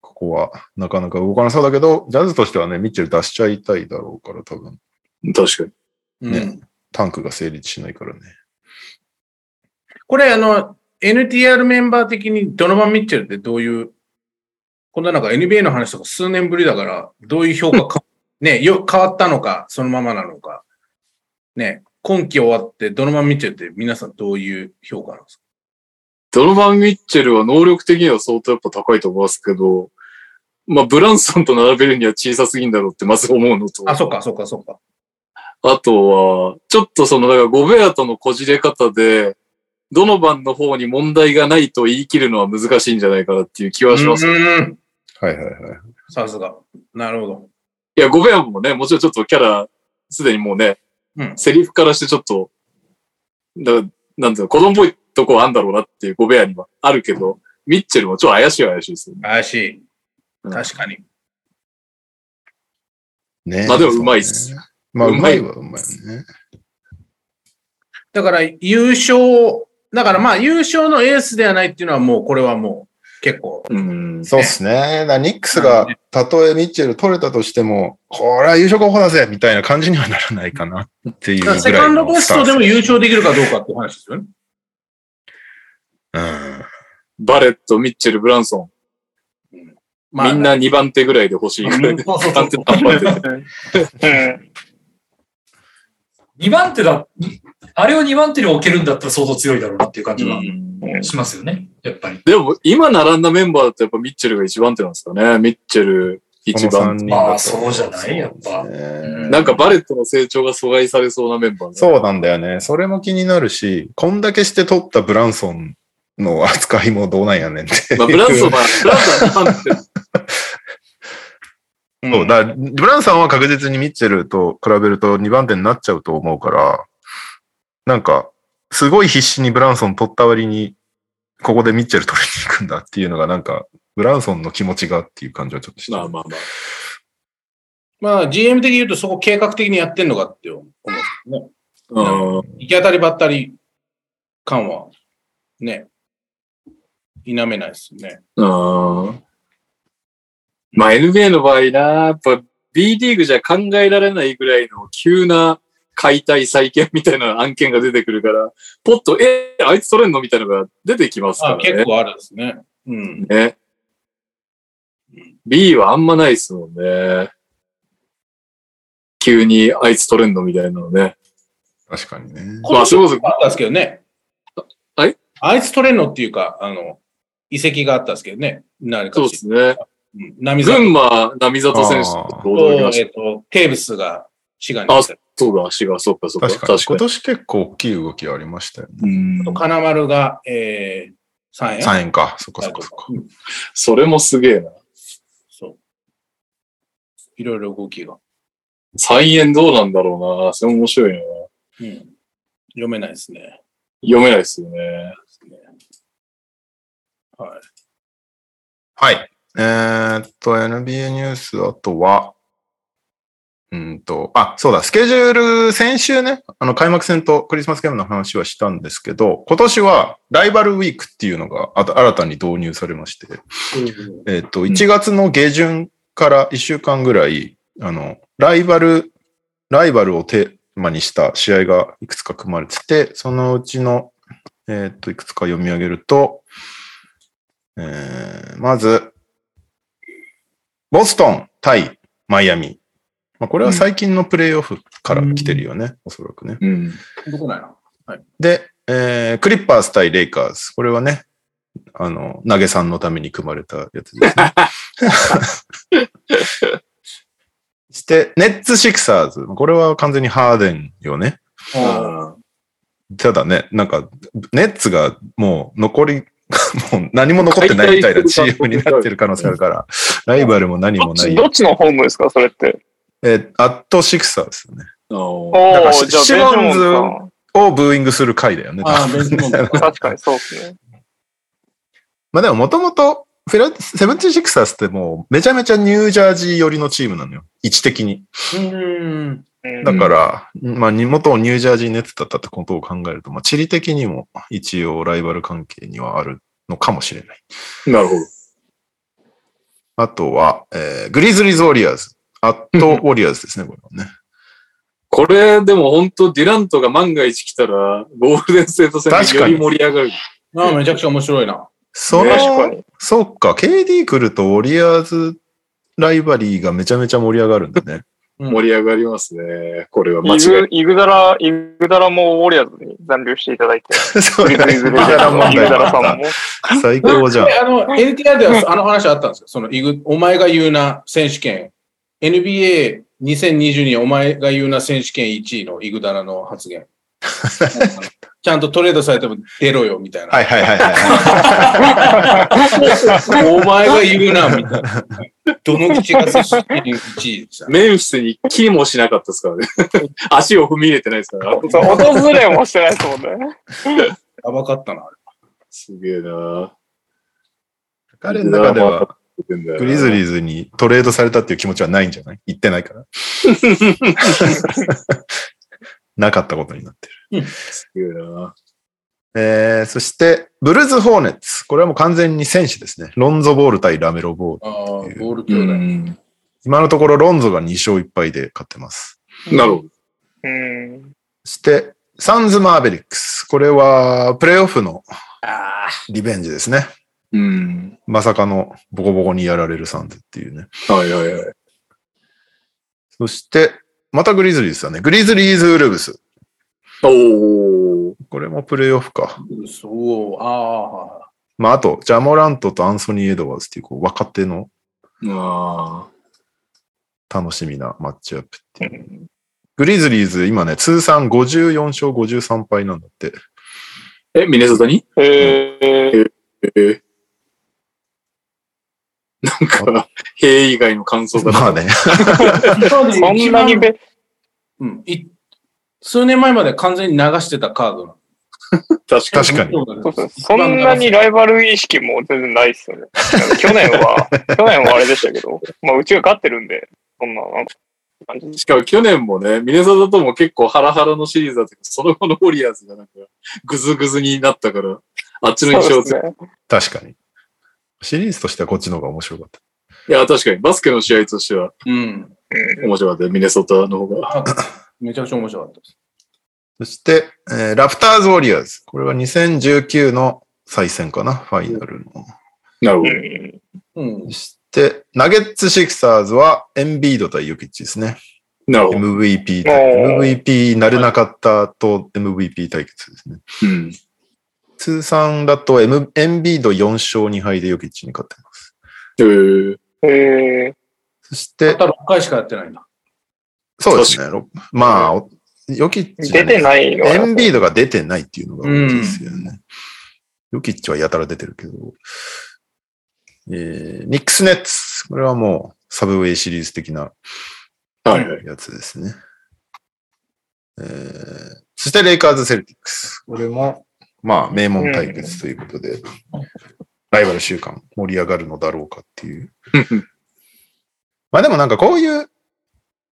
Speaker 5: ここはなかなか動かなそうだけど、ジャズとしてはね、ミッチェル出しちゃいたいだろうから、多分、
Speaker 2: 確かに。
Speaker 1: うん
Speaker 5: ねタンクが成立しないからね。
Speaker 1: これ、あの、NTR メンバー的にドノバン・ミッチェルってどういう、こんななんか NBA の話とか数年ぶりだから、どういう評価 か、ね、よ、変わったのか、そのままなのか。ね、今季終わってドノバン・ミッチェルって皆さんどういう評価なんですか
Speaker 2: ドノバン・ミッチェルは能力的には相当やっぱ高いと思いますけど、まあ、ブランソンと並べるには小さすぎんだろうってまず思うのと、
Speaker 1: あ、そっか、そっか、そっか。
Speaker 2: あとは、ちょっとその、だからゴベアとのこじれ方で、ドノバンの方に問題がないと言い切るのは難しいんじゃないかなっていう気はします。
Speaker 1: うん
Speaker 5: はいはいはい。
Speaker 1: さすが。なるほど。
Speaker 2: いや、ゴベアもね、もちろんちょっとキャラ、すでにもうね、
Speaker 1: うん
Speaker 2: セリフからしてちょっと、だからなんていうの、子供っぽいとこはあんだろうなっていうゴベアにはあるけど、ミッチェルもちょっと怪しいは怪しいですよね。
Speaker 1: 怪しい。
Speaker 2: うん
Speaker 1: 確かに。
Speaker 5: ね
Speaker 2: まあでもうまいっす。
Speaker 5: まあ、
Speaker 2: う
Speaker 5: う
Speaker 2: ま
Speaker 5: ま
Speaker 2: い
Speaker 5: いはうまいね。
Speaker 1: だから優勝、だからまあ優勝のエースではないっていうのはもう、これはもう結構。
Speaker 2: うん。
Speaker 5: そうっすね。だからニックスが、たとえミッチェル取れたとしても、これは優勝候補だぜみたいな感じにはならないかなっていう
Speaker 1: だから
Speaker 5: ぐ
Speaker 1: ら
Speaker 5: い
Speaker 1: セカンド
Speaker 5: の
Speaker 1: ベストでも優勝できるかどうかっていう話ですよね。
Speaker 5: うん。
Speaker 2: バレット、ミッチェル、ブランソン、
Speaker 1: まあ、
Speaker 2: みんな2番手ぐらいで欲しいぐらいで、
Speaker 3: そうそうそう
Speaker 2: 3手、3番手で。
Speaker 4: うん。
Speaker 3: 2番手だ、あれを2番手に置けるんだったら相当強いだろうなっていう感じは
Speaker 4: うん
Speaker 3: しますよね、やっぱり。
Speaker 2: でも、今並んだメンバーだとやっぱミッチェルが一番手なんですかね。ミッチェル一
Speaker 5: この
Speaker 2: 番手。
Speaker 5: 三人だと
Speaker 3: まあ、そうじゃないやっぱ。
Speaker 5: ね
Speaker 2: なんかバレットの成長が阻害されそうなメンバーね
Speaker 5: そうなんだよね。それも気になるし、こんだけして取ったブランソンの扱いもどうなんやねんって。
Speaker 2: まあ、ブランソンは、ブランソンは2番手。
Speaker 5: そうだからブランソンは確実にミッチェルと比べると2番手になっちゃうと思うから、なんか、すごい必死にブランソン取った割に、ここでミッチェル取りに行くんだっていうのが、なんか、ブランソンの気持ちがっていう感じはちょっとした。
Speaker 2: まあまあまあ。
Speaker 1: まあ、GM 的に言うとそこ計画的にやってんのかって思う。
Speaker 2: うん。
Speaker 1: 行き当たりばったり感は、ね、否めないですよね。
Speaker 2: うん。まあ NBA の場合な、やっぱ B リーグじゃ考えられないぐらいの急な解体再建みたいな案件が出てくるから、ポッと、え、あいつ取れんのみたいなのが出てきますか
Speaker 1: あ
Speaker 2: らね。
Speaker 1: 結構あるんですね。うん。
Speaker 2: ね。B はあんまないですもんね。急にあいつ取れんのみたいなのね。
Speaker 5: 確かにね。
Speaker 2: まあ、それこそ、
Speaker 1: あったんですけどね。
Speaker 2: はい
Speaker 1: あいつ取れんのっていうか、あの、遺跡があったんですけどね。何
Speaker 2: そ
Speaker 1: か
Speaker 2: うですね。
Speaker 1: うん波沢
Speaker 2: 群馬、波里選手と驚きま
Speaker 1: と、え
Speaker 2: し
Speaker 1: っと、テーブスが滋賀に行った。
Speaker 2: た。そうだ、足が、そうか、そうか、
Speaker 5: 確
Speaker 2: 確
Speaker 5: か
Speaker 2: か
Speaker 5: に。今
Speaker 2: に。
Speaker 5: 年結構大きい動きありましたよね。
Speaker 2: うん
Speaker 1: と、金丸が、えー、3円。
Speaker 5: 3円か。そっかそっかそっか。
Speaker 1: うん
Speaker 2: それもすげえな。
Speaker 1: そう。いろいろ動きが。
Speaker 2: 再演どうなんだろうな。それ面白いな。
Speaker 1: うん。読めないですね。
Speaker 2: 読めないですよね。
Speaker 1: はい。
Speaker 5: はい。えーっと、NBA ニュース、あとは、うんと、あ、そうだ、スケジュール、先週ね、あの、開幕戦とクリスマスゲームの話はしたんですけど、今年はライバルウィークっていうのがあと新たに導入されまして、えーっと、1月の下旬から1週間ぐらい、あの、ライバル、ライバルをテーマにした試合がいくつか組まれてて、そのうちの、えーっと、いくつか読み上げると、えーまず、ボストン対マイアミ。まあ、これは最近のプレイオフから来てるよね、おそらくね。
Speaker 2: うん。
Speaker 1: どこないな
Speaker 5: で、えークリッパーズ対レイカーズ。これはね、あの、投げさんのために組まれたやつですね。 して、ネッツ・シクサーズ。これは完全にハーデンよね。
Speaker 2: あ
Speaker 5: ただね、なんか、ネッツがもう残り、 もう何も残ってないみたいなチームになってる可能性あるから、ライバルも何
Speaker 4: ど
Speaker 5: も
Speaker 4: っ
Speaker 5: な
Speaker 4: ち
Speaker 5: い
Speaker 4: ど。っちのホームですか、それって。
Speaker 5: えー、アットシクサーですよね。
Speaker 2: の
Speaker 4: お
Speaker 5: だから
Speaker 4: ー、
Speaker 5: シ
Speaker 4: じゃあ、ベンジモン
Speaker 5: シモをブーイングする回だよね。
Speaker 1: ああ、別に。
Speaker 4: さん。確かにそうですね。
Speaker 5: まあでももともと、フェラセブンチシクサーズってもうめちゃめちゃニュージャージー寄りのチームなのよ。位置的に。
Speaker 1: うん。
Speaker 4: うん
Speaker 5: だから、まあに元ニュージャージーネッツだったってことを考えると、まあ地理的にも一応ライバル関係にはあるのかもしれない。
Speaker 2: なるほど。
Speaker 5: あとは、えーグリズリーズ・ウォリアーズ。アット・ウォリアーズ ですね、これはね。
Speaker 2: これ、でも本当デュラントが万が一来たら、ゴールデンステート戦
Speaker 5: 確
Speaker 2: がよ
Speaker 5: かに
Speaker 2: り盛り上がる。
Speaker 1: ああ、めちゃくちゃ面白いな。
Speaker 5: そ
Speaker 2: ね
Speaker 5: の、
Speaker 4: 確かに。
Speaker 5: そっか、KD 来るとウォリアーズライバリーがめちゃめちゃ盛り上がるんだ ね。
Speaker 2: 盛り上がりますね。これは間違
Speaker 4: イ
Speaker 2: いない
Speaker 4: グ、イグダラ、イグダラもウォリアーズに残留していただいて、
Speaker 5: そう
Speaker 4: イグ
Speaker 5: ね。
Speaker 4: イグダ
Speaker 5: ラ
Speaker 4: ラ
Speaker 5: 問題
Speaker 4: イグダラさんも。
Speaker 5: 最高じゃん。
Speaker 1: あの、NTR ではあの話あったんですよ。その、いぐお前が言うな選手権、NBA2022 お前が言うな選手権1位のイグダラの発言。ちちゃんとトレードされても出ろよ、みたいな。
Speaker 5: はいはいはいは
Speaker 1: お前が言うな、みたいな。どの口が組織の1位でした。
Speaker 2: メンフィスに気もしなかったですからね。 足を踏み入れてないですから。
Speaker 4: そう訪れもしてないですもんね。
Speaker 1: やばかったな。
Speaker 2: すげえな。
Speaker 5: い。彼の中では、グ
Speaker 2: グ
Speaker 5: リズ
Speaker 2: ー。
Speaker 5: リーズにトレードされたっていう気持ちはないんじゃない言ってな いから。なかったことになってる。
Speaker 2: すげえな。
Speaker 5: えー、そして、ブルーズ・ホーネッツ。これはもう完全に戦士ですね。ロンゾ・ボール対ラメロ・ボール。
Speaker 1: ああ、ボール
Speaker 2: う
Speaker 1: 兄弟。
Speaker 2: ん。
Speaker 5: 今のところロンゾが2勝1敗で勝ってます。
Speaker 2: なるほど。
Speaker 4: うん。
Speaker 5: そして、サンズ・マーベリックス。これは、プレイオフのリベンジですね。
Speaker 2: うん。
Speaker 5: まさかのボコボコにやられるサンズっていうね。
Speaker 2: はいはいはい。
Speaker 5: そして、またグリズリーズだね。グリズリーズ・ウルブス。
Speaker 2: おー。
Speaker 5: これもプレイオフか。
Speaker 1: そう、ああ。
Speaker 5: まあ、あと、ジャモラントとアンソニー・エドワーズっていう、こう、若手の
Speaker 2: あ
Speaker 5: 楽しみなマッチアップっていう。グリズリーズ、今ね、通算54勝53敗なんだって。
Speaker 2: ー。え、ミネソタに
Speaker 4: えー、
Speaker 2: えー。なんか、兵以外の感想だな。
Speaker 5: まあね。
Speaker 4: そんなにべ、
Speaker 1: うん、い数年前まで完全に流してたカードなの
Speaker 2: 確かに。
Speaker 5: 確かに。
Speaker 4: そうそうそんなにライバル意識も全然ないっすよね。去年は、去年はあれでしたけど、まあうちが勝ってるんで、そんな、なんか感じです
Speaker 2: しかも去年もね、ミネソタとも結構ハラハラのシリーズだったけど、その後のウォリアーズがなんか、ぐずぐずになったから、あっちの印
Speaker 4: そ
Speaker 2: 象
Speaker 4: うですね。
Speaker 5: 確かに。シリーズとしてはこっちの方が面白かった。
Speaker 2: いや、確かに、バスケの試合としては
Speaker 1: うん。
Speaker 2: 面白かったよ、ミネソタの方が。
Speaker 1: めちゃくちゃ面白かったです。
Speaker 5: そして、えーラプターズ・ウォリアーズ。これは2019の再戦かな、ファイナルの。
Speaker 2: なるほ
Speaker 4: う
Speaker 2: ど。
Speaker 4: ん。
Speaker 1: うん
Speaker 5: そ。して、ナゲッツ・シクサーズはエンビード対ヨキッチですね。
Speaker 2: なるほど。
Speaker 5: MVP
Speaker 4: おー
Speaker 5: 対、MVP なれなかったと MVP 対決ですね。
Speaker 2: うん。
Speaker 5: 通算だと、M、エンビード4勝2敗でヨキッチに勝ってます。
Speaker 2: えー、
Speaker 4: えー、
Speaker 5: そしたて、
Speaker 1: だ6回しかやってないんだ。
Speaker 5: そうですね。ろまあ、おヨキッチが
Speaker 4: 出
Speaker 5: ね、
Speaker 4: てないのは
Speaker 5: エンビードが出てないっていうのが大きいですよね。ヨキッチはやたら出てるけど、えー、ニックスネッツ。これはもうサブウェイシリーズ的な
Speaker 2: はいはい。
Speaker 5: やつですね。えー、そしてレイカーズ・セルティックス。これも、まあ、名門対決ということで、ライバル週間盛り上がるのだろうかっていう。まあでもなんかこういう、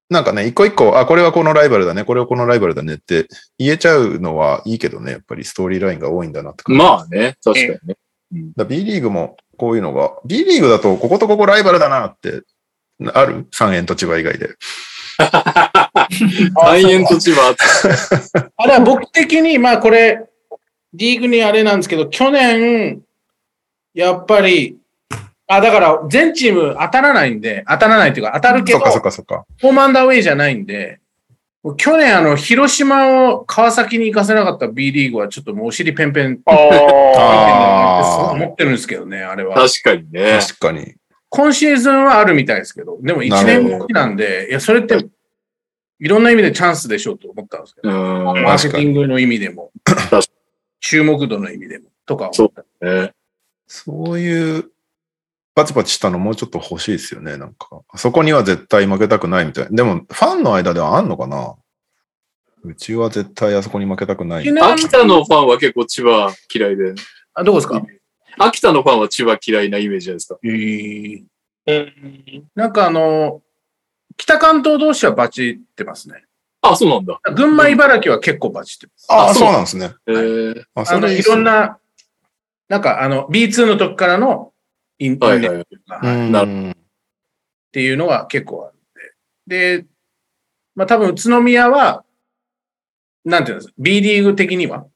Speaker 5: なんかね、一個一個、あ、これはこのライバルだね、これはこのライバルだねって言えちゃうのはいいけどね、やっぱりストーリーラインが多いんだなとか。
Speaker 2: まあね、確かにね。
Speaker 5: だ B リーグもこういうのが、B リーグだとこことここライバルだなって、ある ?3 円と千葉以外で。
Speaker 2: 大変と千葉、
Speaker 1: あれは僕的に、まあこれ、リーグにあれなんですけど、去年、やっぱり、あ、だから全チーム当たらないんで、当たらないというか当たるけ
Speaker 5: そ
Speaker 1: ど
Speaker 5: っ、かそっかそっか。
Speaker 1: ホームアンダーウェイじゃないんで、去年あの、広島を川崎に行かせなかった B リーグはちょっともうお尻ペンペン
Speaker 5: あー
Speaker 1: 思ってるんですけどね、あれは。
Speaker 2: 確かにね。
Speaker 5: 確かに。
Speaker 1: 今シーズンはあるみたいですけど、でも1年後なんで、いや、それって、いろんな意味でチャンスでしょうと思ったんですけど、
Speaker 2: うん。
Speaker 1: マーケティングの意味でも
Speaker 2: かに、
Speaker 1: 注目度の意味でも、とか。
Speaker 2: そうね
Speaker 5: そういう、バチバチしたのもうちょっと欲しいですよね、なんか。そこには絶対負けたくないみたいな。でも、ファンの間ではあんのかなうちは絶対あそこに負けたくない。
Speaker 2: 秋田のファンは結構千葉嫌いで、
Speaker 1: あ、どこですか
Speaker 2: 秋田のファンは千葉嫌いなイメージじゃないですか。
Speaker 1: えー
Speaker 4: うん。
Speaker 1: なんかあの、北関東同士はバチってますね。
Speaker 2: あ、そうなんだ。
Speaker 1: 群馬、茨城は結構バチってます。
Speaker 5: あ
Speaker 2: あ
Speaker 5: あ、
Speaker 2: そう
Speaker 5: そうなんですね。
Speaker 2: えー、
Speaker 5: あ、
Speaker 1: あ
Speaker 5: そ
Speaker 1: の、
Speaker 5: れ
Speaker 1: い
Speaker 5: い
Speaker 1: ろん
Speaker 5: な。
Speaker 1: な、なんかあの、B2 の時からのインインデ
Speaker 2: はい
Speaker 1: ッ
Speaker 2: はい。
Speaker 1: クスが
Speaker 5: うん
Speaker 2: な
Speaker 1: っていうのが結構あるんで。で、まあ多分宇都宮は、なんていうんですか、B リーグ的には、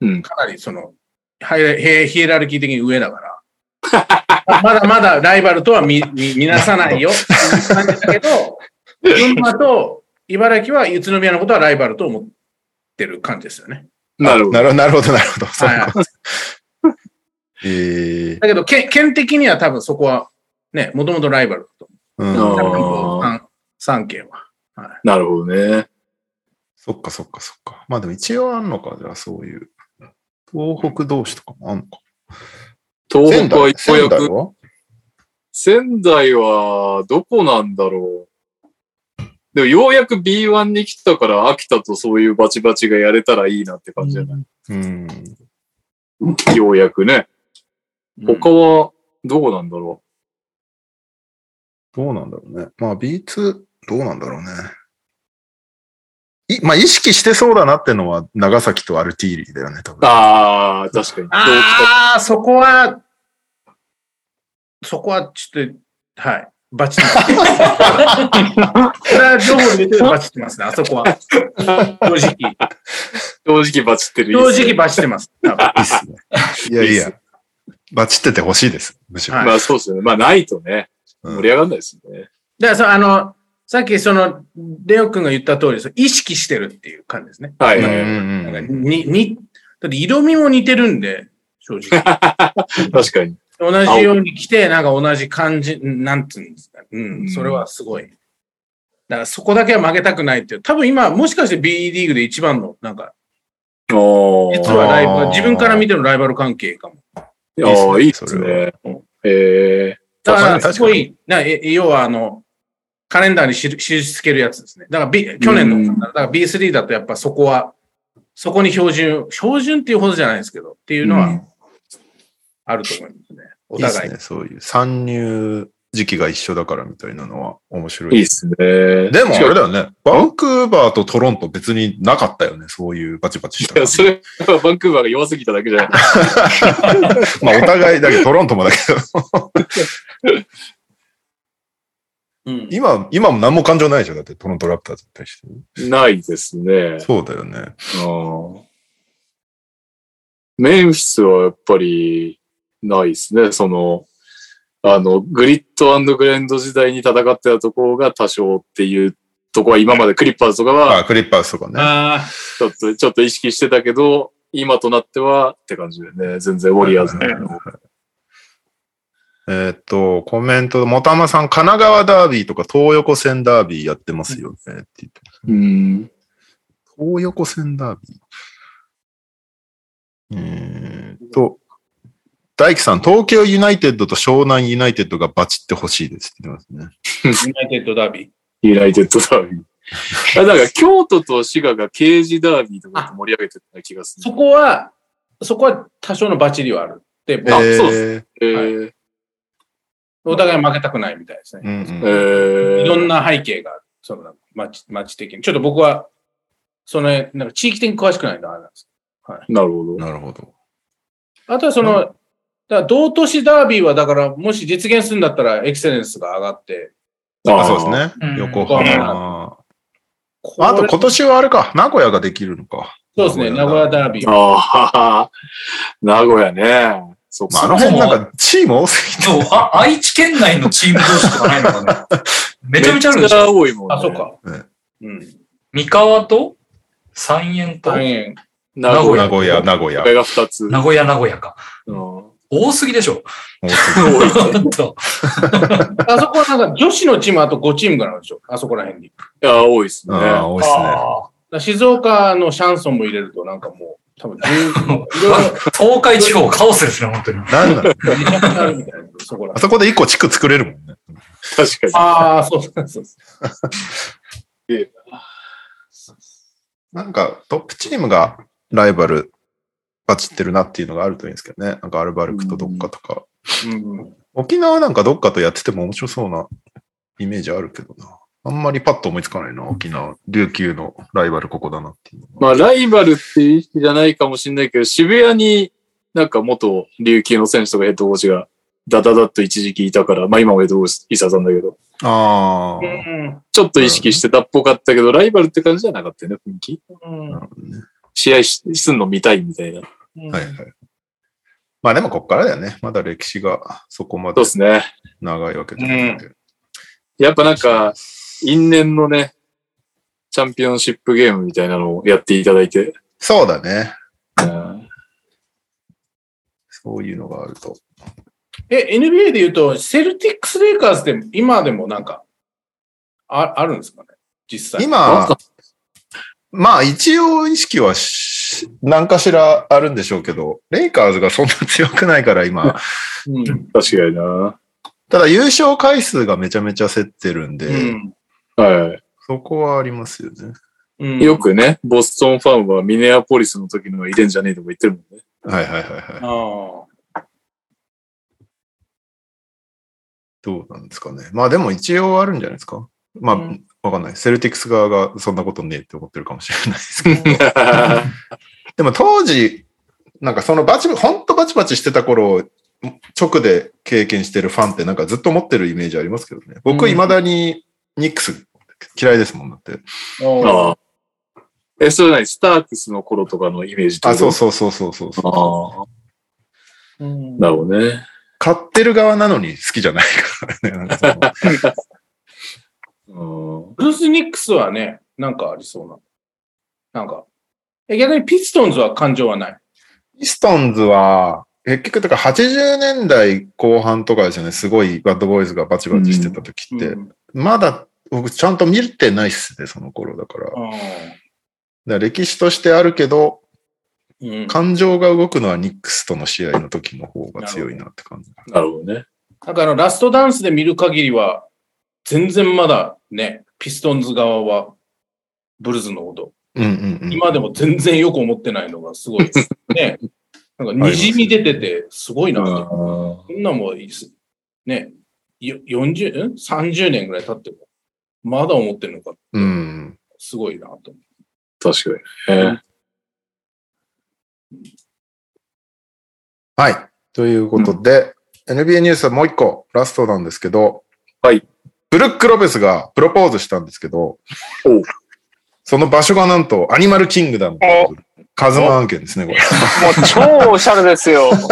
Speaker 2: うん
Speaker 1: かなりその、ハイラヒヒエラルキー的に上だから、 まだまだライバルとは見見見なさないよっていう感じだけど、群馬と茨城は宇都宮のことはライバルと思ってる感じですよね。
Speaker 2: なるほど
Speaker 5: な。るなるほど、なるほど。そう
Speaker 1: は
Speaker 5: か
Speaker 1: い。
Speaker 5: ええ
Speaker 1: だけど、県県的には多分そこは、ね、もともとライバルだと
Speaker 5: うん
Speaker 2: あー
Speaker 1: 思う。三三県は。
Speaker 2: なるほどね。
Speaker 5: そっかそっかそっか。まあでも一応あんのか、じゃあそういう。東北同士とかもあんのか。
Speaker 2: 東
Speaker 5: 仙
Speaker 2: 北は
Speaker 5: 台
Speaker 2: 一個
Speaker 5: 仙台
Speaker 2: 役。
Speaker 5: は
Speaker 2: 仙台は、どこなんだろう。でも、ようやく B1 に来たから、秋田とそういうバチバチがやれたらいいなって感じじゃない、
Speaker 5: うん。
Speaker 2: ようやくね。
Speaker 1: うん
Speaker 2: 他は、どこなんだろ
Speaker 5: どうなんだろうね。まあ B2、どうなんだろうね。いまあ意識してそうだなってのは長崎とアルティーリーだよね、多
Speaker 2: う。
Speaker 5: 分。
Speaker 2: ああ、確かに。
Speaker 1: ああ、そこは、そこはちょっと、はい。バチってます。これは情報入れてバチってますね、あそこは。正直。
Speaker 2: 正直バチってる。
Speaker 1: 正直バチってます。多分
Speaker 5: いいっすね。いやい
Speaker 2: いいっ
Speaker 5: や。バチっててほしいです。むしろ。
Speaker 1: はい
Speaker 2: まあそうですよね。まあないとね、
Speaker 5: うん
Speaker 2: 盛り上がんないですよね。
Speaker 1: だからその、あの、さっきその、レオ君が言った通りです、意識してるっていう感じですね。
Speaker 2: はい、
Speaker 5: うん
Speaker 2: は
Speaker 5: う
Speaker 2: い
Speaker 5: ん
Speaker 1: な
Speaker 5: うん
Speaker 1: か
Speaker 5: ん
Speaker 1: に、に、だって色味も似てるんで、正直。
Speaker 2: 確かに。
Speaker 1: 同じように来て、なんか同じ感じ、なんつうんですか。うん、それはすごい。だからそこだけは負けたくないっていう。多分今、もしかして B リーグで一番の、なんか、
Speaker 2: お
Speaker 1: 実
Speaker 2: ー。
Speaker 1: はライ
Speaker 5: あー
Speaker 1: バル、自分から見てのライバル関係かも。
Speaker 2: ああ、いい
Speaker 5: い
Speaker 2: で
Speaker 5: いっ
Speaker 2: す
Speaker 5: すね
Speaker 2: ね
Speaker 1: それは。
Speaker 2: え
Speaker 1: だか
Speaker 5: まあ
Speaker 1: ら、
Speaker 5: 確かに
Speaker 1: すごい、なえ要はあの、カレンダーにしる印つけるやつですね。だから、B、去年
Speaker 2: うん
Speaker 1: の、だから B3 だとやっぱそこは、そこに標準、標準っていうほどじゃないですけど、っていうの
Speaker 2: う
Speaker 1: はあると思いますね。お
Speaker 5: いいっす
Speaker 1: 互い。
Speaker 5: ね。そういう参入時期が一緒だからみたいなのは面白
Speaker 2: え
Speaker 5: い。
Speaker 2: いいですね。
Speaker 5: でもあ
Speaker 2: 違
Speaker 5: れ
Speaker 2: う
Speaker 5: だよね。バンクーバーとトロント別になかったよね。そういうバチバチし
Speaker 2: い
Speaker 5: た
Speaker 2: や、それはバンクーバーが弱すぎただけじゃない。
Speaker 5: まあお互いだけど、トロントもだけど。
Speaker 1: うん
Speaker 5: 今、今も何も感情ないでしょ。だってトロントラプターズに対して。
Speaker 2: ないですね。
Speaker 5: そうだよね。
Speaker 2: うんメンフィスはやっぱりないですね。その、あの、グリッドグレンド時代に戦ってたところが多少っていうとこは今までクリッパーズとかは
Speaker 5: あ、クリッパーズとかね。
Speaker 1: ああ、
Speaker 2: ちょっと、ちょっと意識してたけど、今となってはって感じでね、全然ウォリアーズの。
Speaker 5: えーっと、コメント、もたまさん、神奈川ダービーとか東横線ダービーやってますよねって言ってます
Speaker 2: うん。
Speaker 5: 東横線ダービー。えーっと、大樹さん、東京ユナイテッドと湘南ユナイテッドがバチってほしいですって言ってますね。
Speaker 1: ユナイテッドダービー。
Speaker 2: ユナイテッドダー ビー。あだから、京都と滋賀が刑事ダービーとかって盛り上げてた気がす
Speaker 1: そ
Speaker 2: る。
Speaker 1: こは、そこは多少のバチリはある。で、
Speaker 2: あ
Speaker 5: えー
Speaker 2: そうえー
Speaker 1: お互い負けたくないみたいですね。
Speaker 5: う
Speaker 2: え
Speaker 5: んうん
Speaker 2: ー
Speaker 1: いろんな背景がある、その町、町的に。ちょっと僕は、その、なんか地域的に詳しくないのあれなんです
Speaker 2: なるほど。
Speaker 5: なるほど。
Speaker 1: あとはその、だから同都市ダービーは、だから、もし実現するんだったら、エクセレンスが上がって、
Speaker 5: あ、そうです
Speaker 3: う
Speaker 5: ね。
Speaker 3: ん
Speaker 5: 横
Speaker 1: 横
Speaker 5: 浜。
Speaker 1: これ
Speaker 5: あと今年はあれか、名古屋ができるのか。
Speaker 1: そうですね、名古屋ダービー。
Speaker 2: ああ、 名古屋ね。そっ
Speaker 5: まあ、あ
Speaker 2: か。
Speaker 5: の辺なんかチーム多すぎて。
Speaker 3: そう、あ、愛知県内のチーム同士とかないのかね。めちゃめちゃある
Speaker 2: め
Speaker 3: で
Speaker 2: っ
Speaker 3: し
Speaker 2: ち
Speaker 3: ょ。
Speaker 2: 多いもんね。
Speaker 1: あ、そう。か。
Speaker 5: ね
Speaker 1: うん。
Speaker 3: 三河と三円と、
Speaker 1: 大変。
Speaker 2: 名
Speaker 3: 名
Speaker 2: 古
Speaker 3: 古
Speaker 2: 屋。
Speaker 5: 名古屋、名古屋
Speaker 2: こ。れが二つ。
Speaker 3: 名古屋、名古屋か。
Speaker 2: うん
Speaker 3: 多すぎでしょ。
Speaker 5: 多すぎ
Speaker 3: ほんと
Speaker 1: あそこはなんか女子のチームあと5チームがあるでしょ。あそこら辺に。だか
Speaker 2: いや、多いですね。
Speaker 5: ああ、多いですね。
Speaker 3: あ
Speaker 1: ら静岡のシャンソンも入れるとなんかもう、多分10、いろいろ
Speaker 3: ー 東海地方カオスですね、本当に。
Speaker 5: な んだ
Speaker 1: めちゃくちゃあるみたいな、そこら
Speaker 5: あ。そこで一個地区作れるもんね。
Speaker 2: 確かに。
Speaker 1: ああ、そうそうそう。
Speaker 5: なんかトップチームがライバルバチってるなっていうのがあるといいんですけどね。なんかアルバルクとどっかとか。
Speaker 1: うん、
Speaker 5: 沖縄なんかどっかとやってても面白そうなイメージあるけどな。あんまりパッと思いつかないな、沖縄。琉球のライバルここだなっていうのが。
Speaker 2: まあ、ライバルっていう意識じゃないかもしれないけど、渋谷になんか元琉球の選手とかヘッドコーチがダダダッと一時期いたから、まあ今もヘッドコーチ伊佐さんだけど、
Speaker 5: ああ
Speaker 1: う
Speaker 5: ー。
Speaker 1: ん
Speaker 2: ちょっと意識してたっぽかったけど、ライバルって感じじゃなかったよね、雰囲気。
Speaker 1: うん
Speaker 5: なるほどね。
Speaker 2: 試合しすんの見たいみたいな。
Speaker 1: うん
Speaker 5: はいはい。まあでもこっからだよね。まだ歴史がそこま
Speaker 2: そ
Speaker 5: で
Speaker 2: うですね。
Speaker 5: 長いわけじゃなくて。
Speaker 2: やっぱなんか、因縁のね、チャンピオンシップゲームみたいなのをやっていただいて、
Speaker 5: そうだね。
Speaker 2: うん
Speaker 5: そういうのがあると。
Speaker 1: え、NBA で言うと、セルティックス・レイカーズって今でもなんか、ああるんですかね実際。
Speaker 5: 今、まあ一応意識はし何かしらあるんでしょうけど、レイカーズがそんな強くないから 今。
Speaker 1: うん。
Speaker 2: 確かにな。
Speaker 5: ただ優勝回数がめちゃめちゃ競ってるんで、
Speaker 1: うん
Speaker 2: は
Speaker 5: そこはありますよね。
Speaker 1: うん
Speaker 2: い。よくね、ボストンファンはミネアポリスの時のが遺伝じゃねえとか言ってるもん ね。
Speaker 5: はいはいはいはい。
Speaker 1: ああ。
Speaker 5: どうなんですかね。まあでも一応あるんじゃないですか。まあ、
Speaker 1: うん
Speaker 5: わかんない。セルティックス側がそんなことねえって思ってるかもしれないですけど。でも当時、なんかそのバチ、ほんとバチバチしてた頃を直で経験してるファンってなんかずっと持ってるイメージありますけどね。僕
Speaker 1: うん
Speaker 5: 未だにニックス嫌いですもんだって。
Speaker 1: あ あ
Speaker 2: ああ。え、それなにスタークスの頃とかのイメージってこと
Speaker 5: あ、そうそうそうそうそうそう。
Speaker 2: ああ。
Speaker 1: うん
Speaker 2: なるほどね。
Speaker 5: 買ってる側なのに好きじゃないからね。なんかその
Speaker 2: うん。
Speaker 1: ブルース・ニックスはね、なんかありそうな。なんか。え逆にピストンズは感情はない。
Speaker 5: ピストンズは、結局とか80年代後半とかですよね。すごいバッドボーイズがバチバチしてた時って。
Speaker 1: うん
Speaker 5: まだ僕ちゃんと見てないっすね、その頃だから。だか
Speaker 1: ああ
Speaker 5: ら歴史としてあるけど、
Speaker 1: うん
Speaker 5: 感情が動くのはニックスとの試合の時の方が強いなって感じ。
Speaker 2: なるほどね。
Speaker 1: だからラストダンスで見る限りは、全然まだね、ピストンズ側は、ブルーズのこと、
Speaker 5: うんうんうん。
Speaker 1: 今でも全然よく思ってないのがすごいです。 ね。なんか滲み出てて、すごいなと。
Speaker 2: う
Speaker 1: こんなもんいいっす。ね。よ40、ん ?30 年ぐらい経っても、まだ思ってるのか。
Speaker 5: うん。
Speaker 1: すごいなと。
Speaker 2: ん確かにね。
Speaker 5: はい。ということで、NBA ニュースはもう一個、ラストなんですけど、
Speaker 2: はい。
Speaker 5: ブルック・ロペスがプロポーズしたんですけど
Speaker 2: おう、
Speaker 5: その場所がなんと、アニマルキングダムということで。カズマ案件ですね、これ。
Speaker 4: 超おしゃれですよ。
Speaker 5: フ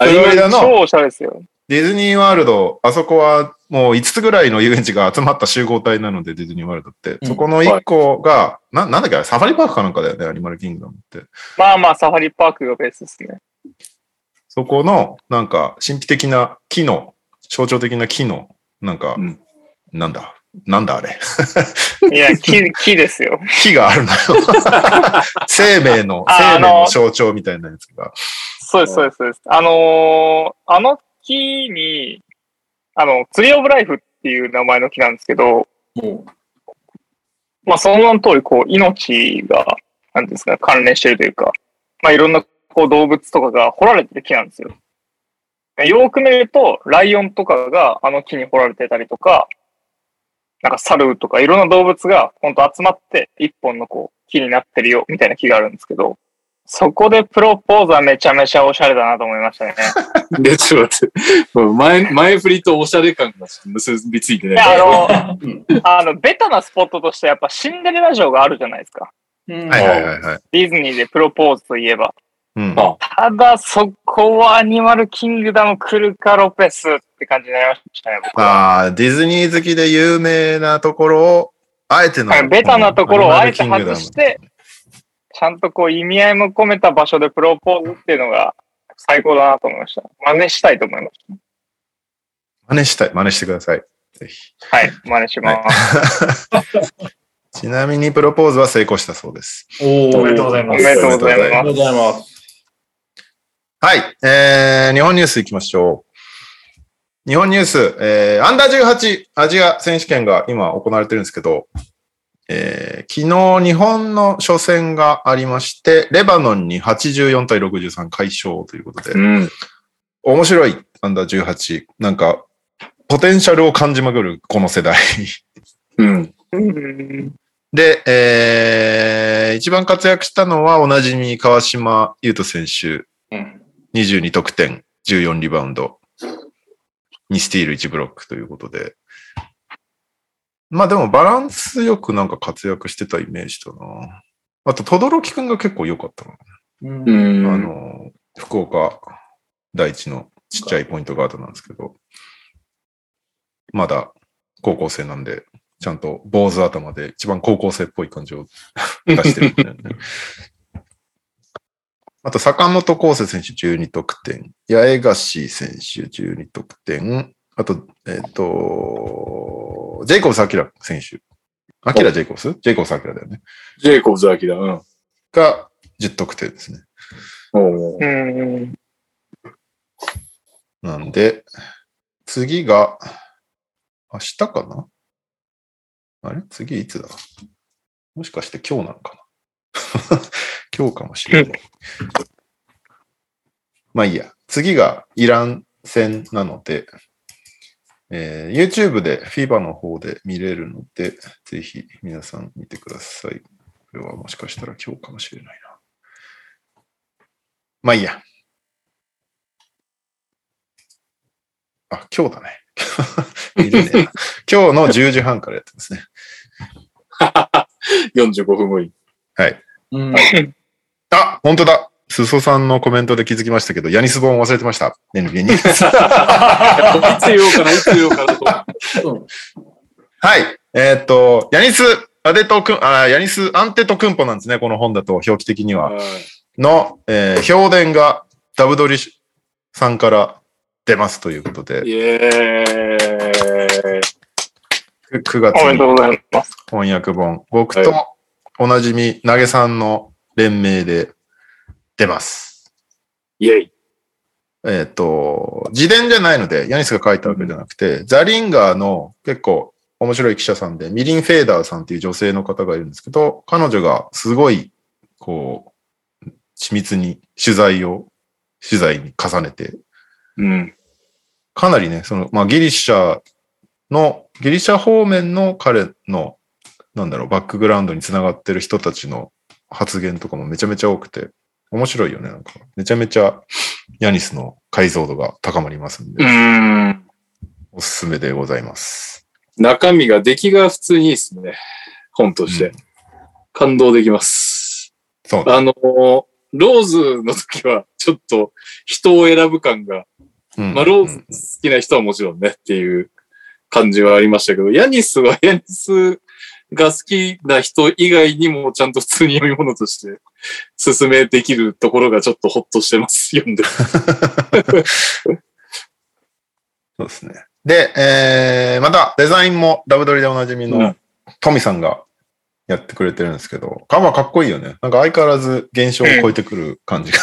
Speaker 5: ロリダの
Speaker 4: 超おしゃれですよ。
Speaker 5: ディズニーワールド、あそこはもう5つぐらいの遊園地が集まった集合体なので、ディズニーワールドって。
Speaker 1: うん
Speaker 5: そこの1個が、な、なんだっけあれサファリパークかなんかだよね、アニマルキングダムって。
Speaker 4: まあまあ、サファリパークがベースですね。
Speaker 5: そこの、なんか、神秘的な木の、象徴的な木の、なんか、
Speaker 2: うん
Speaker 5: なんだ、なんだあれ。
Speaker 4: いや、木、木ですよ。
Speaker 5: 木があるの よ。生命の、
Speaker 4: あ
Speaker 5: 生
Speaker 4: あ
Speaker 5: 命
Speaker 4: の
Speaker 5: の象徴みたいなやつが。
Speaker 4: そうです、そうです、そうです。あのーあの木に、あの、ツリーオブライフっていう名前の木なんですけど、
Speaker 1: も
Speaker 4: まあ、その名の通り、こう、命が、なんていうんですか、関連してるというか、まあ、いろんな、こう、動物とかが掘られてる木なんですよ。よーく見ると、ライオンとかがあの木に掘られてたりとか、なんか猿とかいろんな動物が本当集まって一本のこう木になってるよみたいな木があるんですけど、そこでプロポーズはめちゃめちゃおしゃれだなと思いましたね。
Speaker 2: で、ちょっと待って。前、前振りとおしゃれ感が結びついて
Speaker 4: い
Speaker 2: ね。
Speaker 4: や、あ
Speaker 1: う。うん。
Speaker 4: の、あの、ベタなスポットとしてやっぱシンデレラ城があるじゃないですか。
Speaker 1: うん
Speaker 5: はいはいはいはい。
Speaker 4: ディズニーでプロポーズといえば。
Speaker 5: うん。
Speaker 2: あ
Speaker 4: ただ、そこはアニマルキングダム来るかロペスって感じになりましたね、僕は。
Speaker 5: ああ、ディズニー好きで有名なところを、あえての
Speaker 4: はい。ベタなところをあえて外して、ちゃんとこう意味合いも込めた場所でプロポーズっていうのが最高だなと思いました。真似したいと思いまし
Speaker 5: 真似したい、真似してください。ぜひ。
Speaker 4: た。はい、真似します。
Speaker 5: ちなみにプロポーズは成功したそうです。
Speaker 1: おー
Speaker 3: おめでとうございます
Speaker 4: おめでとうござい
Speaker 1: あ
Speaker 4: ま
Speaker 1: りがとう
Speaker 4: す
Speaker 1: ご。ざいます。
Speaker 5: はい。えー、日本ニュース行きましょう。日本ニュース、えー、アンダー18アジア選手権が今行われてるんですけど、えー、昨日日本の初戦がありまして、レバノンに84対63快勝ということで、
Speaker 2: うん。
Speaker 5: 面白い、アンダー18。なんか、ポテンシャルを感じまくる、この世代。
Speaker 2: うん。
Speaker 4: うん
Speaker 5: で、えー、一番活躍したのはおなじみ川島優斗選手。
Speaker 1: うん
Speaker 5: 22得点、14リバウンド、2スティール、1ブロックということで。まあでもバランスよくなんか活躍してたイメージだな。あと、轟くんが結構良かったな。
Speaker 1: うん
Speaker 2: うん。
Speaker 5: あの、福岡第一のちっちゃいポイントガードなんですけど、まだ高校生なんで、ちゃんと坊主頭で一番高校生っぽい感 じを出してるんだよね。あと、坂本康生選手12得点、八重樫選手12得点、あと、えっ、と、ジェイコブス・アキラ選手アキラ・ジェイコブスジェイコブス・アキラだよね。
Speaker 2: ジェイコブズ・アキラ。うん。
Speaker 5: が10得点ですね。
Speaker 2: おう
Speaker 4: うん。
Speaker 5: なんで、次が、明日かなあれ次いつだもしかして今日なのかな 今日かもしれない。 まあいいや。次がイラン戦なので、えー YouTube で FIBA の方で見れるので、ぜひ皆さん見てください。これはもしかしたら今日かもしれないな。まあいいや。あ、今日だね。 見れね えな今日の10時半からやってますね。
Speaker 2: 45分 後に。
Speaker 1: うん。
Speaker 5: あ、本当だ。裾さんのコメントで気づきましたけど、ヤニスボン忘れてました。NBA に。
Speaker 2: いつ言おうかな、いつ言おうかな と。
Speaker 1: そう
Speaker 5: はい。えーっと、ヤニス、アデトくん、あ、ヤニス、アンテトクンポなんですね。この本だと、表記的には。
Speaker 2: はい
Speaker 5: の、えー、評伝が、ダブドリさんから出ますということで、
Speaker 2: イエーイ。
Speaker 5: く9月
Speaker 4: おめでと
Speaker 5: に
Speaker 4: うございます。
Speaker 5: 翻訳本。僕とおなじみ、投げさんの連名で出ます。
Speaker 2: イェイ。
Speaker 5: えっ、と、自伝じゃないので、ヤニスが書いたわけじゃなくて、ザリンガーの結構面白い記者さんで、ミリン・フェーダーさんっていう女性の方がいるんですけど、彼女がすごい、こう、緻密に取材を、取材に重ねて、
Speaker 2: うん。
Speaker 5: かなりね、その、まあ、ギリシャの、ギリシャ方面の彼の、なんだろう、バックグラウンドにつながってる人たちの発言とかもめちゃめちゃ多くて、面白いよね、なんか。めちゃめちゃ、ヤニスの解像度が高まりますんで、
Speaker 2: うん。
Speaker 5: おすすめでございます。
Speaker 2: 中身が、出来が普通にいいですね。本として。
Speaker 5: うん
Speaker 2: 感動できます。
Speaker 5: そうね。
Speaker 2: あのーローズの時は、ちょっと人を選ぶ感が、
Speaker 5: うん
Speaker 2: まあ、ローズ好きな人はもちろんねっていう感じはありましたけど、ヤニスはヤニスが好きな人以外にもちゃんと普通に読み物として進めできるところがちょっとホッとしてます。読んで。
Speaker 5: そうですね。で、えー、また、デザインもダブドリでおなじみ
Speaker 2: う
Speaker 5: の
Speaker 2: ん
Speaker 5: トミさんがやってくれてるんですけど、カバーかっこいいよね。なんか相変わらず現象を超えてくる感じ が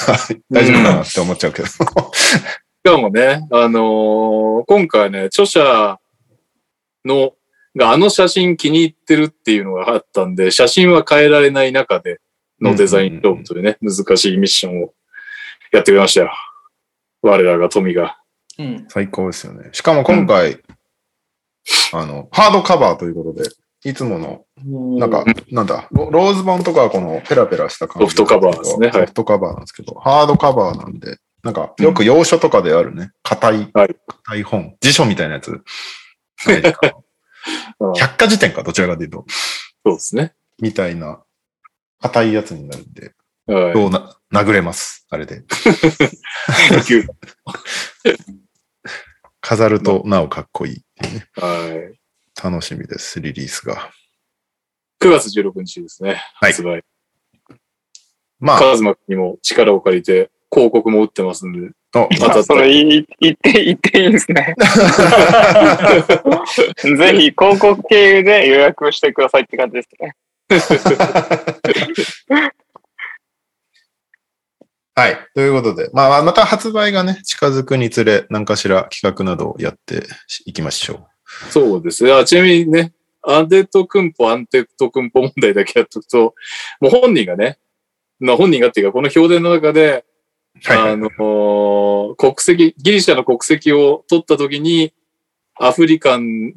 Speaker 5: 大丈夫かなって思っちゃうけど。
Speaker 2: しかもね、あのー今回ね、著者の、があの写真気に入ってるっていうのがあったんで、写真は変えられない中でのデザインローというね、難しいミッションをやってくれましたよ。我らが富が。
Speaker 1: うん。
Speaker 5: 最高ですよね。しかも今回、あの、ハードカバーということで、いつもの、なんか、なんだ、ロローズ本とかはこのペラペラした感じ。
Speaker 2: ソフトカバーですねはい
Speaker 5: ソフトカバーなんですけど、ハードカバーなんで、なんか、よく洋書とかであるね、硬い、
Speaker 2: はい
Speaker 5: 硬い本、辞書みたいなやつ。ないですか
Speaker 2: うん
Speaker 5: 百科事典か、どちらかというと、
Speaker 2: そうですね。
Speaker 5: みたいな、硬いやつになるんで、
Speaker 2: はい。
Speaker 5: どうな、殴れます、あれで。飾るとなおかっこいい。
Speaker 2: はい、
Speaker 5: 楽しみです、リリースが。
Speaker 2: 9月16日ですね。
Speaker 5: はい
Speaker 2: 発売。
Speaker 5: まあ、
Speaker 2: カズマにも力を借りて、広告も打ってますんで。
Speaker 5: お
Speaker 2: 当た
Speaker 4: あ
Speaker 2: っ
Speaker 4: そ
Speaker 2: た。
Speaker 4: れ言い言って、言っていいんですね。ぜひ、広告経由で予約してくださいって感じですね。
Speaker 5: はい。ということで、まあ、また発売がね、近づくにつれ、何かしら企画などをやっていきましょ
Speaker 2: そうですね。あちなみにね、アンテッド君ぽ、アンテッド君ぽ問題だけやっとくと、もう本人がね、まあ本人がっていうか、この評伝の中で、
Speaker 5: う。はいはい、
Speaker 2: あのー国籍、ギリシャの国籍を取った時に、アフリカン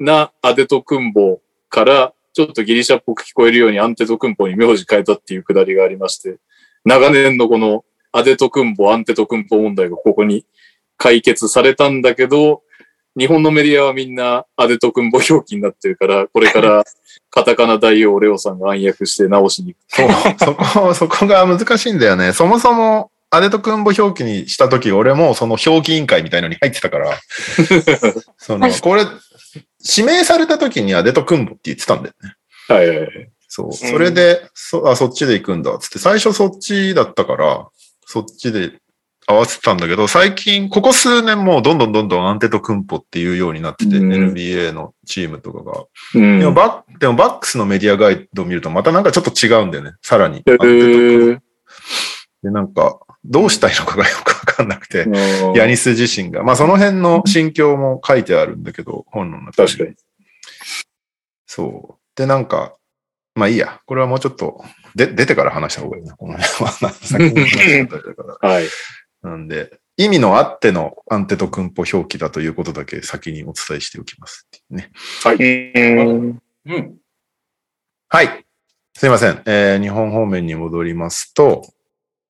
Speaker 2: なアデト君ぽから、ちょっとギリシャっぽく聞こえるようにアンテト君ぽに名字変えたっていうくだりがありまして、長年のこのアデト君ぽ、アンテト君ぽ問題がここに解決されたんだけど、日本のメディアはみんなアデト君ぽ表記になってるから、これからカタカナ大王レオさんが暗躍して直しに行く。
Speaker 5: そう、そこ、そこが難しいんだよね。そもそも、アデト君も表記にしたとき、俺もその表記委員会みたいのに入ってたから、その、これ、指名されたときにアデト君もって言ってたんだよね。
Speaker 2: はいはいはい。
Speaker 5: そう。それで、そあそっちで行くんだ、つって、最初そっちだったから、そっちで合わせてたんだけど、最近、ここ数年もうどんどんどんどんアンテとクンポっていうようになってて、
Speaker 2: うん
Speaker 5: NBA のチームとかが。
Speaker 2: うん。
Speaker 5: でもバッ、でもバックスのメディアガイドを見るとまたなんかちょっと違うんだよね。さらに。
Speaker 2: え
Speaker 5: アンテとクンポ
Speaker 2: ー
Speaker 5: で、なんか、どうしたいのかがよくわかんなくて、
Speaker 2: あー
Speaker 5: ヤニス自身が。まあその辺の心境も書いてあるんだけど、本の中
Speaker 2: 確かに。
Speaker 5: そう。で、なんか、まあいいや。これはもうちょっと、で、出てから話した方がいいな。この辺は。先 に話しちゃったりだから。
Speaker 2: はい。
Speaker 5: なんで、意味のあってのアンテと君ポ表記だということだけ先にお伝えしておきますっていうね。
Speaker 4: うん。
Speaker 1: うん。
Speaker 5: はい。すいません。えー日本方面に戻りますと、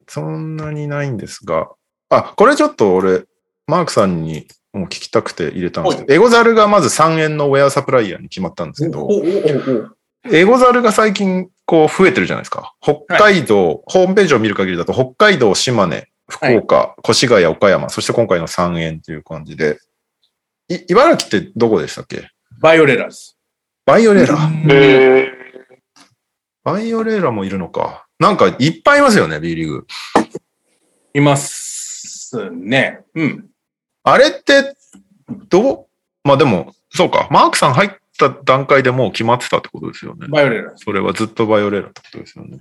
Speaker 5: そんなにないんですが、あ、これちょっと俺、マークさんにも聞きたくて入れたんですけど、エゴザルがまず3円のウェアサプライヤーに決まったんですけど、
Speaker 1: おおお
Speaker 5: エゴザルが最近こう増えてるじゃないですか。北海道、ホームページを見る限りだと北海道、島根、福岡、越谷、岡山、そして今回の3円という感じで、い茨城ってどこでしたっけ
Speaker 1: バイオレラス。
Speaker 5: バイオレーラ。
Speaker 4: え
Speaker 5: バイオレーラもいるのか。なんかいっぱいいますよね、B リーグ。
Speaker 1: いますね。うん。
Speaker 5: あれって、どうまあでも、そうか。マークさん入った段階でもう決まってたってことですよね。
Speaker 1: バイオレラス。
Speaker 5: それはずっとバイオレーラってことですよね。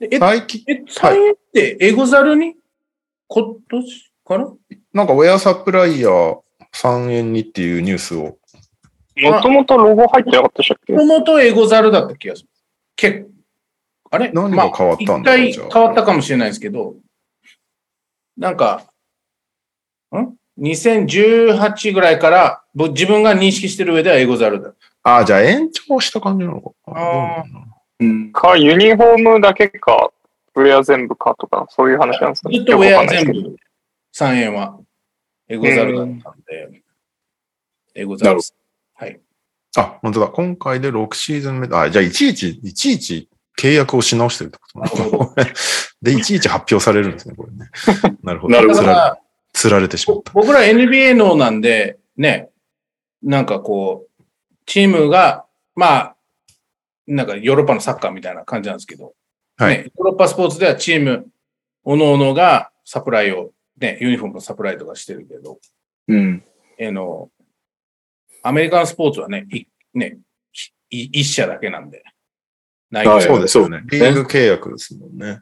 Speaker 1: でえ、
Speaker 5: 最近、
Speaker 1: え、サイエンってエゴザルに今年かな
Speaker 5: なんかウェアサプライヤー3円にっていうニュースを
Speaker 4: ー、もともとロゴ入ってなかったでしたっけ
Speaker 1: もともとエゴザルだった気がする。結構。あれ
Speaker 5: 何が変わったんだろう
Speaker 1: まあ一
Speaker 5: じゃあ
Speaker 1: 回変わったかもしれないですけど、なんか、ん ?2018 ぐらいから、ぼ自分が認識してる上ではエゴザルだ。
Speaker 5: ああ、じゃあ延長した感じなのか。あ
Speaker 1: あ
Speaker 5: どうなんだろ
Speaker 1: うん。
Speaker 4: か、ユニフォームだけか、ウェア全部かとか、そういう話なんですかね。
Speaker 1: ずっとウェ
Speaker 4: よくわ
Speaker 1: ア全
Speaker 4: かんないです
Speaker 1: 部、3円はエゴザルだったんで、エゴザルです。
Speaker 5: うあ、本当だ。今回で6シーズン目だ。あ、じゃあいちいち、いちいち契約をし直してるってことなのか で、いちいち発表されるんですね、これ ね。なるほど。
Speaker 2: なるほ
Speaker 1: だ
Speaker 5: つ
Speaker 1: からら
Speaker 5: れ、つられてしまった。
Speaker 1: 僕ら NBA のなんで、ね、なんかこう、チームが、まあ、なんかヨーロッパのサッカーみたいな感じなんですけど、
Speaker 5: はい
Speaker 1: ね、ヨーロッパスポーツではチーム、おののがサプライを、ね、ユニフォームのサプライとかしてるけど、
Speaker 2: うん。
Speaker 1: えの、アメリカンスポーツはね、いね、い一社だけなんで。ない
Speaker 2: はい
Speaker 5: そうですよね
Speaker 2: そう。
Speaker 5: リーグ契約ですもんね。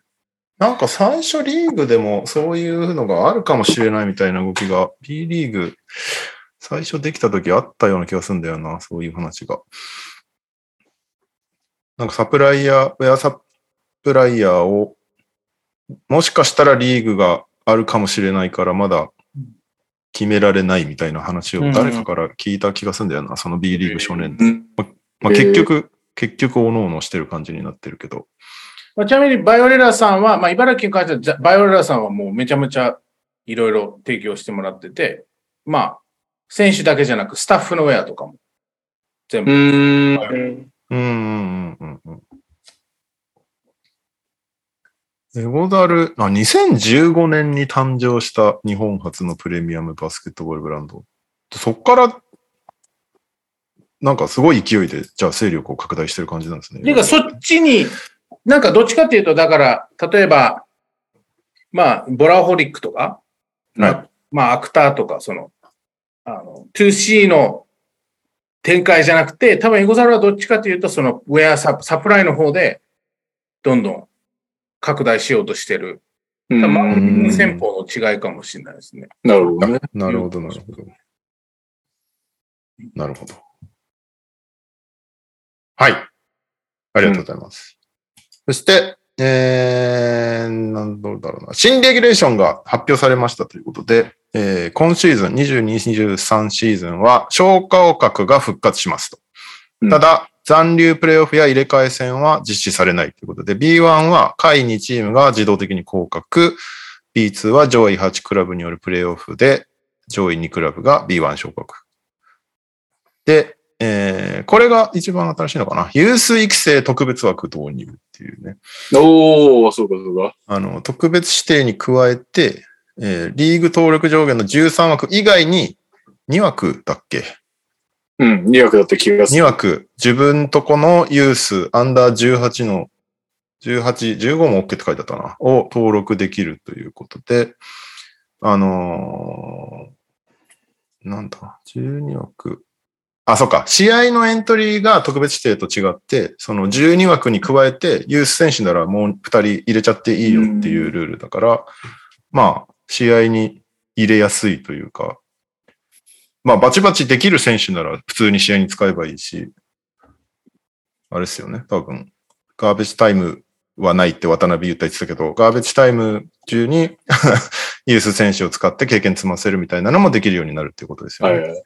Speaker 5: なんか最初リーグでもそういうのがあるかもしれないみたいな動きが、B リーグ、最初できた時あったような気がするんだよな、そういう話が。なんかサプライヤー、ウェアサプライヤーを、もしかしたらリーグがあるかもしれないから、まだ決められないみたいな話を誰かから聞いた気がするんだよな、その B リーグ初年。
Speaker 2: うん
Speaker 5: まあ、
Speaker 2: へー
Speaker 5: 結局、結局、おのおのしてる感じになってるけど。
Speaker 1: まあ、ちなみにバイオレラさんは、まあ、茨城に関してはじゃ、バイオレラさんはもうめちゃめちゃいろいろ提供してもらってて、まあ、選手だけじゃなくスタッフのウェアとかも全
Speaker 2: う
Speaker 1: 部。
Speaker 2: ん。
Speaker 4: うん
Speaker 5: うんうんうんうんうん。エゴダル、あ、2015年に誕生した日本初のプレミアムバスケットボールブランド。そっから、なんかすごい勢いで、じゃあ勢力を拡大してる感じなんですね。
Speaker 1: ていうか、そっちに、なんかどっちかっていうと、だから、例えば、まあ、ボラホリックとか、
Speaker 5: はい
Speaker 1: まあ、アクターとか、その、あの、2C の展開じゃなくて、多分エゴザルはどっちかというと、その、ウェアササプライの方で、どんどん拡大しようとしてる
Speaker 2: うん
Speaker 1: 多分マーケティング戦法の違いかもしれないですね。
Speaker 2: なるほどね。
Speaker 5: なるほど、なるほど。なるほど。はい。ありがとうございます。そして、えー、なんどうだろうな。新レギュレーションが発表されましたということで、えー今シーズン、22、23シーズンは、消化格が復活しますと。
Speaker 2: うん
Speaker 5: ただ、残留プレイオフや入れ替え戦は実施されないということで、B1 は下位2チームが自動的に降格、B2 は上位8クラブによるプレイオフで、上位2クラブが B1 昇格。で、えーこれが一番新しいのかな。ユース育成特別枠導入っていうね。
Speaker 2: おー、そうかそうか。
Speaker 5: あの、特別指定に加えて、えーリーグ登録上限の13枠以外に2枠だっけ
Speaker 2: うん、2枠だった気がす
Speaker 5: 2
Speaker 2: る。
Speaker 5: 枠、自分とこのユース、アンダー18の、18、15も OK って書いてあったな、を登録できるということで、あのーなんだ、12枠。あ、そっか。試合のエントリーが特別指定と違って、その12枠に加えて、ユース選手ならもう2人入れちゃっていいよっていうルールだから、まあ、試合に入れやすいというか、まあ、バチバチできる選手なら普通に試合に使えばいいし、あれですよね、多分。ガーベージタイムはないって渡辺言った言ってたけど、ガーベージタイム中に ユース選手を使って経験積ませるみたいなのもできるようになるっていうことですよ
Speaker 2: は
Speaker 5: ね。
Speaker 2: いはい。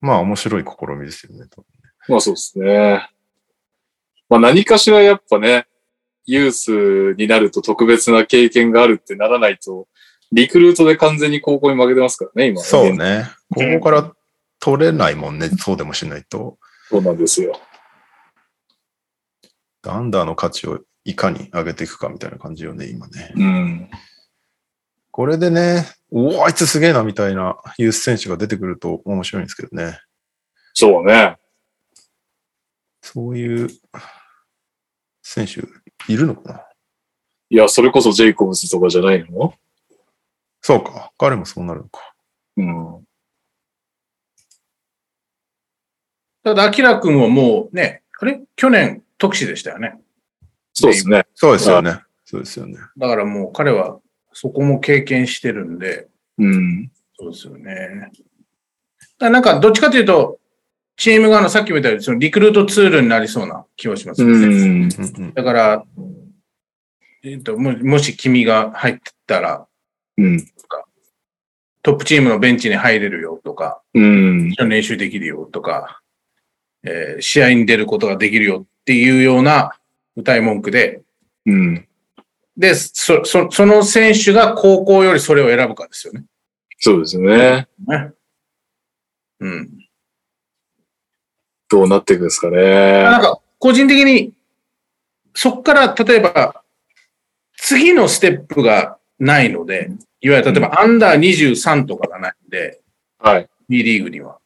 Speaker 5: まあ面白い試みですよね。と
Speaker 2: まあそうですね。まあ何かしらやっぱね、ユースになると特別な経験があるってならないと、リクルートで完全に高校に負けてますからね、今。
Speaker 5: そう。ね。ここから取れないもんね。そうでもしないと。
Speaker 2: そうなんですよ。
Speaker 5: アンダーの価値をいかに上げていくかみたいな感じよね、今ね。
Speaker 2: うん。
Speaker 5: これでね、おお、あいつすげえなみたいなユース選手が出てくると面白いんですけどね。
Speaker 2: そうね。
Speaker 5: そういう選手いるのかない
Speaker 2: や、それこそジェイコブズとかじゃないの
Speaker 5: そうか。彼もそうなるのか。
Speaker 2: うん。
Speaker 1: ただ、アキラ君はもうね、あれ去年、特使でしたよね。
Speaker 2: そうですね。
Speaker 5: そうですよね。そうですよね。
Speaker 1: だからもう彼はそこも経験してるんで、
Speaker 2: うん。
Speaker 1: そうですよね。だなんか、どっちかというと、チーム側のさっきみたいに、そのリクルートツールになりそうな気はします、
Speaker 2: うん。
Speaker 5: うんうん。
Speaker 1: だから、えっと、ももし君が入ってたら、
Speaker 2: うん。
Speaker 1: トップチームのベンチに入れるよとか、
Speaker 2: うん。
Speaker 1: 一緒に練習できるよとか、えー試合に出ることができるよっていうような歌い文句で、
Speaker 2: うん。
Speaker 1: で、そ、そその選手が高校よりそれを選ぶかですよね。
Speaker 2: そうですね。
Speaker 1: ねうん。
Speaker 2: どうなっていくんですか
Speaker 1: なん
Speaker 2: ね。
Speaker 1: か、個人的に、そこから、例えば、次のステップがないので、いわゆる例えば、アンダー23とかがないんで、
Speaker 2: はい。
Speaker 1: B リーグには。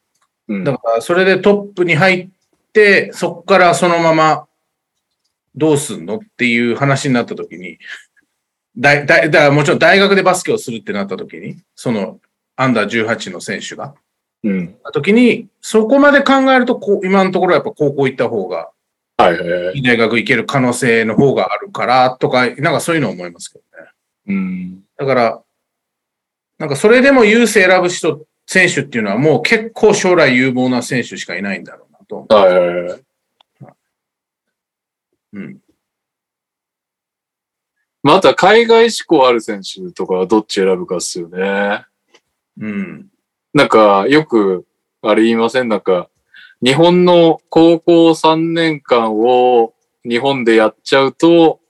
Speaker 2: うん
Speaker 1: だから、それでトップに入って、そこからそのまま、どうすんのっていう話になった時に、だ、だ、だからもちろん大学でバスケをするってなった時に、その、アンダー18の選手が、
Speaker 2: うん。
Speaker 1: 時に、そこまで考えると、こう、今のところやっぱ高校行った方が、
Speaker 2: はいはいはい。
Speaker 1: いい大学行ける可能性の方があるからとか、なんかそういうの思いますけどね。
Speaker 2: うん。
Speaker 1: だから、なんかそれでも優勢選ぶ人、選手っていうのはもう結構将来有望な選手しかいないんだろうなと。
Speaker 2: はいはいはい。
Speaker 1: うん。
Speaker 2: まあ、あとは海外志向ある選手とかはどっち選ぶかっすよね。
Speaker 1: うん。
Speaker 2: なんか、よく、あれ言いませんなんか、日本の高校3年間を日本でやっちゃうと、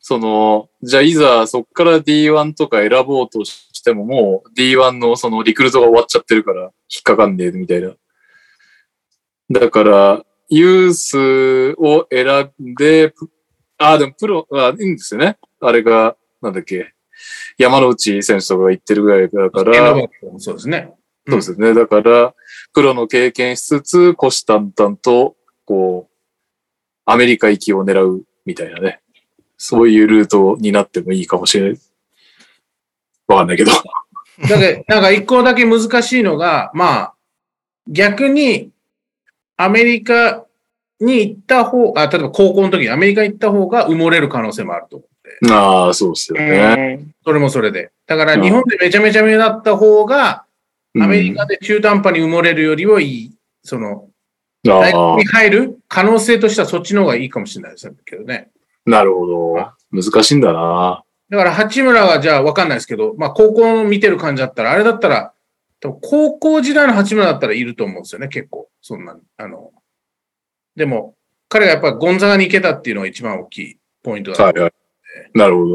Speaker 2: その、じゃあいざそっから D1 とか選ぼうとしてももう D1 のそのリクルートが終わっちゃってるから引っかかんねえみたいな。だから、ユースを選んで、プああ、でもプロ、あいいんですよね。あれが、なんだっけ。山之内選手とかが言ってるぐらいだから。
Speaker 1: そうですね。
Speaker 2: そうですよね。だから、プロの経験しつつ、虎視眈々と、こう、アメリカ行きを狙うみたいなね。そういうルートになってもいいかもしれない。わかんないけど。
Speaker 1: だけど、 なんか一個だけ難しいのが、まあ、逆に、アメリカに行った方、あ、例えば高校の時にアメリカ行った方が埋もれる可能性もあると思って。
Speaker 2: ああ、そうですよね。
Speaker 4: うん
Speaker 1: それもそれで。だから
Speaker 2: うん
Speaker 1: 日本でめちゃめちゃ目立った方
Speaker 2: う
Speaker 1: が、
Speaker 2: ん
Speaker 1: アメリカで中途半端に埋もれるよりはいい、その、大
Speaker 2: あ
Speaker 1: 学に入る可能性としてはそっちの方がいいかもしれないですけどね。
Speaker 2: あ、なるほど。難しいんだな。
Speaker 1: だから八村はじゃあわかんないですけど、まあ高校の見てる感じだったら、あれだったら、多分高校時代の八村だったらいると思うんですよね、結構。そんなに。あの、でも、彼がやっぱゴンザガに行けたっていうのが一番大きいポイントだと
Speaker 2: はいはい。なるほど。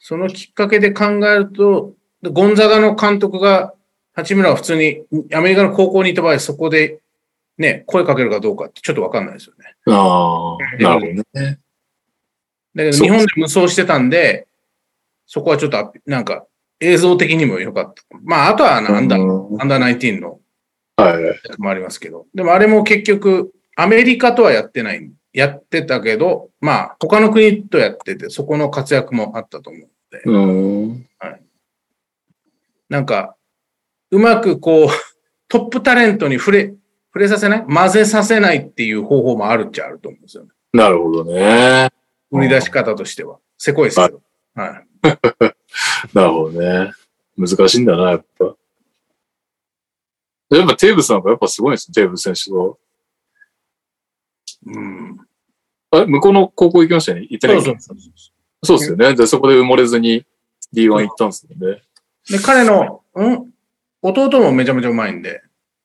Speaker 1: そのきっかけで考えると、でゴンザガの監督が、八村は普通にアメリカの高校にいた場合、そこでね、声かけるかどうかってちょっとわかんないですよね。
Speaker 2: ああ、なるほどね。
Speaker 1: だけど
Speaker 2: そう
Speaker 1: 日本で無双してたんで、そこはちょっとアピ、なんか映像的にも良かった。まあ、あとはなんだ、
Speaker 2: うん
Speaker 1: アンダー19の
Speaker 2: はいはい。
Speaker 1: やつもありますけど、でもあれも結局、アメリカとはやってない、やってたけど、まあ、他の国とやってて、そこの活躍もあったと思う。
Speaker 2: うん。
Speaker 1: なんか、うまくこう、 トップタレントに触れ、触れさせない混ぜさせないっていう方法もあるっちゃあると思うんですよね。
Speaker 2: なるほどね。
Speaker 1: 売り出し方としては。せこいですけど。はい。
Speaker 2: なるほどね。難しいんだな、やっぱ。やっぱテーブスなんかやっぱすごいですね、テーブス選手は。
Speaker 1: うん。
Speaker 2: あれ向こうの高校行きましたよね行ってない
Speaker 1: そうそうそう。
Speaker 2: そうですよね。で、そこで埋もれずに D1 行ったんですよね。
Speaker 1: で、彼の、うん弟もめちゃめちゃうまいんで、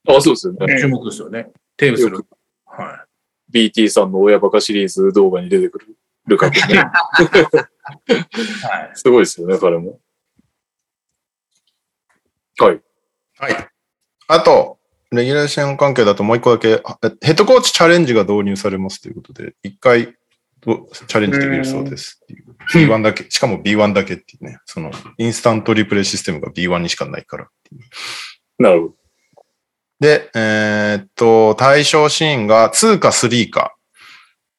Speaker 2: あ、そうですよね。
Speaker 1: 注目ですよね。テーブスル。は
Speaker 2: BT さんの親バカシリーズ動画に出てくるルカクね。
Speaker 1: い。はい。
Speaker 2: すごいですよね、彼も。はい。
Speaker 5: はい。あと、レギュレーション関係だともう一個だけ、あヘッドコーチチャレンジが導入されますということで、一回どチャレンジできるそうですっていう。B1 だけ、しかも B1 だけっていうね、そのインスタントリプレイシステムが B1 にしかないからっていう。
Speaker 2: なるほど。
Speaker 5: で、えーっと、対象シーンが2か3か。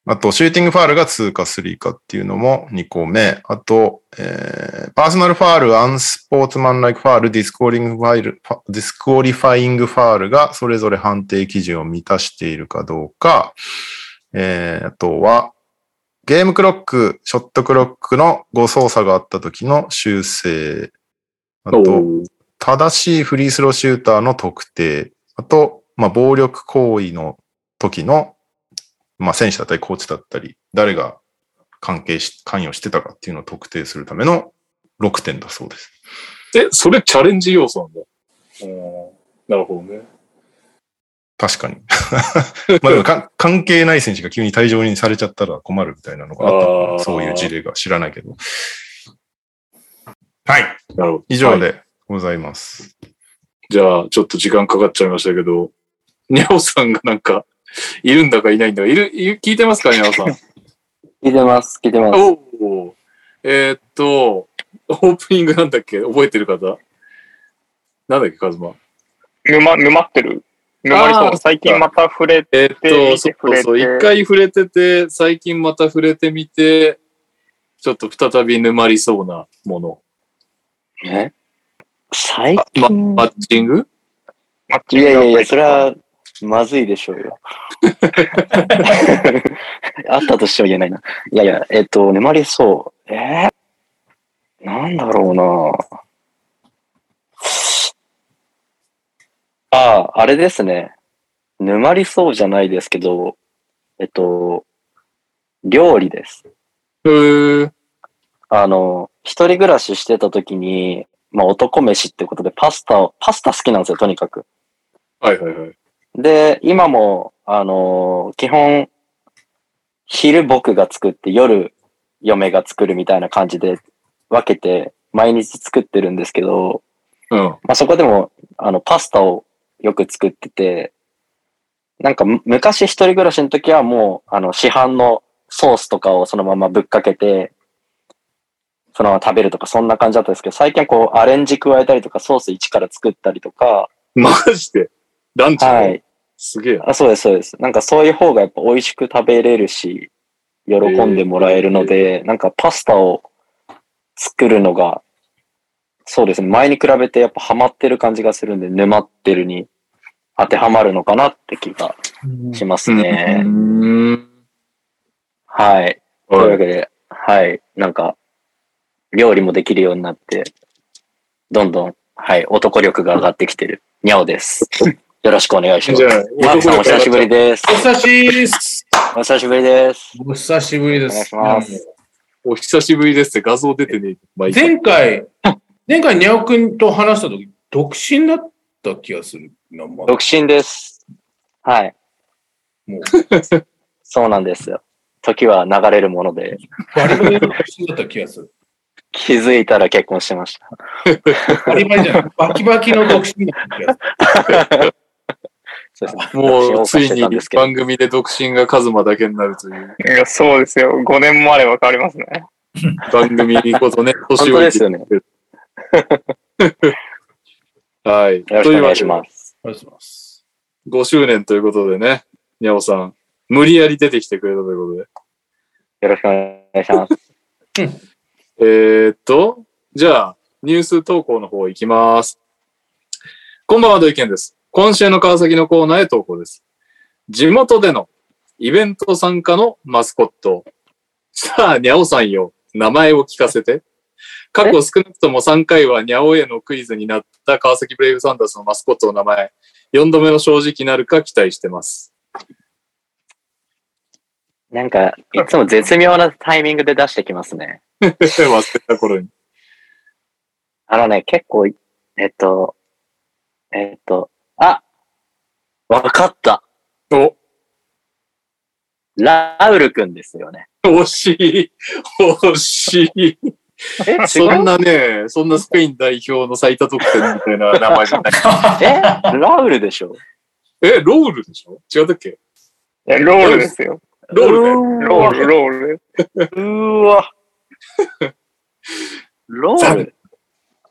Speaker 5: あと、シューティングファールが2か3かっていうのも2個目。あと、えーパーソナルファール、アンスポーツマンライクファール、ディスコーリングファイル、ファディスクオリファイングファールがそれぞれ判定基準を満たしているかどうか。えーあとは、ゲームクロック、ショットクロックの誤操作があった時の修正。あ
Speaker 2: お
Speaker 5: と、
Speaker 2: ー
Speaker 5: 正しいフリースローシューターの特定、あと、まあ、暴力行為の時の、まあ、選手だったり、コーチだったり、誰が関係し、関与してたかっていうのを特定するための6点だそうです。
Speaker 2: え、それチャレンジ要素なんだ。うんなるほどね。
Speaker 5: 確かに。 まあでもか関係ない選手が急に退場にされちゃったら困るみたいなのがあったのか
Speaker 2: あ
Speaker 5: な
Speaker 2: ー
Speaker 5: そういう事例が知らないけど。はい。
Speaker 2: なるほど。
Speaker 5: 以上でございます。
Speaker 2: じゃあ、ちょっと時間かかっちゃいましたけど、にゃおさんがなんか、いるんだかいないんだか、いる、いる聞いてますか、にゃおさん。
Speaker 6: 聞いてます、聞いてます。
Speaker 2: おお。えーっと、オープニングなんだっけ覚えてる方なんだっけ、カズマ。
Speaker 4: 沼、沼ってる。沼り
Speaker 2: あ
Speaker 4: そ
Speaker 2: ー
Speaker 4: う。最近また触れて、
Speaker 2: えーっ
Speaker 4: で
Speaker 2: と、そうそうそう、
Speaker 4: 触れて
Speaker 2: 一回触れてて、最近また触れてみて、ちょっと再び沼りそうなもの。
Speaker 6: え最
Speaker 2: ま、
Speaker 6: 近、
Speaker 2: マッチング
Speaker 4: マッチ
Speaker 6: い
Speaker 4: ング
Speaker 6: やいやいや、それは、まずいでしょう よ。あったとしては言えないな。いやいや、えっと、眠りそう。えー、なんだろうなああ、あれですね。沼りそうじゃないですけど、えっと、料理です。
Speaker 2: うー。
Speaker 6: あの、一人暮らししてた時に、まあ男飯ってことでパスタを、パスタ好きなんですよ、とにかく。
Speaker 2: はいはいはい。
Speaker 6: で、今も、あのー基本、昼僕が作って夜嫁が作るみたいな感じで分けて毎日作ってるんですけど、
Speaker 2: うん。
Speaker 6: まあ、そこでも、あの、パスタをよく作ってて、なんかむ昔一人暮らしの時はもう、あの、市販のソースとかをそのままぶっかけて、そのまま食べるとかそんな感じだったんですけど、最近はこうアレンジ加えたりとかソース一から作ったりとか、
Speaker 2: マジで。ランチで
Speaker 6: はい。
Speaker 2: すげえ。
Speaker 6: あそうです、そうです。なんかそういう方がやっぱ美味しく食べれるし、喜んでもらえるので、なんかパスタを作るのが、そうですね、前に比べてやっぱハマってる感じがするんで、沼ってるに当てはまるのかなって気がしますね。
Speaker 2: うん。
Speaker 6: はい。という
Speaker 2: は
Speaker 6: わ
Speaker 2: い
Speaker 6: けで、はい、なんか、料理もできるようになって、どんどん、はい、男力が上がってきてる、にゃ おです。よろしくお願いします
Speaker 2: じゃ。あ、
Speaker 6: マークさんお久しぶりです。
Speaker 1: お久しぶりです。
Speaker 6: お久しぶりです。
Speaker 1: お久しぶりで
Speaker 6: お願い
Speaker 1: す
Speaker 6: し。ます。
Speaker 2: お久しぶりですって画像出てねえ。まあいいか
Speaker 1: 前回、前回、にゃおくんと話したとき、独身だった気がするな、まだ
Speaker 6: 独身です。はい。
Speaker 1: もう、
Speaker 6: そうなんですよ。時は流れるもので、
Speaker 1: バリバリ独身だった気がする。
Speaker 6: 気づいたら結婚してました。
Speaker 1: バリバリじゃない。バキバキの独身だった気がする。
Speaker 6: そうです
Speaker 2: もう、つい
Speaker 6: 使用させ
Speaker 2: に
Speaker 6: たんですけど
Speaker 2: 番組で独身がカズマだけになるという、
Speaker 4: いや、そうですよ。5年もあれば変わりますね。
Speaker 2: 番組ごとね、
Speaker 6: 本
Speaker 2: 年
Speaker 6: 当
Speaker 2: を
Speaker 6: ですよね。
Speaker 2: はい。
Speaker 6: よろしくお願いし
Speaker 2: とうわ
Speaker 6: ま。
Speaker 2: けです
Speaker 1: ありがとうございます。
Speaker 2: 5周年ということでね、にゃおさん、無理やり出てきてくれたということで。
Speaker 6: よろしくお願いします。
Speaker 2: えー、っと、じゃあ、ニュース投稿の方行きます。こんばんは、土井健です。今週の川崎のコーナーへ投稿です。地元でのイベント参加のマスコット。さあ、にゃおさんよ、名前を聞かせて。過去少なくとも3回はにゃおへのクイズになった川崎ブレイブサンダースのマスコットの名前。4度目の正直なるか期待してます。
Speaker 6: なんか、いつも絶妙なタイミングで出してきますね。
Speaker 2: 忘れた頃に。
Speaker 6: あのね、結構、えっと、えっと、あわかった
Speaker 2: お、
Speaker 6: ラウルくんですよね。
Speaker 2: 惜しい。惜しい。
Speaker 6: え、
Speaker 2: そんなね、そんなスペイン代表の最多得点みたいな名前じゃない。
Speaker 6: え、ラウルでしょ
Speaker 2: え、ロールでしょ違ったっけ
Speaker 4: いや、ロールですよ。
Speaker 2: ロールだよ。
Speaker 4: ロール、ロール。
Speaker 6: うーわ。ロール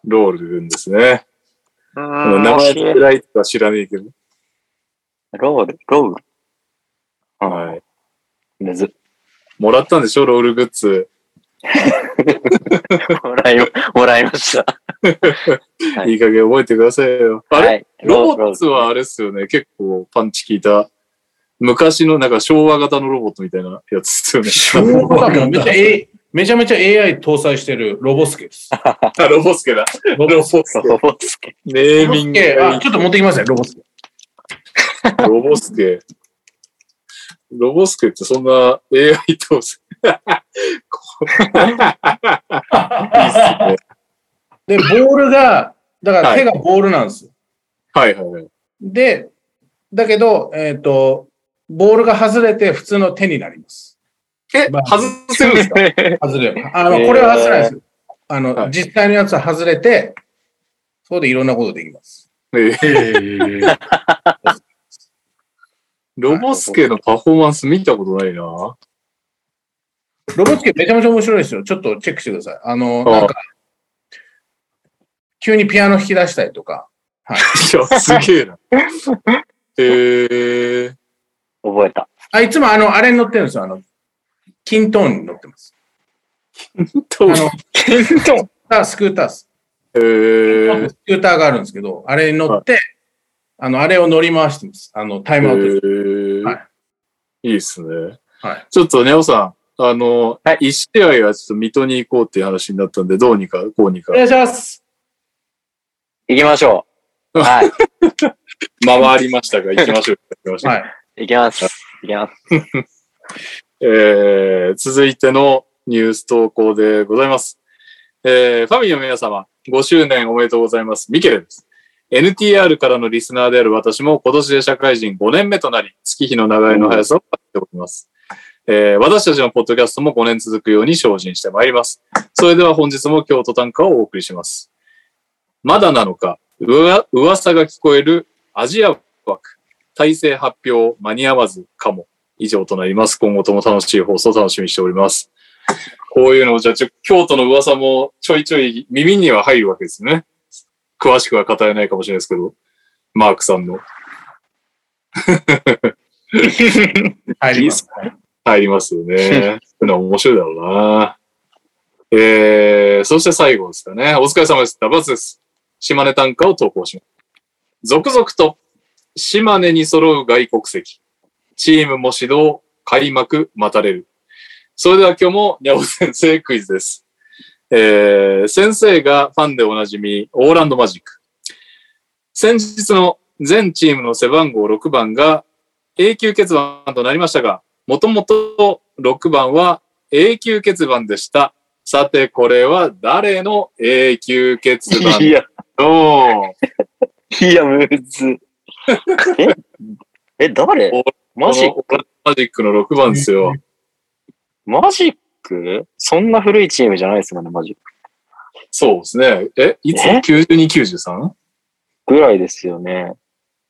Speaker 2: ロールですね。
Speaker 6: う
Speaker 2: 名
Speaker 6: ーん
Speaker 2: 前
Speaker 6: 教え
Speaker 2: 嫌いとか知らねえけど。
Speaker 6: ロール、ロール。
Speaker 2: はい。
Speaker 6: むず。
Speaker 2: もらったんでしょロールグッズ。
Speaker 6: もらい、もらいま した。はい
Speaker 2: いい加減覚えてくださいよ。あれ、
Speaker 6: はい
Speaker 2: ロボッツはあれっすよね。結構パンチ効いた。昔のなんか昭和型のロボットみたいなやつっすよね。
Speaker 3: 昭和な
Speaker 1: もうんめ
Speaker 3: だ
Speaker 1: ちゃ、A、めちゃめちゃ AI 搭載してるロボスケです。
Speaker 2: あ、ロボスケだ。
Speaker 1: ロ
Speaker 2: ロボスケ。
Speaker 6: ロボッツケ。
Speaker 2: ネー
Speaker 1: ロボ
Speaker 2: ミ
Speaker 1: ス
Speaker 2: ング
Speaker 1: ケ
Speaker 2: がい
Speaker 1: あちょっと持ってきましたよ、ロボスケ。
Speaker 2: い。ロボスケ。ロボスケってそんな AI と、こういいっすね。
Speaker 1: で、ボールが、だから
Speaker 2: はい
Speaker 1: 手がボールなんですよ。
Speaker 2: はいはいはい。
Speaker 1: で、だけど、えっ、と、ボールが外れて普通の手になります。
Speaker 2: え
Speaker 1: ま、あ
Speaker 2: 外せるん ですか
Speaker 1: 外れる。あの、
Speaker 6: へー
Speaker 1: これは外れないですよ。あの、
Speaker 2: はい
Speaker 1: 実際のやつは外れて、そこでいろんなことできます。
Speaker 2: ええ
Speaker 3: えー、
Speaker 2: ロボスケのパフォーマンス見たことないな。
Speaker 1: ロボスケめちゃめちゃ面白いですよ。ちょっとチェックしてください。あの、
Speaker 2: あ
Speaker 1: なんか、急にピアノ弾き出したりとか。
Speaker 2: いや、すげえ な。ええ
Speaker 6: 覚えた。
Speaker 1: あ、いつもあの、あれに乗ってるんですよ。あの、キントーンに乗ってます。
Speaker 2: と
Speaker 1: あの、
Speaker 4: キントン。
Speaker 1: あスクーターっす。
Speaker 2: えー
Speaker 1: スクーターがあるんですけど、あれに乗って、あの、あれを乗り回してます。あの、タイ
Speaker 2: え
Speaker 1: ムアウトです。
Speaker 2: ー
Speaker 1: はい
Speaker 2: いいですね。
Speaker 1: はい
Speaker 2: ちょっとね、おさん、あの、
Speaker 6: はい
Speaker 2: 一試合はちょっと水戸に行こうっていう話になったんで、どうにか、こうにか
Speaker 1: お。願いします。
Speaker 6: 行きましょう。はい。
Speaker 2: 回りましたが、行きましょう。行きましょう
Speaker 1: はい。
Speaker 6: 行きます。行きます。
Speaker 2: えー続いてのニュース投稿でございます。えーファミリーの皆様、5周年おめでとうございます。ミケレです。NTR からのリスナーである私も今年で社会人5年目となり、月日の流れの速さを感じております。えー私たちのポッドキャストも5年続くように精進してまいります。それでは本日も京都短歌をお送りします。まだなのか、うわ噂が聞こえるアジア枠、体制発表間に合わずかも。以上となります。今後とも楽しい放送を楽しみにしております。こういうのを、じゃあちょ、京都の噂もちょいちょい耳には入るわけですね。詳しくは語れないかもしれないですけど、マークさんの
Speaker 1: 入ります。
Speaker 2: 入りますよね。そういうのは面白いだろうな。えー、そして最後ですかね。お疲れ様です。ダバツです。島根短歌を投稿します。続々と、島根に揃う外国籍。チームも指導、開幕、待たれる。それでは今日も、にゃお先生クイズです。えー、先生がファンでおなじみ、オーランドマジック。先日の全チームの背番号6番が永久欠番となりましたが、もともと6番は永久欠番でした。さて、これは誰の永久欠番
Speaker 6: いや、
Speaker 2: の
Speaker 6: いや、むず。え、え、誰
Speaker 2: お
Speaker 6: マジ
Speaker 2: このマジックの6番ですよ。
Speaker 6: マジックそんな古いチームじゃないですもんね、マジック。
Speaker 2: そうですね。え、いつ
Speaker 6: え
Speaker 2: ?92,93?
Speaker 6: ぐらいですよね。っ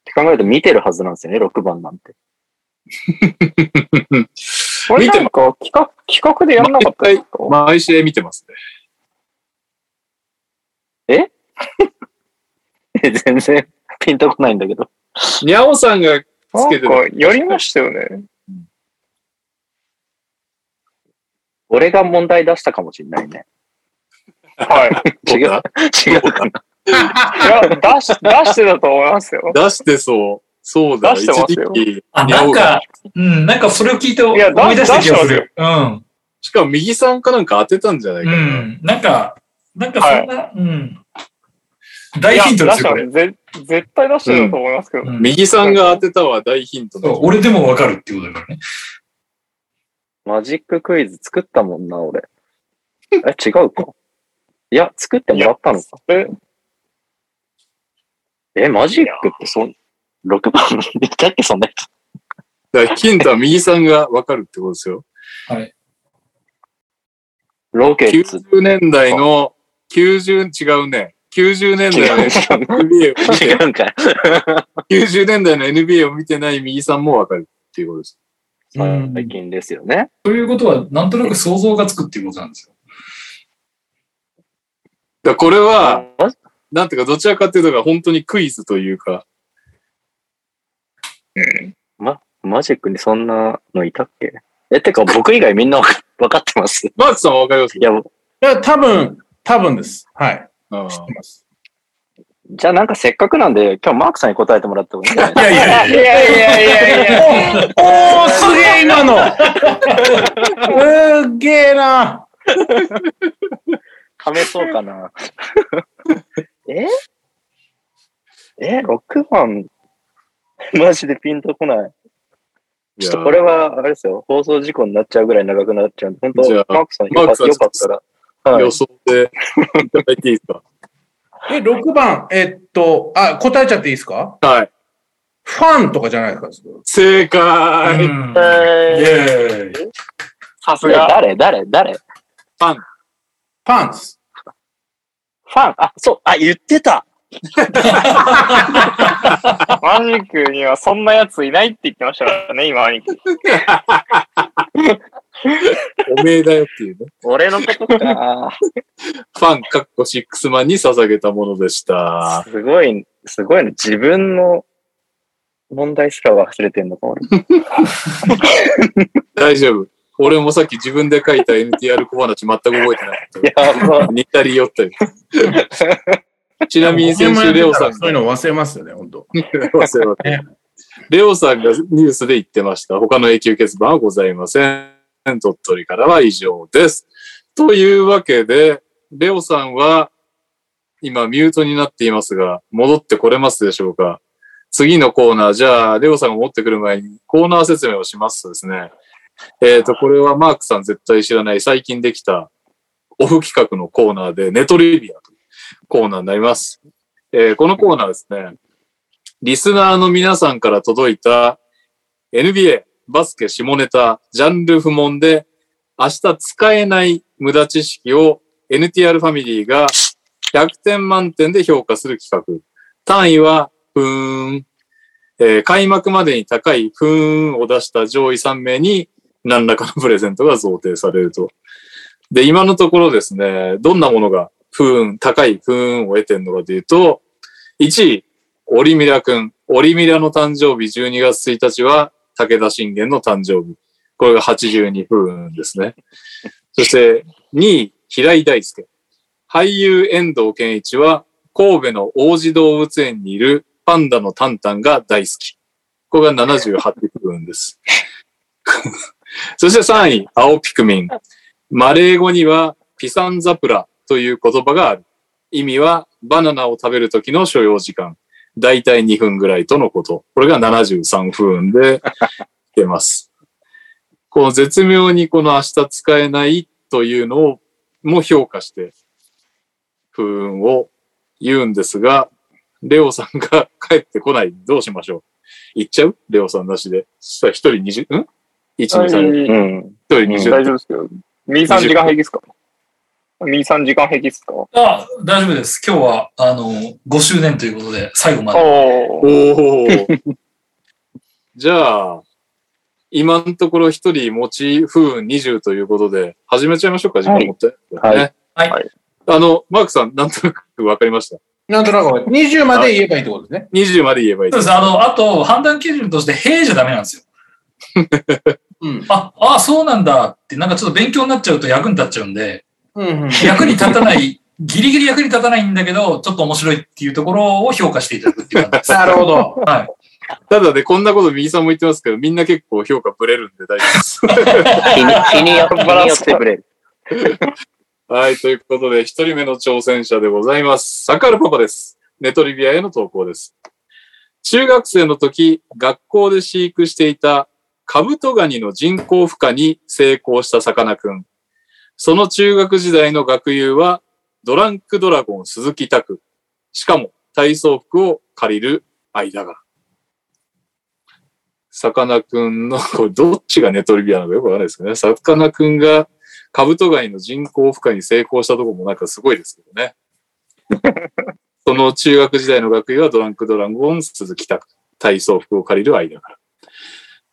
Speaker 6: て考えると見てるはずなんですよね、6番なんて。
Speaker 4: これ
Speaker 2: 見
Speaker 4: な
Speaker 2: て
Speaker 4: ん
Speaker 2: ま
Speaker 4: か企画、企画でやんなかったんですか
Speaker 2: 毎試合見てますね。
Speaker 6: え全然 ピンとこないんだけど。
Speaker 2: にゃおさんがつ
Speaker 4: な
Speaker 2: け
Speaker 4: ん
Speaker 2: て
Speaker 4: か
Speaker 2: る。
Speaker 4: やりましたよね。
Speaker 6: 俺が問題出したかもしれないね。
Speaker 4: はい。
Speaker 6: 違う
Speaker 2: か。
Speaker 6: 違うかな。
Speaker 4: いや、出し、出してたと思いますよ。
Speaker 2: 出してそう。そうだ、
Speaker 4: 出してますよ
Speaker 2: 一時期。
Speaker 3: あ、なんか、うん、なんかそれを聞いて思
Speaker 4: いやだ
Speaker 3: い出した気がする。うん。
Speaker 2: しかも右さんかなんか当てたんじゃないうかな。
Speaker 3: ん。なんか、なんかそんな、うん。大ヒントで
Speaker 4: いや
Speaker 3: す
Speaker 4: 出して
Speaker 3: よ、
Speaker 4: ま
Speaker 3: これ。
Speaker 4: すぜ絶対出してたと思いますけど。
Speaker 3: うん
Speaker 2: 右さんが当てたは大ヒント
Speaker 3: そう
Speaker 2: の。
Speaker 3: 俺でもわかるっていうことだからね。
Speaker 6: マジッククイズ作ったもんな、俺。え、違うか。いや、作ってもらったのか。
Speaker 4: え、
Speaker 6: え、マジックってそん、6番でたっけ、そんな人。
Speaker 2: だからヒントは右さんがわかるってことですよ。
Speaker 6: ロケッツ。
Speaker 2: 90年代の、90、違うね。90年代の NBA を見
Speaker 6: 違
Speaker 2: て、
Speaker 6: うんかい。
Speaker 2: 90年代の NBA を見てない右さんもわかるっていうことです。
Speaker 3: うん
Speaker 6: 最近ですよね。
Speaker 3: ということは、なんとなく想像がつくっていうことなんですよ。
Speaker 2: だからこれは、
Speaker 6: マジ
Speaker 2: なんていうか、どちらかっていうと、本当にクイズというか、
Speaker 6: マジックにそんなのいたっけえ、てか僕以外みんなわかわかってます。い
Speaker 2: マークさんはわかります
Speaker 6: や、
Speaker 1: や、多分、多分です。はい。
Speaker 2: あ
Speaker 1: 知ってます。
Speaker 6: じゃあなんかせっかくなんで、今日マークさんに答えてもらった方がいいんじゃない
Speaker 3: いやい
Speaker 4: い
Speaker 3: や
Speaker 4: やい
Speaker 3: いや。
Speaker 4: やいやいやいや。
Speaker 1: おー、 すげえ、今のすげえな
Speaker 6: 試そうかな。 ええ、6番 マジでピンとこない。ちょっとこれは、あれですよ、放送事故になっちゃうぐらい長くなっちゃうんで、本当
Speaker 2: じゃあ
Speaker 6: マークさん
Speaker 2: マ
Speaker 6: よ
Speaker 2: ーク
Speaker 6: か
Speaker 2: さん
Speaker 6: よかったら。
Speaker 2: いや
Speaker 6: はい
Speaker 2: 予、想でいただいていいですか
Speaker 1: え、6番、えっと、あ、答えちゃっていいですか
Speaker 2: はい。
Speaker 1: ファンとかじゃないですか
Speaker 2: 正解、
Speaker 3: うんイ
Speaker 6: えー
Speaker 3: ェーイ
Speaker 4: さす
Speaker 6: え
Speaker 4: が。
Speaker 6: 誰誰誰フ
Speaker 1: パンツ。
Speaker 6: ァンあ、そう、あ、言ってた
Speaker 4: マジックにはそんなやついないって言ってましたからね、今、兄貴。
Speaker 2: おめえだよっていうね。
Speaker 6: 俺のことか。
Speaker 2: ファン、カッコシックスマンに捧げたものでした。
Speaker 6: すごい、すごいね。自分の問題すら忘れてんのか、俺。
Speaker 2: 大丈夫。俺もさっき自分で書いた NTR 小話全く覚えてない。
Speaker 6: やば。
Speaker 2: 似たり寄ったり。ちなみに先週レオさん
Speaker 1: そういう
Speaker 2: が、
Speaker 1: の忘れますよね、本当。
Speaker 2: レオさんがニュースで言ってました。他の永久欠番はございません。鳥取からは以上です。というわけで、レオさんは今ミュートになっていますが、戻ってこれますでしょうか次のコーナー、じゃあ、レオさんが持ってくる前にコーナー説明をしますとですね。えっ、と、これはマークさん絶対知らない最近できたオフ企画のコーナーで、ネトリビアというコーナーになります。えーこのコーナーはですね、リスナーの皆さんから届いた NBA、バスケ、下ネタ、ジャンル不問で、明日使えない無駄知識を NTR ファミリーが100点満点で評価する企画。単位は、ふーん。えー開幕までに高いふーんを出した上位3名に何らかのプレゼントが贈呈されると。で、今のところですね、どんなものが不運、高い不運を得てんのかというと、1位、オリミラくん。オリミラの誕生日12月1日は武田信玄の誕生日。これが82不運ですね。そして2位、平井大輔。俳優遠藤健一は神戸の王子動物園にいるパンダのタンタンが大好き。これが78不運です。そして3位、青ピクミン。マレー語にはピサンザプラという言葉がある。意味はバナナを食べる時の所要時間。だいたい2分ぐらいとのこと。これが73分で出ます。 この絶妙にこの明日使えないというのをも評価して、不運を言うんですが、レオさんが帰ってこない。どうしましょう行っちゃうレオさんなしで。そしたら一人二十、ん ?1、2、3、
Speaker 4: 大
Speaker 6: うん。
Speaker 2: 一人二十。
Speaker 4: 丈夫ですけど。右さん時間平気ですか右さん時間平気ですかお
Speaker 3: あ、大丈夫です。今日は、あの、5周年ということで、最後まで。
Speaker 4: ー。
Speaker 2: おお。じゃあ、今のところ一人持ち不運20ということで、始めちゃいましょうか、時間持って。
Speaker 6: はい
Speaker 2: ね
Speaker 3: はい
Speaker 4: はい
Speaker 2: あの、マークさん、なんとなくわかりました。
Speaker 1: なんとなくわかる、20まで言えばいいってことですね。
Speaker 2: 20まで言えばいい
Speaker 3: そう。です。あの、あと、判断基準として、へえじゃダメなんですよ。
Speaker 1: うん。
Speaker 3: あ、ああ、そうなんだって、なんかちょっと勉強になっちゃうと役に立っちゃうんで、
Speaker 1: うんうん。
Speaker 3: 役に立たないギリギリ役に立たないんだけど、ちょっと面白いっていうところを評価していただくっていう感じです。
Speaker 1: なるほど。
Speaker 3: はい。
Speaker 2: ただね、こんなこと右さんも言ってますけど、みんな結構評価ぶれるんで大丈夫です。
Speaker 6: 日に日によ日によってブレる。
Speaker 2: はい、ということで、一人目の挑戦者でございます。サッカールパパです。ネトリビアへの投稿です。中学生の時、学校で飼育していたカブトガニの人工孵化に成功したさかなクン。その中学時代の学友は、ドランクドラゴン鈴木拓。しかも、体操服を借りる間が。さかなクンの、 これどっちがネトリビアなのかよくわからないですけどね。さかなクンがカブトガニの人工孵化に成功したとこもなんかすごいですけどね。その中学時代の学位はドランクドラゴン鈴木拓。体操服を借りる間から。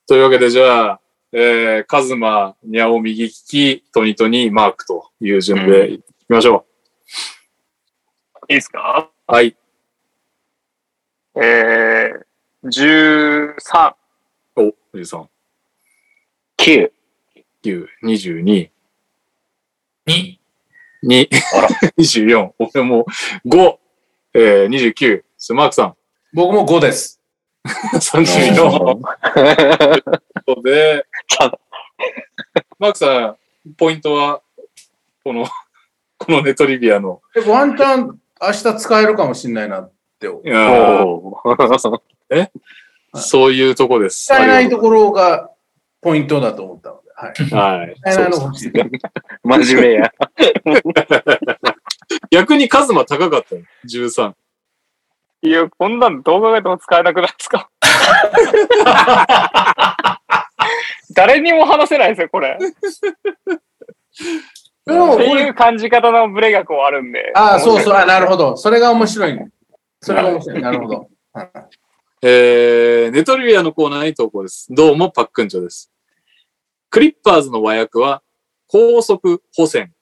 Speaker 2: というわけで、じゃあ、えー、カズマ、ニャオ右利き、トニトニ、マークという順でいきましょ
Speaker 4: いですか
Speaker 2: う。はい。
Speaker 4: えー、13、
Speaker 2: お、13、
Speaker 6: 9。
Speaker 2: 9、22、
Speaker 3: に、
Speaker 2: 2、24、俺も5、えー、29、スマークさん、
Speaker 1: 僕も5です。
Speaker 2: 34。ということ で
Speaker 6: ちゃん、
Speaker 2: マークさん、ポイントは、この、このネトリビアの。
Speaker 1: えワンタン、明日使えるかもしれないなって。
Speaker 2: いやー
Speaker 6: おー
Speaker 2: そういうとこです。
Speaker 1: 使えないところがポイントだと思ったので。はい。使
Speaker 2: はい。
Speaker 1: えないの
Speaker 2: そう
Speaker 1: 欲しいです。
Speaker 6: 真面目や。
Speaker 2: 逆にカズマ高かったよ。13。
Speaker 4: いや、こんなん動画がでも使えなくないです か誰にも話せないですよ、これ。
Speaker 1: でも
Speaker 4: っ
Speaker 1: こ
Speaker 4: てい
Speaker 1: れ
Speaker 4: う感じ方のブレがこうあるんで。
Speaker 1: ああ、そうそう。あなるほど。それが面白いね。それが面白い。なるほど。はい
Speaker 2: えー、ネトリビアのコーナーに投稿です。どうもパックンチョです。クリッパーズの和訳は、高速補選。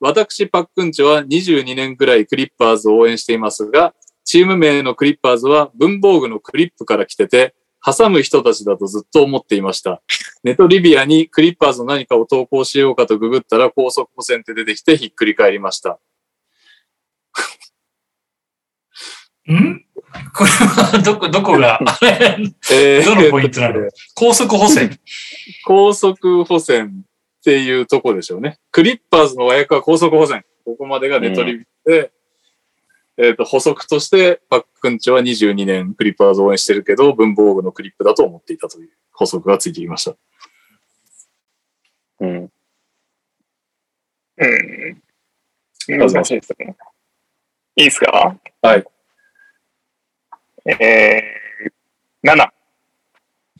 Speaker 2: 私、パックンチョは22年くらいクリッパーズを応援していますが、チーム名のクリッパーズは文房具のクリップから来てて、挟む人たちだとずっと思っていました。ネトリビアにクリッパーズの何かを投稿しようかとググったら高速補選って出てきてひっくり返りました。
Speaker 3: んこれは、 どこ、どこ が、あれ
Speaker 2: えー
Speaker 3: どのポイントなの高速補正。
Speaker 2: 高速補選っていうとこでしょうね。クリッパーズの和訳は高速補選。ここまでがネトリビアで、えっ、と、補足として、パックンチョは22年クリッパーズを応援してるけど、文房具のクリップだと思っていたという補足がついてきました。
Speaker 6: うん。
Speaker 4: うん。難しいですね。いいですか
Speaker 2: はい。
Speaker 4: えー、7、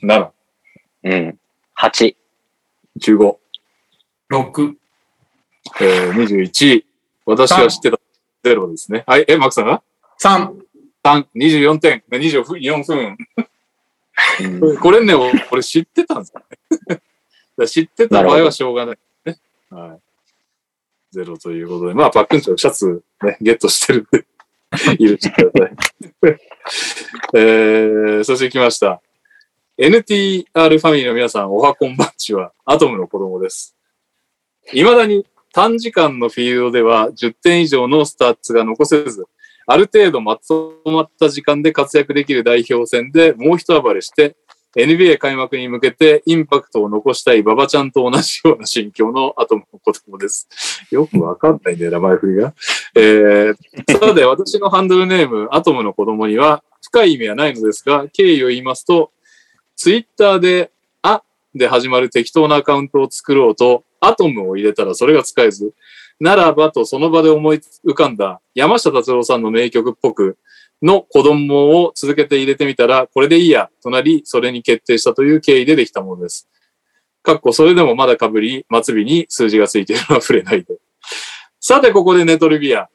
Speaker 2: 7、
Speaker 6: うん。8。
Speaker 2: 15、
Speaker 3: 6。
Speaker 2: えー、21。私は知ってた。ゼロですね。はい。え、マックさんが
Speaker 1: 三
Speaker 2: ?3、24点。24分。
Speaker 6: うん
Speaker 2: これね、お俺知ってたんですよね。 だから知ってた場合はしょうがない、ね。はい。ゼロということで、まあ、パックンチョのシャツね、ゲットしてるんで、 許してください。 えー、そして来ました。NTR ファミリーの皆さん、おはこんばんちは、アトムの子供です。未だに短時間のフィールドでは10点以上のスタッツが残せず、ある程度まとまった時間で活躍できる代表戦でもう一暴れして、NBA 開幕に向けてインパクトを残したい馬場ちゃんと同じような心境のアトムの子供です。 よくわかんないね、名前振りが。えー、さて、私のハンドルネーム、アトムの子供には深い意味はないのですが、経緯を言いますと、ツイッターで、あで始まる適当なアカウントを作ろうと、アトムを入れたらそれが使えず、ならばとその場で思い浮かんだ山下達郎さんの名曲っぽく、の子供を続けて入れてみたら、これでいいや、となり、それに決定したという経緯でできたものです。かっこ、それでもまだ被り、末尾に数字がついているのは触れないで。さて、ここでネトリビア。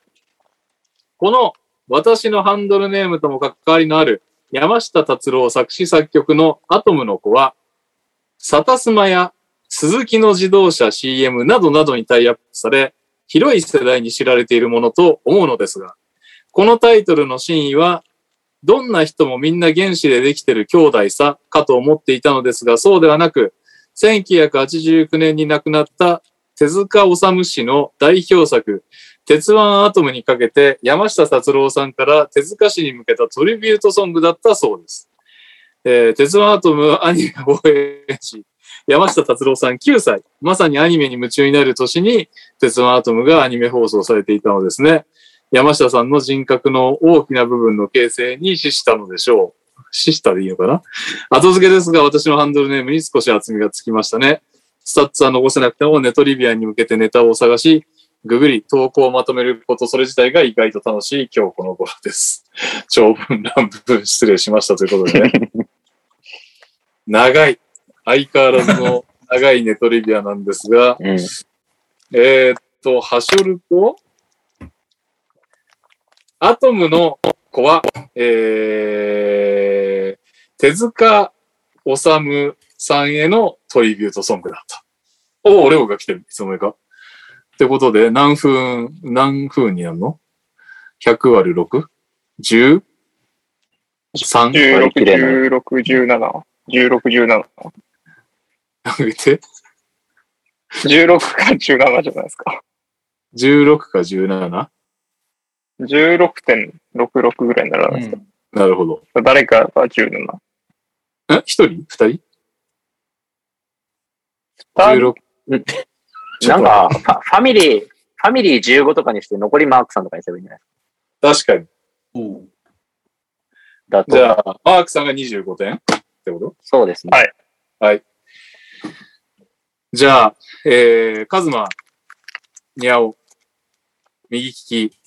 Speaker 2: この、私のハンドルネームとも関わりのある、山下達郎作詞作曲のアトムの子は、サタスマや鈴木の自動車 CM などなどにタイアップされ、広い世代に知られているものと思うのですが、このタイトルの真意は、どんな人もみんな原子でできてる兄弟さかと思っていたのですが、そうではなく、1989年に亡くなった手塚治虫氏の代表作、鉄腕アトムにかけて山下達郎さんから手塚氏に向けたトリビュートソングだったそうです。えー鉄腕アトムアニメ防衛し、山下達郎さん9歳、まさにアニメに夢中になる年に鉄腕アトムがアニメ放送されていたのですね。山下さんの人格の大きな部分の形成に死したのでしょう。死したでいいのかな後付けですが私のハンドルネームに少し厚みがつきましたね。スタッツは残せなくてもネトリビアに向けてネタを探し、ググり、投稿をまとめること、それ自体が意外と楽しい今日この頃です。長文乱文失礼しましたということでね。長い。相変わらずの長いネトリビアなんですが、
Speaker 6: うん。
Speaker 2: えーっと、ハショルと、アトムの子は、えー、手塚治虫さんへのトリビュートソングだった。おお、レオが来てる。いつの間にか。ってことで、何分、何分になるの ?100 割る 6?10? 3?
Speaker 4: 16、
Speaker 6: 切れ
Speaker 4: 16、17、16、17。
Speaker 2: 上げて
Speaker 4: 16か17じゃないですか。
Speaker 2: 16か 17?
Speaker 4: 16.66ぐらいにならないですか。
Speaker 2: なるほど。
Speaker 4: 誰かが17。
Speaker 2: え一人二人
Speaker 4: 単
Speaker 2: ?16。
Speaker 6: なんか、ファファミリー、ファミリー15とかにして残りマークさんとかにすればいいんじゃない
Speaker 2: 確かに。
Speaker 6: だ
Speaker 2: じ
Speaker 6: と、
Speaker 2: ゃあ、マークさんが25点ってこと
Speaker 6: そうですね。
Speaker 4: はい
Speaker 2: じゃあ、えー、カズマ、ニャオ、右利き、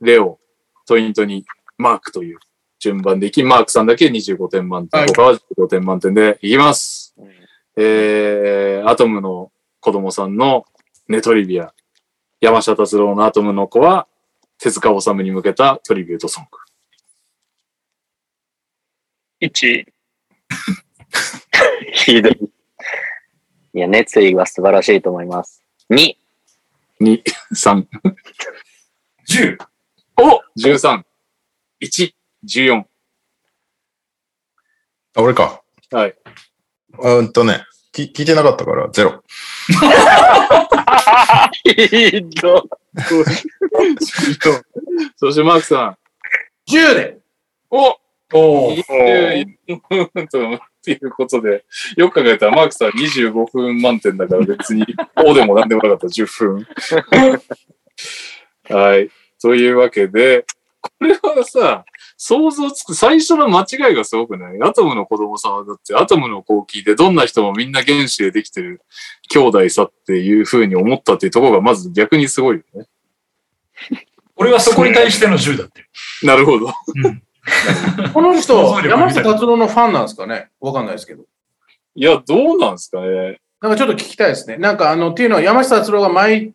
Speaker 2: レオ、トイントに、マークという順番でいき、マークさんだけ25点満点、
Speaker 1: はい
Speaker 2: 他は15点満点でいきます。
Speaker 6: うん
Speaker 2: えー、アトムの子供さんのネトリビア、山下達郎のアトムの子は、手塚治虫に向けたトリビュートソング。
Speaker 4: 1、
Speaker 6: ひどい。いや、熱意は素晴らしいと思います。2、
Speaker 2: 2、3、
Speaker 3: 10。
Speaker 2: お !13、1、14。
Speaker 5: あ、俺か。
Speaker 2: はい。
Speaker 5: うーんとね、き聞いてなかったから、ゼロ。
Speaker 6: ひど
Speaker 2: そしてマークさん、
Speaker 1: 10で
Speaker 2: お
Speaker 3: おー
Speaker 2: 24分ということで、よく考えたらマークさん25分満点だから別に、おでもなんでもなかった、10分。 はい。というわけで、これはさ、想像つく、最初の間違いがすごくないアトムの子供さんはだって、アトムの子を聞いて、どんな人もみんな原子でできてる兄弟さっていうふうに思ったっていうところがまず逆にすごいよね。
Speaker 3: 俺はそこに対しての10だって。
Speaker 2: なるほど。
Speaker 1: この人
Speaker 3: 想像、力が
Speaker 1: 山
Speaker 3: 見た
Speaker 1: 下
Speaker 3: い
Speaker 1: 達郎のファンなんですかねわかんないですけど。
Speaker 2: いや、どうなんですかね。
Speaker 1: なんかちょっと聞きたいですね。なんかあの、っていうのは山下達郎が毎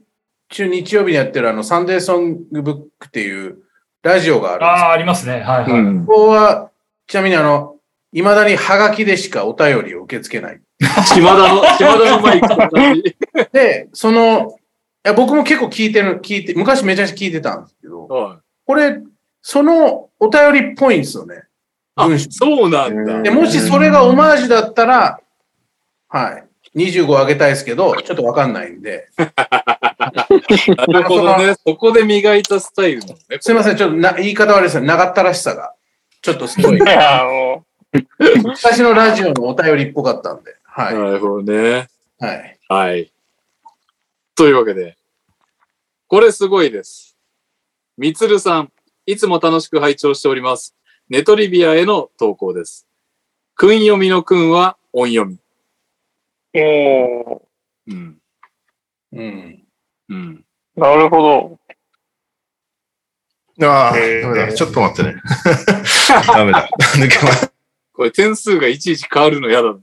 Speaker 1: 週日曜日にやってるあの、サンデーソングブックっていうラジオがあるん
Speaker 3: あ
Speaker 1: です
Speaker 3: あ、ありますね。はいはい。
Speaker 2: ん。
Speaker 1: ここは、ちなみにあの、いまだにハガキでしかお便りを受け付けない。
Speaker 2: 島 田の、島田のマイクと同じ。
Speaker 1: で、その、いや僕も結構聞いてる、聞いて、昔めちゃくちゃ聞いてたんですけど、
Speaker 2: はい
Speaker 1: これ、そのお便りっぽいんですよね。
Speaker 2: あ
Speaker 1: 文章。
Speaker 2: そうなん
Speaker 6: う
Speaker 2: だ
Speaker 6: ん
Speaker 1: で、。もしそれがオマージュだったら、はい。25あげたいですけど、ちょっとわかんないんで。
Speaker 2: なるほどね。そこで磨いたスタイルなのね。
Speaker 1: すいま
Speaker 2: ん。
Speaker 1: せん、ちょっとな言い方悪いですね。長ったらしさが。ちょっとすごい
Speaker 4: い。や、も
Speaker 1: 昔のラジオのお便りっぽかったんで。はい。
Speaker 2: なるほどね。
Speaker 1: はい。
Speaker 2: はい。というわけで、これすごいです。みつるさん、いつも楽しく拝聴しております。ネトリビアへの投稿です。訓読みの訓は音読み。
Speaker 4: う、も
Speaker 2: うん。
Speaker 1: うん。
Speaker 2: うん。
Speaker 4: う、なるほど。
Speaker 5: ああ、
Speaker 4: えー
Speaker 5: ダメだ。ちょっと待ってね。ダメだ。 抜けます。
Speaker 2: これ点数がいちいち変わるの嫌だな。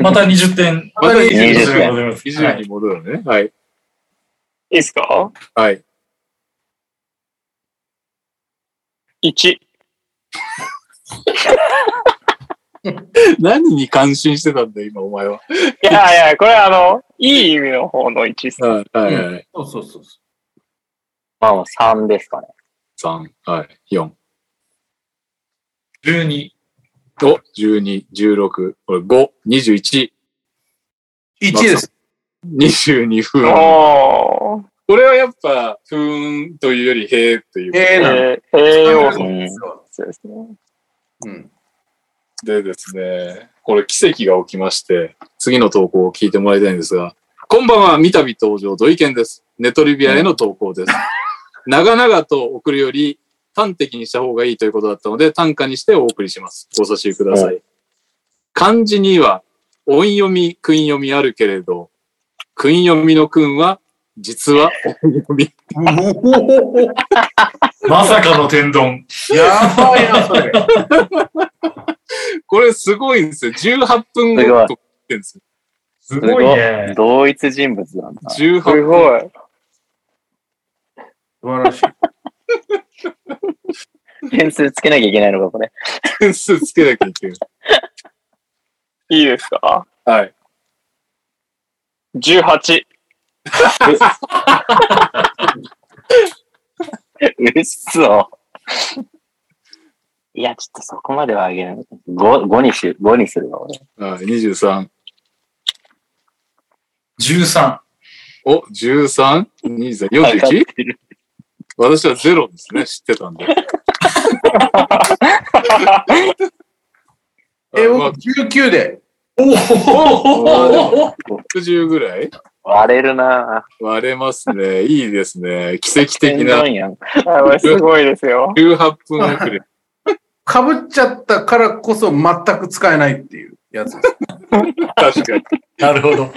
Speaker 3: また20点。
Speaker 1: また
Speaker 3: ありが
Speaker 1: 20
Speaker 3: とうございます
Speaker 2: 以上に戻るのね。はい。
Speaker 4: いいですか
Speaker 2: はい。
Speaker 4: ?1、
Speaker 2: 何に感心してたんだよ、今、お前は。
Speaker 4: いやいや、これあの、いい意味の方の1っす。
Speaker 2: はい。はいはい。
Speaker 1: そうそうそうそ
Speaker 6: まあまあ3ですかね。
Speaker 2: 3、はい。4。
Speaker 3: 12。
Speaker 2: お、12、16、これ5、21、
Speaker 1: う。1です。
Speaker 2: 22分
Speaker 4: おー
Speaker 2: これはやっぱ、ふーんというより、へーというこ
Speaker 1: へーなの。
Speaker 4: えー、栄養
Speaker 1: そ
Speaker 4: 素
Speaker 1: う
Speaker 4: そうですね。
Speaker 1: う
Speaker 2: と
Speaker 1: ん。
Speaker 2: でですね、これ奇跡が起きまして、次の投稿を聞いてもらいたいんですが、こんばんは、三度登場、土井健です。ネトリビアへの投稿です。長々と送るより、端的にした方がいいということだったので、短歌にしてお送りします。ご差しください。漢字には、音読み、訓読みあるけれど、訓読みの訓は、実は音読み。
Speaker 3: まさかの天丼。
Speaker 1: やばいな、それ。
Speaker 2: これすごいんですよ。18分後
Speaker 6: すごい
Speaker 2: とか言ってんですよ。
Speaker 3: すごいね。
Speaker 6: 同一人物なんだ。
Speaker 2: 18
Speaker 4: す
Speaker 2: 分。
Speaker 4: ごい。
Speaker 1: 素晴らしい。
Speaker 6: 点数つけなきゃいけないのか、これ。
Speaker 2: 点数つけなきゃいけない。
Speaker 4: いいですか
Speaker 2: はい。
Speaker 4: ?18。
Speaker 6: うっそ。いや、ちょっとそこまではあげない。5, 5にし、5にするわ、俺。
Speaker 2: はい、23。
Speaker 3: 13。
Speaker 2: お、13?23?
Speaker 6: わかっ
Speaker 2: 41?
Speaker 6: てる
Speaker 2: 私はゼロですね。知ってたん で。
Speaker 1: え、
Speaker 2: え、まあ
Speaker 1: 僕、19で。
Speaker 3: おお
Speaker 2: 60ぐらい
Speaker 6: 割れるな
Speaker 2: 割れますね。いいですね。奇跡的
Speaker 6: 天
Speaker 2: な
Speaker 6: 丼やん。
Speaker 4: あこれすごいですよ。
Speaker 2: 18分遅れ。
Speaker 1: かぶっちゃったからこそ全く使えないっていうやつです。
Speaker 2: 確かに。
Speaker 3: なるほど。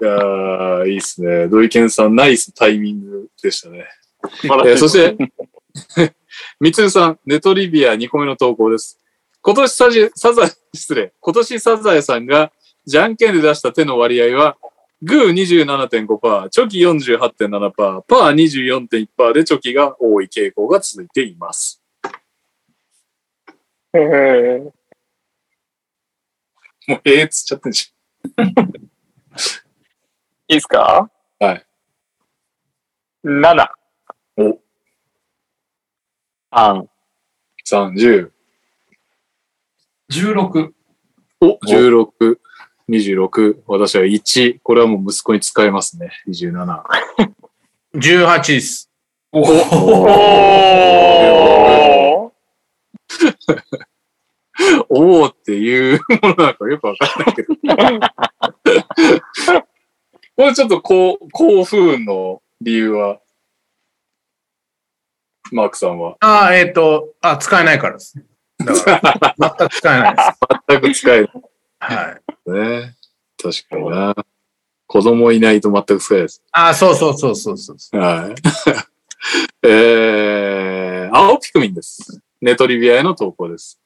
Speaker 2: いやーいいですね。土井健さん、ナイスタイミングでしたね。
Speaker 4: まだ
Speaker 2: えーそして、 みつるさん、ネトリビア2個目の投稿です。今年サジサザエ、失礼。今年サザエさんが、じゃんけんで出した手の割合は、グー27.5%、チョキ48.7%、パー24.1%でチョキが多い傾向が続いています。
Speaker 4: えー
Speaker 2: もう、ええっつっちゃってんじ
Speaker 4: いいですか
Speaker 2: はい。
Speaker 4: 7。
Speaker 6: あん。
Speaker 2: ゃん。30、
Speaker 3: 16。
Speaker 2: お、16、26、私は1。これはもう息子に使えますね。27。
Speaker 1: 18です。
Speaker 3: おお
Speaker 4: おー
Speaker 2: おおっていうものなんかよくわかんないけど。これちょっとこう、興奮の理由は、マークさん は
Speaker 1: ああ、えっ、と、あ、使えないからですね。だから、全く使えないです。
Speaker 2: 全く使えない
Speaker 1: はい。
Speaker 2: ね。確かにな。子供いないと全く使えないです。
Speaker 1: ああ、そうそうそうそうそう。
Speaker 2: はい。 えー、青ピクミンです。ネトリビアへの投稿です。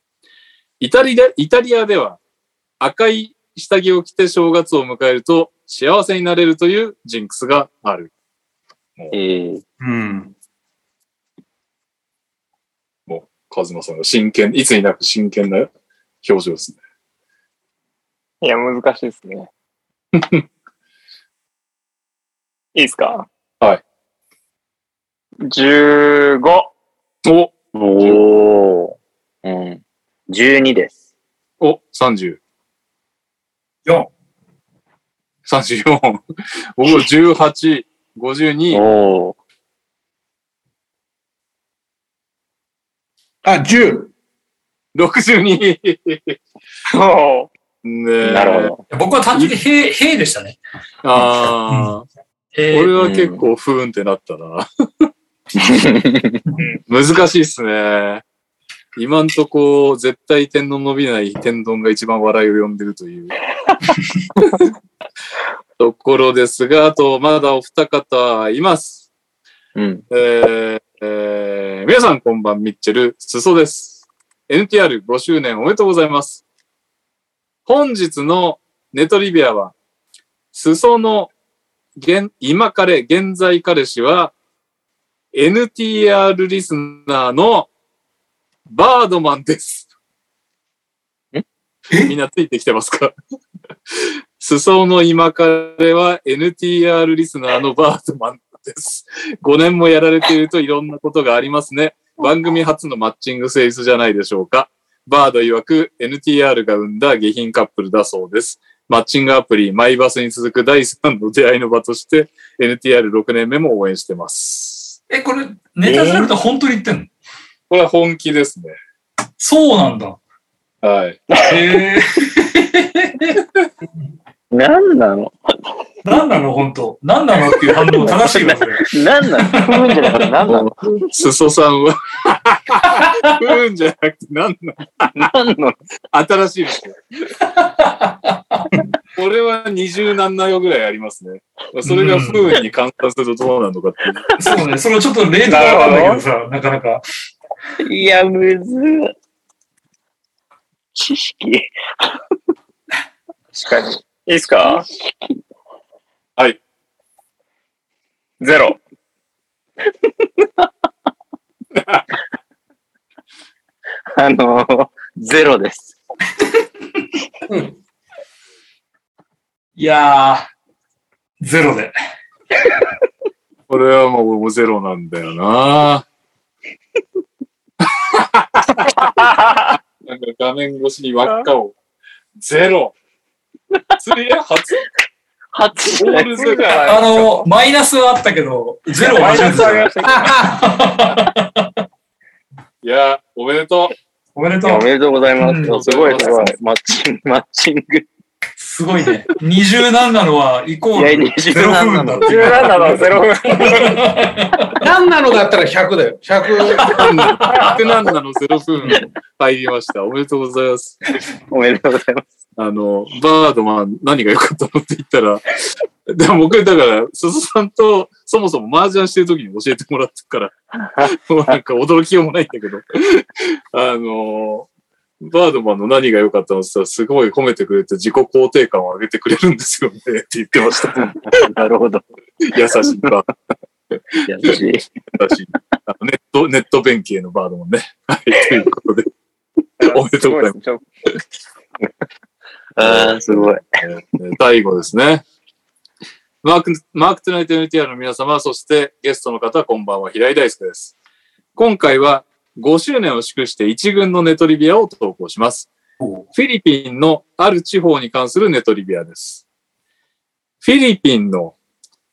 Speaker 2: イタリでイタリアでは赤い下着を着て正月を迎えると幸せになれるというジンクスがある。
Speaker 6: ええ
Speaker 1: うん。
Speaker 2: カズマさんが真剣、いつになく真剣な表情ですね。
Speaker 4: いや、難しいです ね。いいですか
Speaker 2: はい。
Speaker 4: 15。
Speaker 2: お
Speaker 6: おお。うん。12です。
Speaker 2: お !30。
Speaker 3: 4。
Speaker 2: 34。僕は18、52、
Speaker 6: おお。
Speaker 1: あ、10。
Speaker 2: 62。
Speaker 4: お
Speaker 2: ねえ
Speaker 6: なるほ。ど。
Speaker 3: 僕は単純にへい、へいでしたね。
Speaker 2: ああ、
Speaker 3: へい
Speaker 2: 俺は結構不運ってなったな。難しいっすね。今んとこ、絶対天丼伸びない天丼が一番笑いを呼んでるという。ところですが、あと、まだお二方います。
Speaker 6: うん。
Speaker 2: えーえー皆さんこんばん、ミッチェル、すそです。NTR5 周年おめでとうございます。本日のネトリビアは、すその現今彼、現在彼氏は、NTR リスナーのバードマンです。 みんなついてきてますか 裾の今彼は NTR リスナーのバードマンです。5年もやられているといろんなことがありますね。番組初のマッチング成立じゃないでしょうか。バード曰く NTR が生んだ下品カップルだそうです。マッチングアプリ、マイバスに続く第3の出会いの場として、NTR6 年目も応援してます。
Speaker 3: え、これ、ネタじゃなくて本当に言ってんの
Speaker 2: これは本気ですね。
Speaker 3: そうなんだ。
Speaker 2: はい。
Speaker 3: へえ。
Speaker 6: なんなの
Speaker 3: なんなの本当。なんなのっていう反応正しいわ、それ。
Speaker 6: なん なのふーんじゃなくてなんなの
Speaker 2: 裾さんは、うんじゃなくて、なんな
Speaker 6: なんなの
Speaker 2: 新しいですね。これは二十何内容ぐらいありますね。それが不運に換算するとどうなるのかっていう。
Speaker 3: そうね。それちょっとレートがあるんだけどさ、なかなか。
Speaker 6: いや、むずっ知識
Speaker 4: 確かに。いいっすか
Speaker 2: はい。
Speaker 4: ゼロ。
Speaker 6: あのゼロです。
Speaker 3: いやー、ゼロで。
Speaker 2: これはもう俺もゼロなんだよ な。なんか画面越しに輪っかを。ゼロ。ついや初
Speaker 6: 初
Speaker 2: ゴールゼロ。
Speaker 3: あの、マイナスはあったけど、ゼロは
Speaker 4: マイ
Speaker 3: 初め
Speaker 4: ナ
Speaker 3: て
Speaker 4: スあり
Speaker 3: だ
Speaker 4: ま
Speaker 3: よ
Speaker 4: したけ
Speaker 2: いや、おめでと
Speaker 3: おめでと
Speaker 6: おめ
Speaker 3: う。
Speaker 6: でとうございます。
Speaker 3: うん
Speaker 6: すごいすごい。マッチング、マッチング。
Speaker 3: すごいね。二十何なのは、イコ
Speaker 6: いや
Speaker 3: ール、ゼロ
Speaker 6: 27
Speaker 3: 分だって
Speaker 4: ど。17なの、ゼロ。。
Speaker 1: 何なのだったら100だよ。100。
Speaker 2: う。なんなのなんなのゼロ分入りました。おめでとうございます。
Speaker 6: おめでとうございま
Speaker 2: あの、バードマン何が良かったのって言ったら、 でも僕、だから、鈴さんとそもそも麻雀してる時に教えてもらったから、もうなんか驚きようもないんだけど、あの、バードマンの何が良かったのって言ったら、すごい褒めてくれて自己肯定感を上げてくれるんですよねって言ってました。
Speaker 6: す。なるほど。
Speaker 2: 優しいバー
Speaker 6: いや嬉しい
Speaker 2: ドマンだし、あのネット、ネット弁慶のバードマンね。はい、ということで、おめでとうございます
Speaker 6: あーすごい。
Speaker 2: えー第5ですね。マーク、マークトゥナイト NTR の皆様、そしてゲストの方、こんばんは、平井大輔です。今回は5周年を祝して1軍のネトリビアを投稿します。
Speaker 3: おう
Speaker 2: フィリピンのある地方に関するネトリビアです。フィリピンの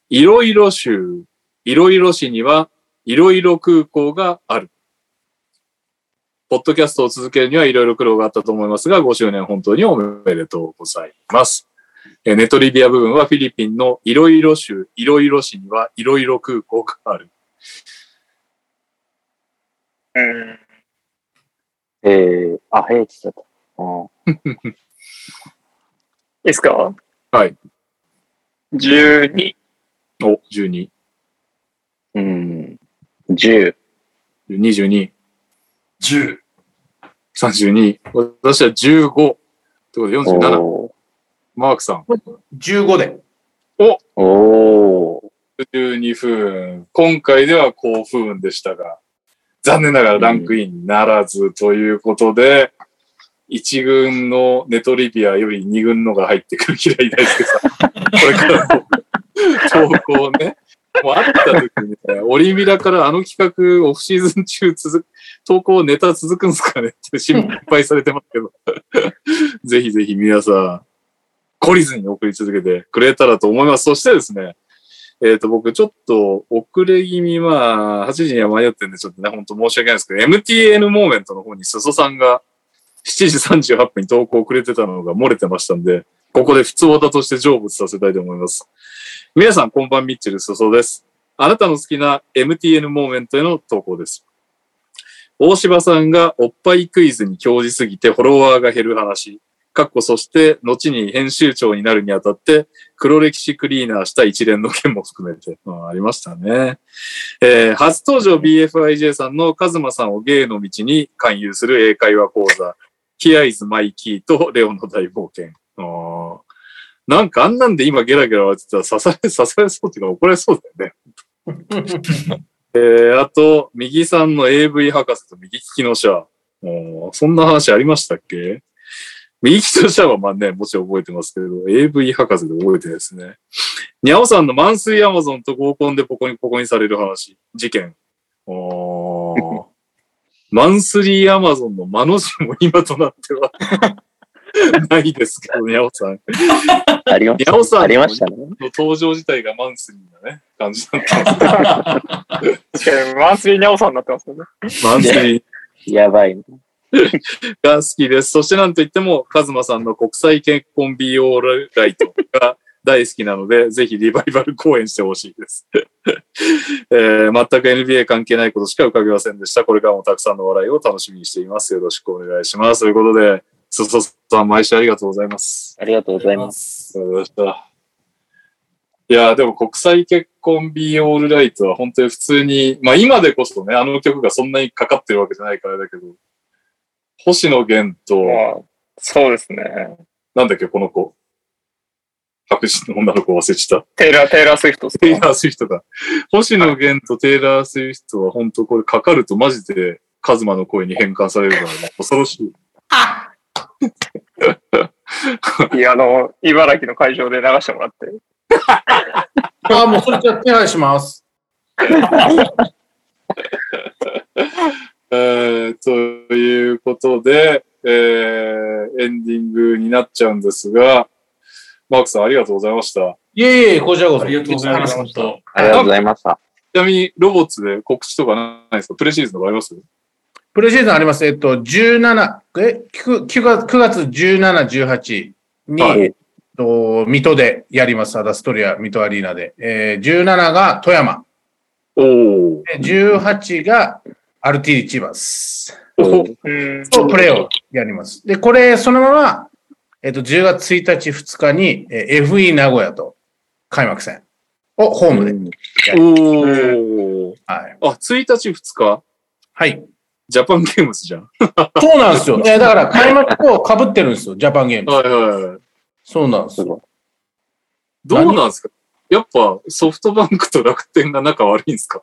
Speaker 2: いろいろ州、いろいろ市にはいろいろ空港がある。ポッドキャストを続けるにはいろいろ苦労があったと思いますが、5周年本当におめでとうございます。えーネトリビア部分はフィリピンのいろいろ州、いろいろ市にはいろいろ空港がある。
Speaker 4: うん。
Speaker 6: えー、あ、平地だった。うん
Speaker 4: いいっすか
Speaker 2: はい。
Speaker 4: 12。
Speaker 2: お、12、
Speaker 6: うん。10。
Speaker 2: 22、
Speaker 3: 十。
Speaker 2: 32、私は15、ってことで47。
Speaker 6: おー
Speaker 2: マークさん。
Speaker 1: 15で。
Speaker 6: おー。
Speaker 2: 12分。今回では好不運でしたが、残念ながらランクインならずということで、1軍のネトリビアより2軍のが入ってくる平井大輔さん。これからも投稿をね。もうあった時にね、オリミラからあの企画オフシーズン中続く、投稿ネタ続くんですかねって心配されてますけど、ぜひぜひ皆さん、懲りずに送り続けてくれたらと思います。そしてですね、えっ、と、僕、ちょっと、遅れ気味、まあ、8時には間に合ってんで、ちょっとね、本当申し訳ないですけど、MTN モーメントの方に、すそさんが、7時38分に投稿をくれてたのが漏れてましたんで、ここで普通オタとして成仏させたいと思います。皆さん、こんばん、ミッチェル、すそです。あなたの好きな MTN モーメントへの投稿です。大柴さんがおっぱいクイズに興じすぎてフォロワーが減る話。かっこそして、後に編集長になるにあたって、黒歴史クリーナーした一連の件も含めて、ま あ、ありましたね。えー初登場 BFIJ さんのカズマさんを芸の道に勧誘する英会話講座、ヒアイズ・マイ・キーとレオの大冒険。あーなんかあんなんで今ゲラゲラ笑ってたら刺され、刺 されそうっていうか怒られそうだよね。 えーあと、右さんの AV 博士と右利きのシャア。おーそんな話ありましたっけ右利きのシャアはまあね、もちろん覚えてますけれど、AV 博士で覚えてないですね。にゃおさんの満水アマゾンと合コンでポコにポコにされる話、事件。お ーマンスリーアマゾンの間の字も今となってはないですけど、にゃおさん。
Speaker 6: ありま
Speaker 2: にゃおさん
Speaker 6: ありましたね。
Speaker 2: の登場自体がマンスリーなね、感じだ った。
Speaker 4: 確かに、マンスリーニャオさんになってますよね。
Speaker 2: マンスリー
Speaker 6: やばい。
Speaker 2: が好きです。そしてなんといっても、カズマさんの国際結婚 BO ライトが大好きなので、 ぜひリバイバル公演してほしいです、 えー全く NBA 関係ないことしか伺いませんでした。これからもたくさんの笑いを楽しみにしています。よろしくお願いします。ということで、すそさん、毎週ありがとうございます。
Speaker 6: ありがとうございます。
Speaker 2: ありがとうございました。いやーでも国際結婚 Be All Right は本当に普通に、まあ今でこそね、あの曲がそんなにかかってるわけじゃないからだけど、星野源と、
Speaker 4: まあ、そうですね。
Speaker 2: なんだっけ、この子。白人の女の子忘れちゃっ
Speaker 4: テイラー、テイラー・スウィフトで
Speaker 2: た。
Speaker 4: す
Speaker 2: テイ
Speaker 4: か
Speaker 2: ラー・スウィフトだ。星野源とテイラー・スウィフトは本当これかかるとマジでカズマの声に変換されるからね。恐ろしい。
Speaker 4: いや、あの、茨城の会場で流してもらって。
Speaker 1: ああ、もうそれじゃあ手配します。
Speaker 2: えーということで、えーエンディングになっちゃうんですが、マークさんありがとうございました。
Speaker 1: いえいえ、こちらこそ。
Speaker 3: ありがとうございます。本当
Speaker 6: ありがとうございました。
Speaker 2: ちなみにロボッツで告知とかないですかプレシーズンとかあります
Speaker 1: プレシーズンあります。えっと、17、え、9, 月9月17、18に、
Speaker 2: はい
Speaker 1: えっと、水戸でやります。アダストリア、水戸アリーナで。えー、17が富山。
Speaker 2: おー
Speaker 1: で18がアルティリ千葉です。
Speaker 2: おー。
Speaker 4: うん。
Speaker 1: とプレーをやります。で、これ、そのまま、えっと、10月1日、2日に、えー FE 名古屋と開幕戦をホームで。
Speaker 2: おー。
Speaker 1: はい。
Speaker 2: あ、1日2日
Speaker 1: はい。
Speaker 2: ジャパンゲームズじゃん。
Speaker 1: そうなんですよ。えーだから、開幕と被ってるんですよ、ジャパンゲーム。
Speaker 2: はいはいはい。
Speaker 1: そうなんですよ。
Speaker 2: どうなんですかやっぱソフトバンクと楽天が仲悪いんですか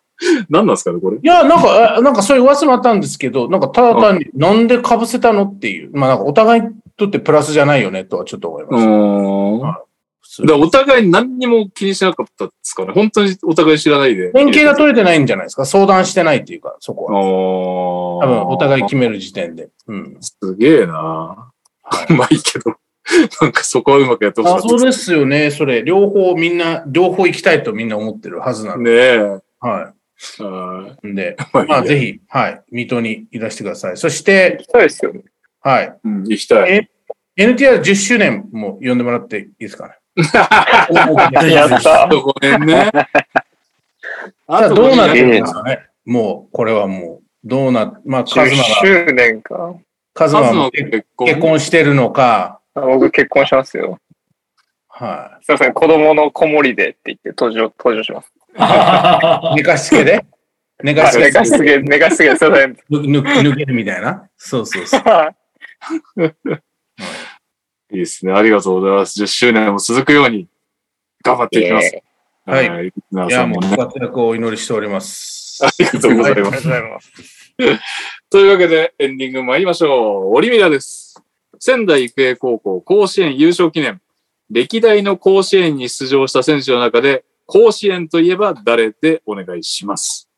Speaker 2: 何なんですかねこれ。
Speaker 1: いや、なんか、えなんかそういう噂もあったんですけど、なんかただ単に、なんで被せたのっていう。まあ、なんかお互いにとってプラスじゃないよね、とはちょっと思います。
Speaker 2: ん。だか
Speaker 1: あ普通
Speaker 2: らお互い何にも気にしなかったですかね本当にお互い知らないで。
Speaker 1: 連携が取れてないんじゃないですか相談してないっていうか、そこ
Speaker 2: あ
Speaker 1: は。
Speaker 2: 多
Speaker 1: 多分、お互い決める時点で。うん。
Speaker 2: すげえなうまいけど。 なんかそこはうまくやってほしか
Speaker 1: あ
Speaker 2: った
Speaker 1: そうですよね。それ、両方みんな、両方行きたいとみんな思ってるはずなので。
Speaker 2: ねえ。
Speaker 1: は
Speaker 2: あ
Speaker 1: い。んで、
Speaker 2: ー
Speaker 1: まあ、ぜ
Speaker 2: ひ。
Speaker 1: ひ、はい、水戸にいらしてください。そして、
Speaker 4: そうですよね。
Speaker 1: はい、
Speaker 2: うん行きたい。
Speaker 1: NTR10 周年も呼んでもらっていいで すかね。
Speaker 4: やった。
Speaker 2: ごめんね。
Speaker 1: あ
Speaker 2: と
Speaker 1: どうなってるんですかね。もう、これはもう、どうな、まあ、カズ
Speaker 4: 10
Speaker 1: マが、
Speaker 4: 周年か。
Speaker 1: カズ
Speaker 2: カ
Speaker 1: マ
Speaker 2: ズの
Speaker 1: も
Speaker 2: 結婚。
Speaker 1: 結婚してるのか、
Speaker 4: あ僕結婚しますよ。
Speaker 1: は
Speaker 4: すいません、子供の子守でって言って登場、登場します。
Speaker 1: い。寝かしつ けで寝か
Speaker 4: あ
Speaker 1: しつ
Speaker 4: 寝
Speaker 1: けで
Speaker 4: かしすぎ、寝かしすぎ、すいません。
Speaker 1: ぬ抜抜けるみたいな。そうそ うそう。
Speaker 2: いいですね。ありがとうございます。10周年も続くように頑張っていきます。
Speaker 1: はい
Speaker 2: はい。リスナー
Speaker 1: い
Speaker 2: さ
Speaker 1: や、
Speaker 2: ん
Speaker 1: も
Speaker 2: も
Speaker 1: う
Speaker 2: ね
Speaker 1: ご。活躍をお祈りしております。
Speaker 2: ありがとうござい
Speaker 4: ありが
Speaker 2: ま
Speaker 4: とう
Speaker 2: す。
Speaker 4: ございます。
Speaker 2: というわけで、エンディング参りましょう。オリミラです。仙台育英高校甲子園優勝記念。歴代の甲子園に出場した選手の中で、甲子園といえば誰でお願いします。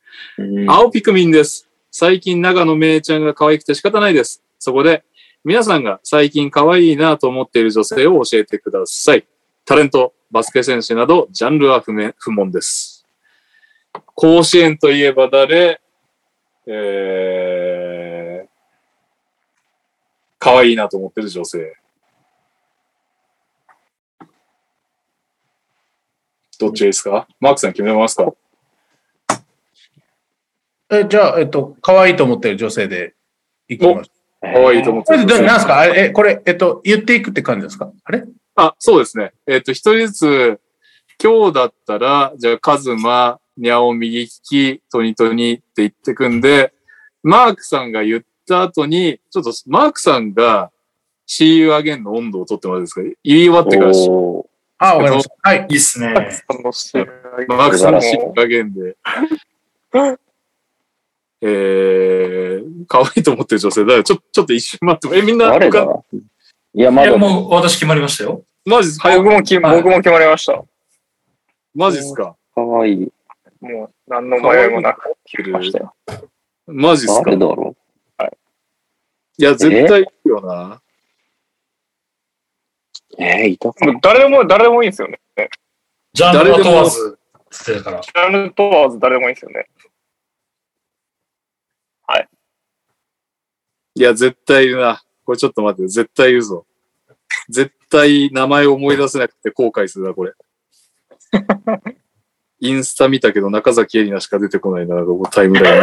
Speaker 2: 青ピクミンです。最近長野めいちゃんが可愛くて仕方ないです。そこで、皆さんが最近可愛いなと思っている女性を教えてください。タレント、バスケ選手など、ジャンルは不明不問です。甲子園といえば誰えー、可愛いなと思ってる女性。どっちがいいですかマークさん決めますか
Speaker 1: えじゃあ、えっと、可愛いと思ってる女性でいきましょう。
Speaker 2: 可愛いと思っ
Speaker 1: こ
Speaker 2: て
Speaker 1: れ
Speaker 2: る
Speaker 1: で
Speaker 2: 女
Speaker 1: ど
Speaker 2: 性。
Speaker 1: なんですかあれえ、これ、えっと、言っていくって感じですかあれ
Speaker 2: あ、そうですね。えっ、と、一人ずつ、今日だったら、じゃあ、カズマ、ニャオ右利き、トニトニって言ってくんで、マークさんが言った後に、ちょっとマークさんが、See you again の温度を取ってもらっていいですか言い終わってから、
Speaker 6: おー
Speaker 1: あ、わかりました。はい。
Speaker 3: いいっすね。
Speaker 4: 楽しい。
Speaker 2: マークさんの See you again で。 えー、可愛いと思ってる女性だよ。ちょ、ちょっと一瞬待って。え、みんな、
Speaker 6: 誰だ
Speaker 2: 他
Speaker 6: いや、
Speaker 3: い
Speaker 6: ま
Speaker 3: や、
Speaker 6: だだ。
Speaker 3: もう私決まりましたよ。
Speaker 2: マジっすか
Speaker 4: 僕もき、僕も決まりました。
Speaker 2: マジっすか
Speaker 6: かわいい。
Speaker 4: もう、何の迷いもなく。
Speaker 6: 聞きましたよ。
Speaker 2: マジっすか
Speaker 6: 誰だろ
Speaker 2: いや、絶対いるよな。
Speaker 6: えー、いたか
Speaker 4: もう誰でも、誰でもいいんですよね。
Speaker 3: ジャンルは問わず、つってたから。
Speaker 4: ジャンル問わず誰でもいいんですよね。
Speaker 2: いや、絶対言うな。これちょっと待って、絶対言うぞ。絶対名前思い出せなくて後悔するな、これ。インスタ見たけど中崎エリナしか出てこないな、ここタイムライ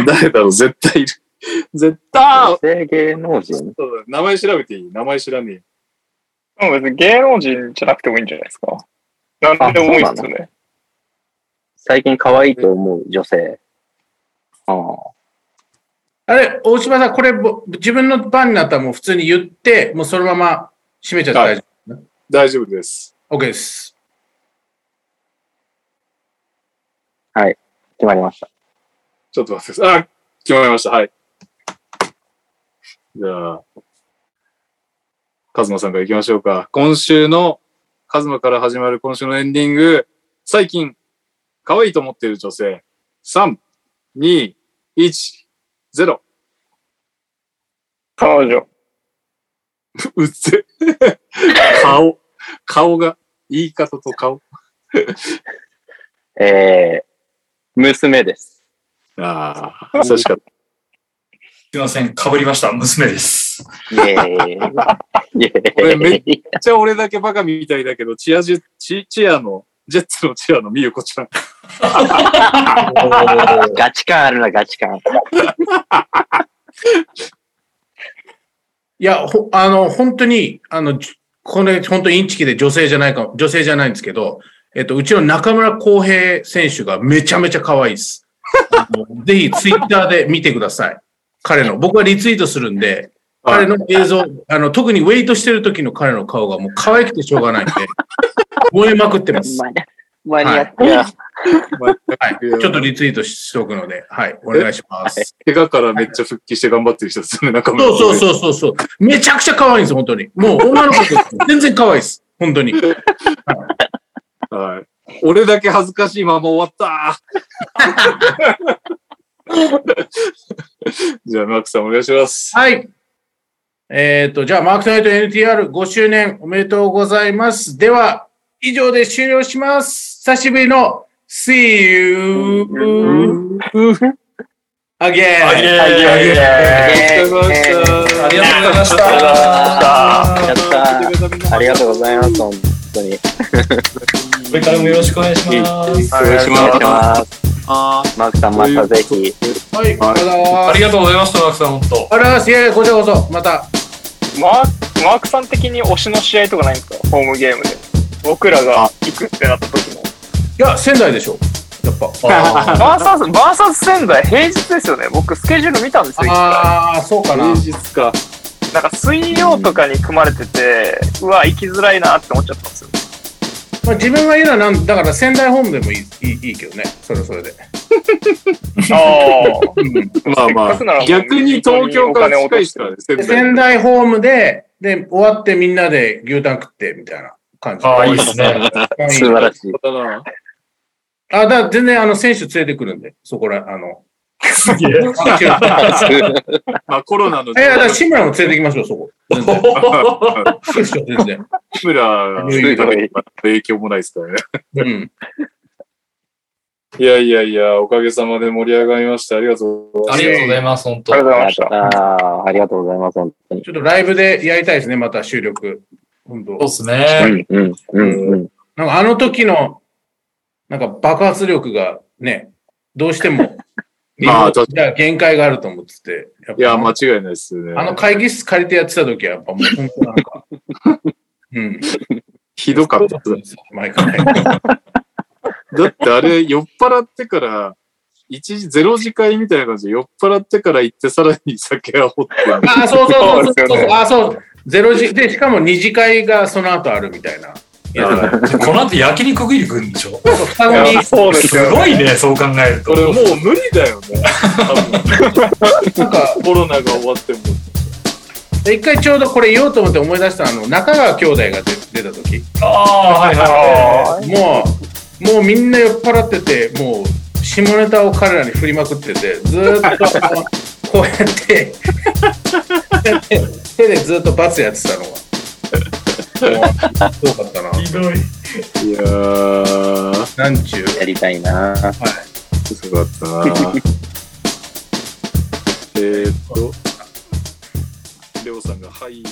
Speaker 2: ン。 誰だろう、絶対いる。絶対、
Speaker 6: 女性芸能人
Speaker 2: 名前調べていい名前知らねえ。
Speaker 4: でも別に芸能人じゃなくてもいいんじゃないですか。何でもいいんですよね。
Speaker 6: 最近可愛いと思う女性。ああ。
Speaker 1: あれ、大島さん、これ、ぼ自分の番になったらもう普通に言って、もうそのまま閉めちゃって大丈
Speaker 2: 大丈夫です。
Speaker 1: 夫。OK です。
Speaker 6: 決まりました。
Speaker 2: ちょっと待ってください。あ、決まりました。はい。じゃあ、カズマさんから行きましょうか。今週の、カズマから始まる今週のエンディング、最近、可愛いと思っている女性、3、2、1、0。
Speaker 4: 彼女。
Speaker 2: うっぜ。顔。顔が、言い方と顔。
Speaker 6: えー、娘です。
Speaker 2: ああ、確かに。
Speaker 3: すいません、かぶりました。娘です。
Speaker 6: イェーイ。イ
Speaker 2: れめ
Speaker 6: ェーイ。
Speaker 2: め っちゃ俺だけバカみたいだけど、チアジュ、チ、チアの、ジェッツのチアのみゆこちゃん。
Speaker 6: ガチ感あるな、ガチ感。
Speaker 1: いや、ほ、あの、本当に、あの、じこれ、本当インチキで女性じゃないか、女性じゃないんですけど、えっと、うちの中村航平選手がめちゃめちゃ可愛いです。あのぜひ、ツイッターで見てください。彼の。僕はリツイートするんで、彼の映像、あの、特にウェイトしてる時の彼の顔がもう可愛くてしょうがないんで、燃えまくってます。
Speaker 6: マニアマニアックな
Speaker 1: はい。ちょっとリツイートししておくので、はい。お願いします。
Speaker 2: 怪我からめっちゃ復帰して頑張ってる人ですよね、中村。
Speaker 1: そうそうそうそうそう。めちゃくちゃ可愛いんです、本当に。もう女の子と全然可愛いです。本当に。
Speaker 2: う。はい。俺だけ恥ずかしいまま終わった。 じゃあ、マークさんお願いします。
Speaker 1: はい。えっ、と、じゃあ、マークトナイト NTR5 周年おめでとうございます。では、以上で終了します。久しぶりの See you again.
Speaker 3: あげー
Speaker 6: イ
Speaker 2: お疲れ様でした。
Speaker 3: ありがとうございまし
Speaker 6: ありがとう
Speaker 3: た。
Speaker 6: ございましたやったーありがとうございます、本当に。
Speaker 3: これからもよろしくお願いします。
Speaker 2: お願いし
Speaker 6: お願いし
Speaker 2: ま
Speaker 6: ます。
Speaker 2: す。
Speaker 6: マークさん、またぜひ。
Speaker 1: はい、ありがとうございます。
Speaker 3: ありがとうございました、マークさん、本当。
Speaker 1: ありがとうございます。いやいや、こちらこそ、また。
Speaker 4: マーク、マークさん的に推しの試合とかないんですかホームゲームで。僕らが行くってなった時の。
Speaker 1: いや、仙台でしょ。やっぱ。
Speaker 3: あー
Speaker 4: バーサス、バーサス仙台平日ですよね。僕スケジュール見たんですよ、いつか
Speaker 1: ああ、そうかな。
Speaker 2: 平日か。
Speaker 4: なんか水曜とかに組まれてて、うわ、行きづらいなって思っちゃったんですよ。
Speaker 1: まあ、自分が言うのはなん、だから仙台本部でもいいいいいいけどね。それはそれで。
Speaker 4: あ
Speaker 1: うん
Speaker 2: まあ
Speaker 4: せっかくな
Speaker 2: ま
Speaker 4: ら
Speaker 2: あ、逆に東京から近い人はね、仙
Speaker 1: で
Speaker 2: 台
Speaker 1: 仙台ホームで、で、終わってみんなで牛タン食って、みたいな感じ。
Speaker 3: あー、いいですね。
Speaker 1: うん
Speaker 6: 素晴らしい。
Speaker 2: だな。
Speaker 1: あ、だから全然あの選手連れてくるんで、そこら、あの。
Speaker 3: すげえ。
Speaker 1: いや、だ
Speaker 2: まあ、コロナの時
Speaker 1: から志村も連れてきましょう、そこ。全然。いいで すよ全然。
Speaker 2: 志村の影響もないですからね。
Speaker 1: うん。
Speaker 2: いやいやいや、おかげさまで盛り上がりました。ありがとうございま
Speaker 3: あ
Speaker 2: す。
Speaker 3: りがとうございます、本当。
Speaker 4: りがとうござい
Speaker 6: や
Speaker 4: ま
Speaker 6: っ
Speaker 4: した
Speaker 6: た。ーありがとうございます、本当に。
Speaker 1: ちょっとライブでやりたいですね、また収録。本当
Speaker 3: そうですね。
Speaker 6: うんうんうんうん。
Speaker 1: なんかあの時の、なんか爆発力がね、どうし ても、
Speaker 2: まあ確
Speaker 1: じゃあ限界があると思ってて。やっぱ
Speaker 2: いや、間違いないですね。
Speaker 1: あの会議室借りてやってた時は、やっぱもう本当なん か、うん。
Speaker 2: ひどかった。
Speaker 1: 毎回。
Speaker 2: だってあれ、酔っ払ってから、一時、ゼロ次会みたいな感じで酔っ払ってから行って、さらに酒を掘って。
Speaker 1: あ、そうそうそ
Speaker 4: そ
Speaker 1: うそう
Speaker 4: うですよね
Speaker 1: あ、そう。ゼロ時、で、しかも二次会がその後あるみたいな。
Speaker 2: はい
Speaker 3: この後焼肉食いに行くんでしょ
Speaker 1: そう双子
Speaker 4: い
Speaker 1: に
Speaker 4: や、そうです
Speaker 3: す
Speaker 4: よね。
Speaker 3: ごいね、そう考えると
Speaker 2: こ。 れもう無理だよね。
Speaker 1: なんか、
Speaker 2: コロナが終わっても。
Speaker 1: で一回ちょうどこれ言おうと思って思い出したあの、中川兄弟が出出た時。
Speaker 3: ああ、はいは
Speaker 1: もう、もうみんな酔っ払ってて、もう、下ネタを彼らに振りまくってて、ずーっとこう、こうやって、手でずっと罰やってたのが。そうだったな。
Speaker 3: ひどい。
Speaker 2: いやー、
Speaker 1: なんちゅう。
Speaker 6: やりたいなぁ
Speaker 2: そうだったな えーっと、レオさんが、はい。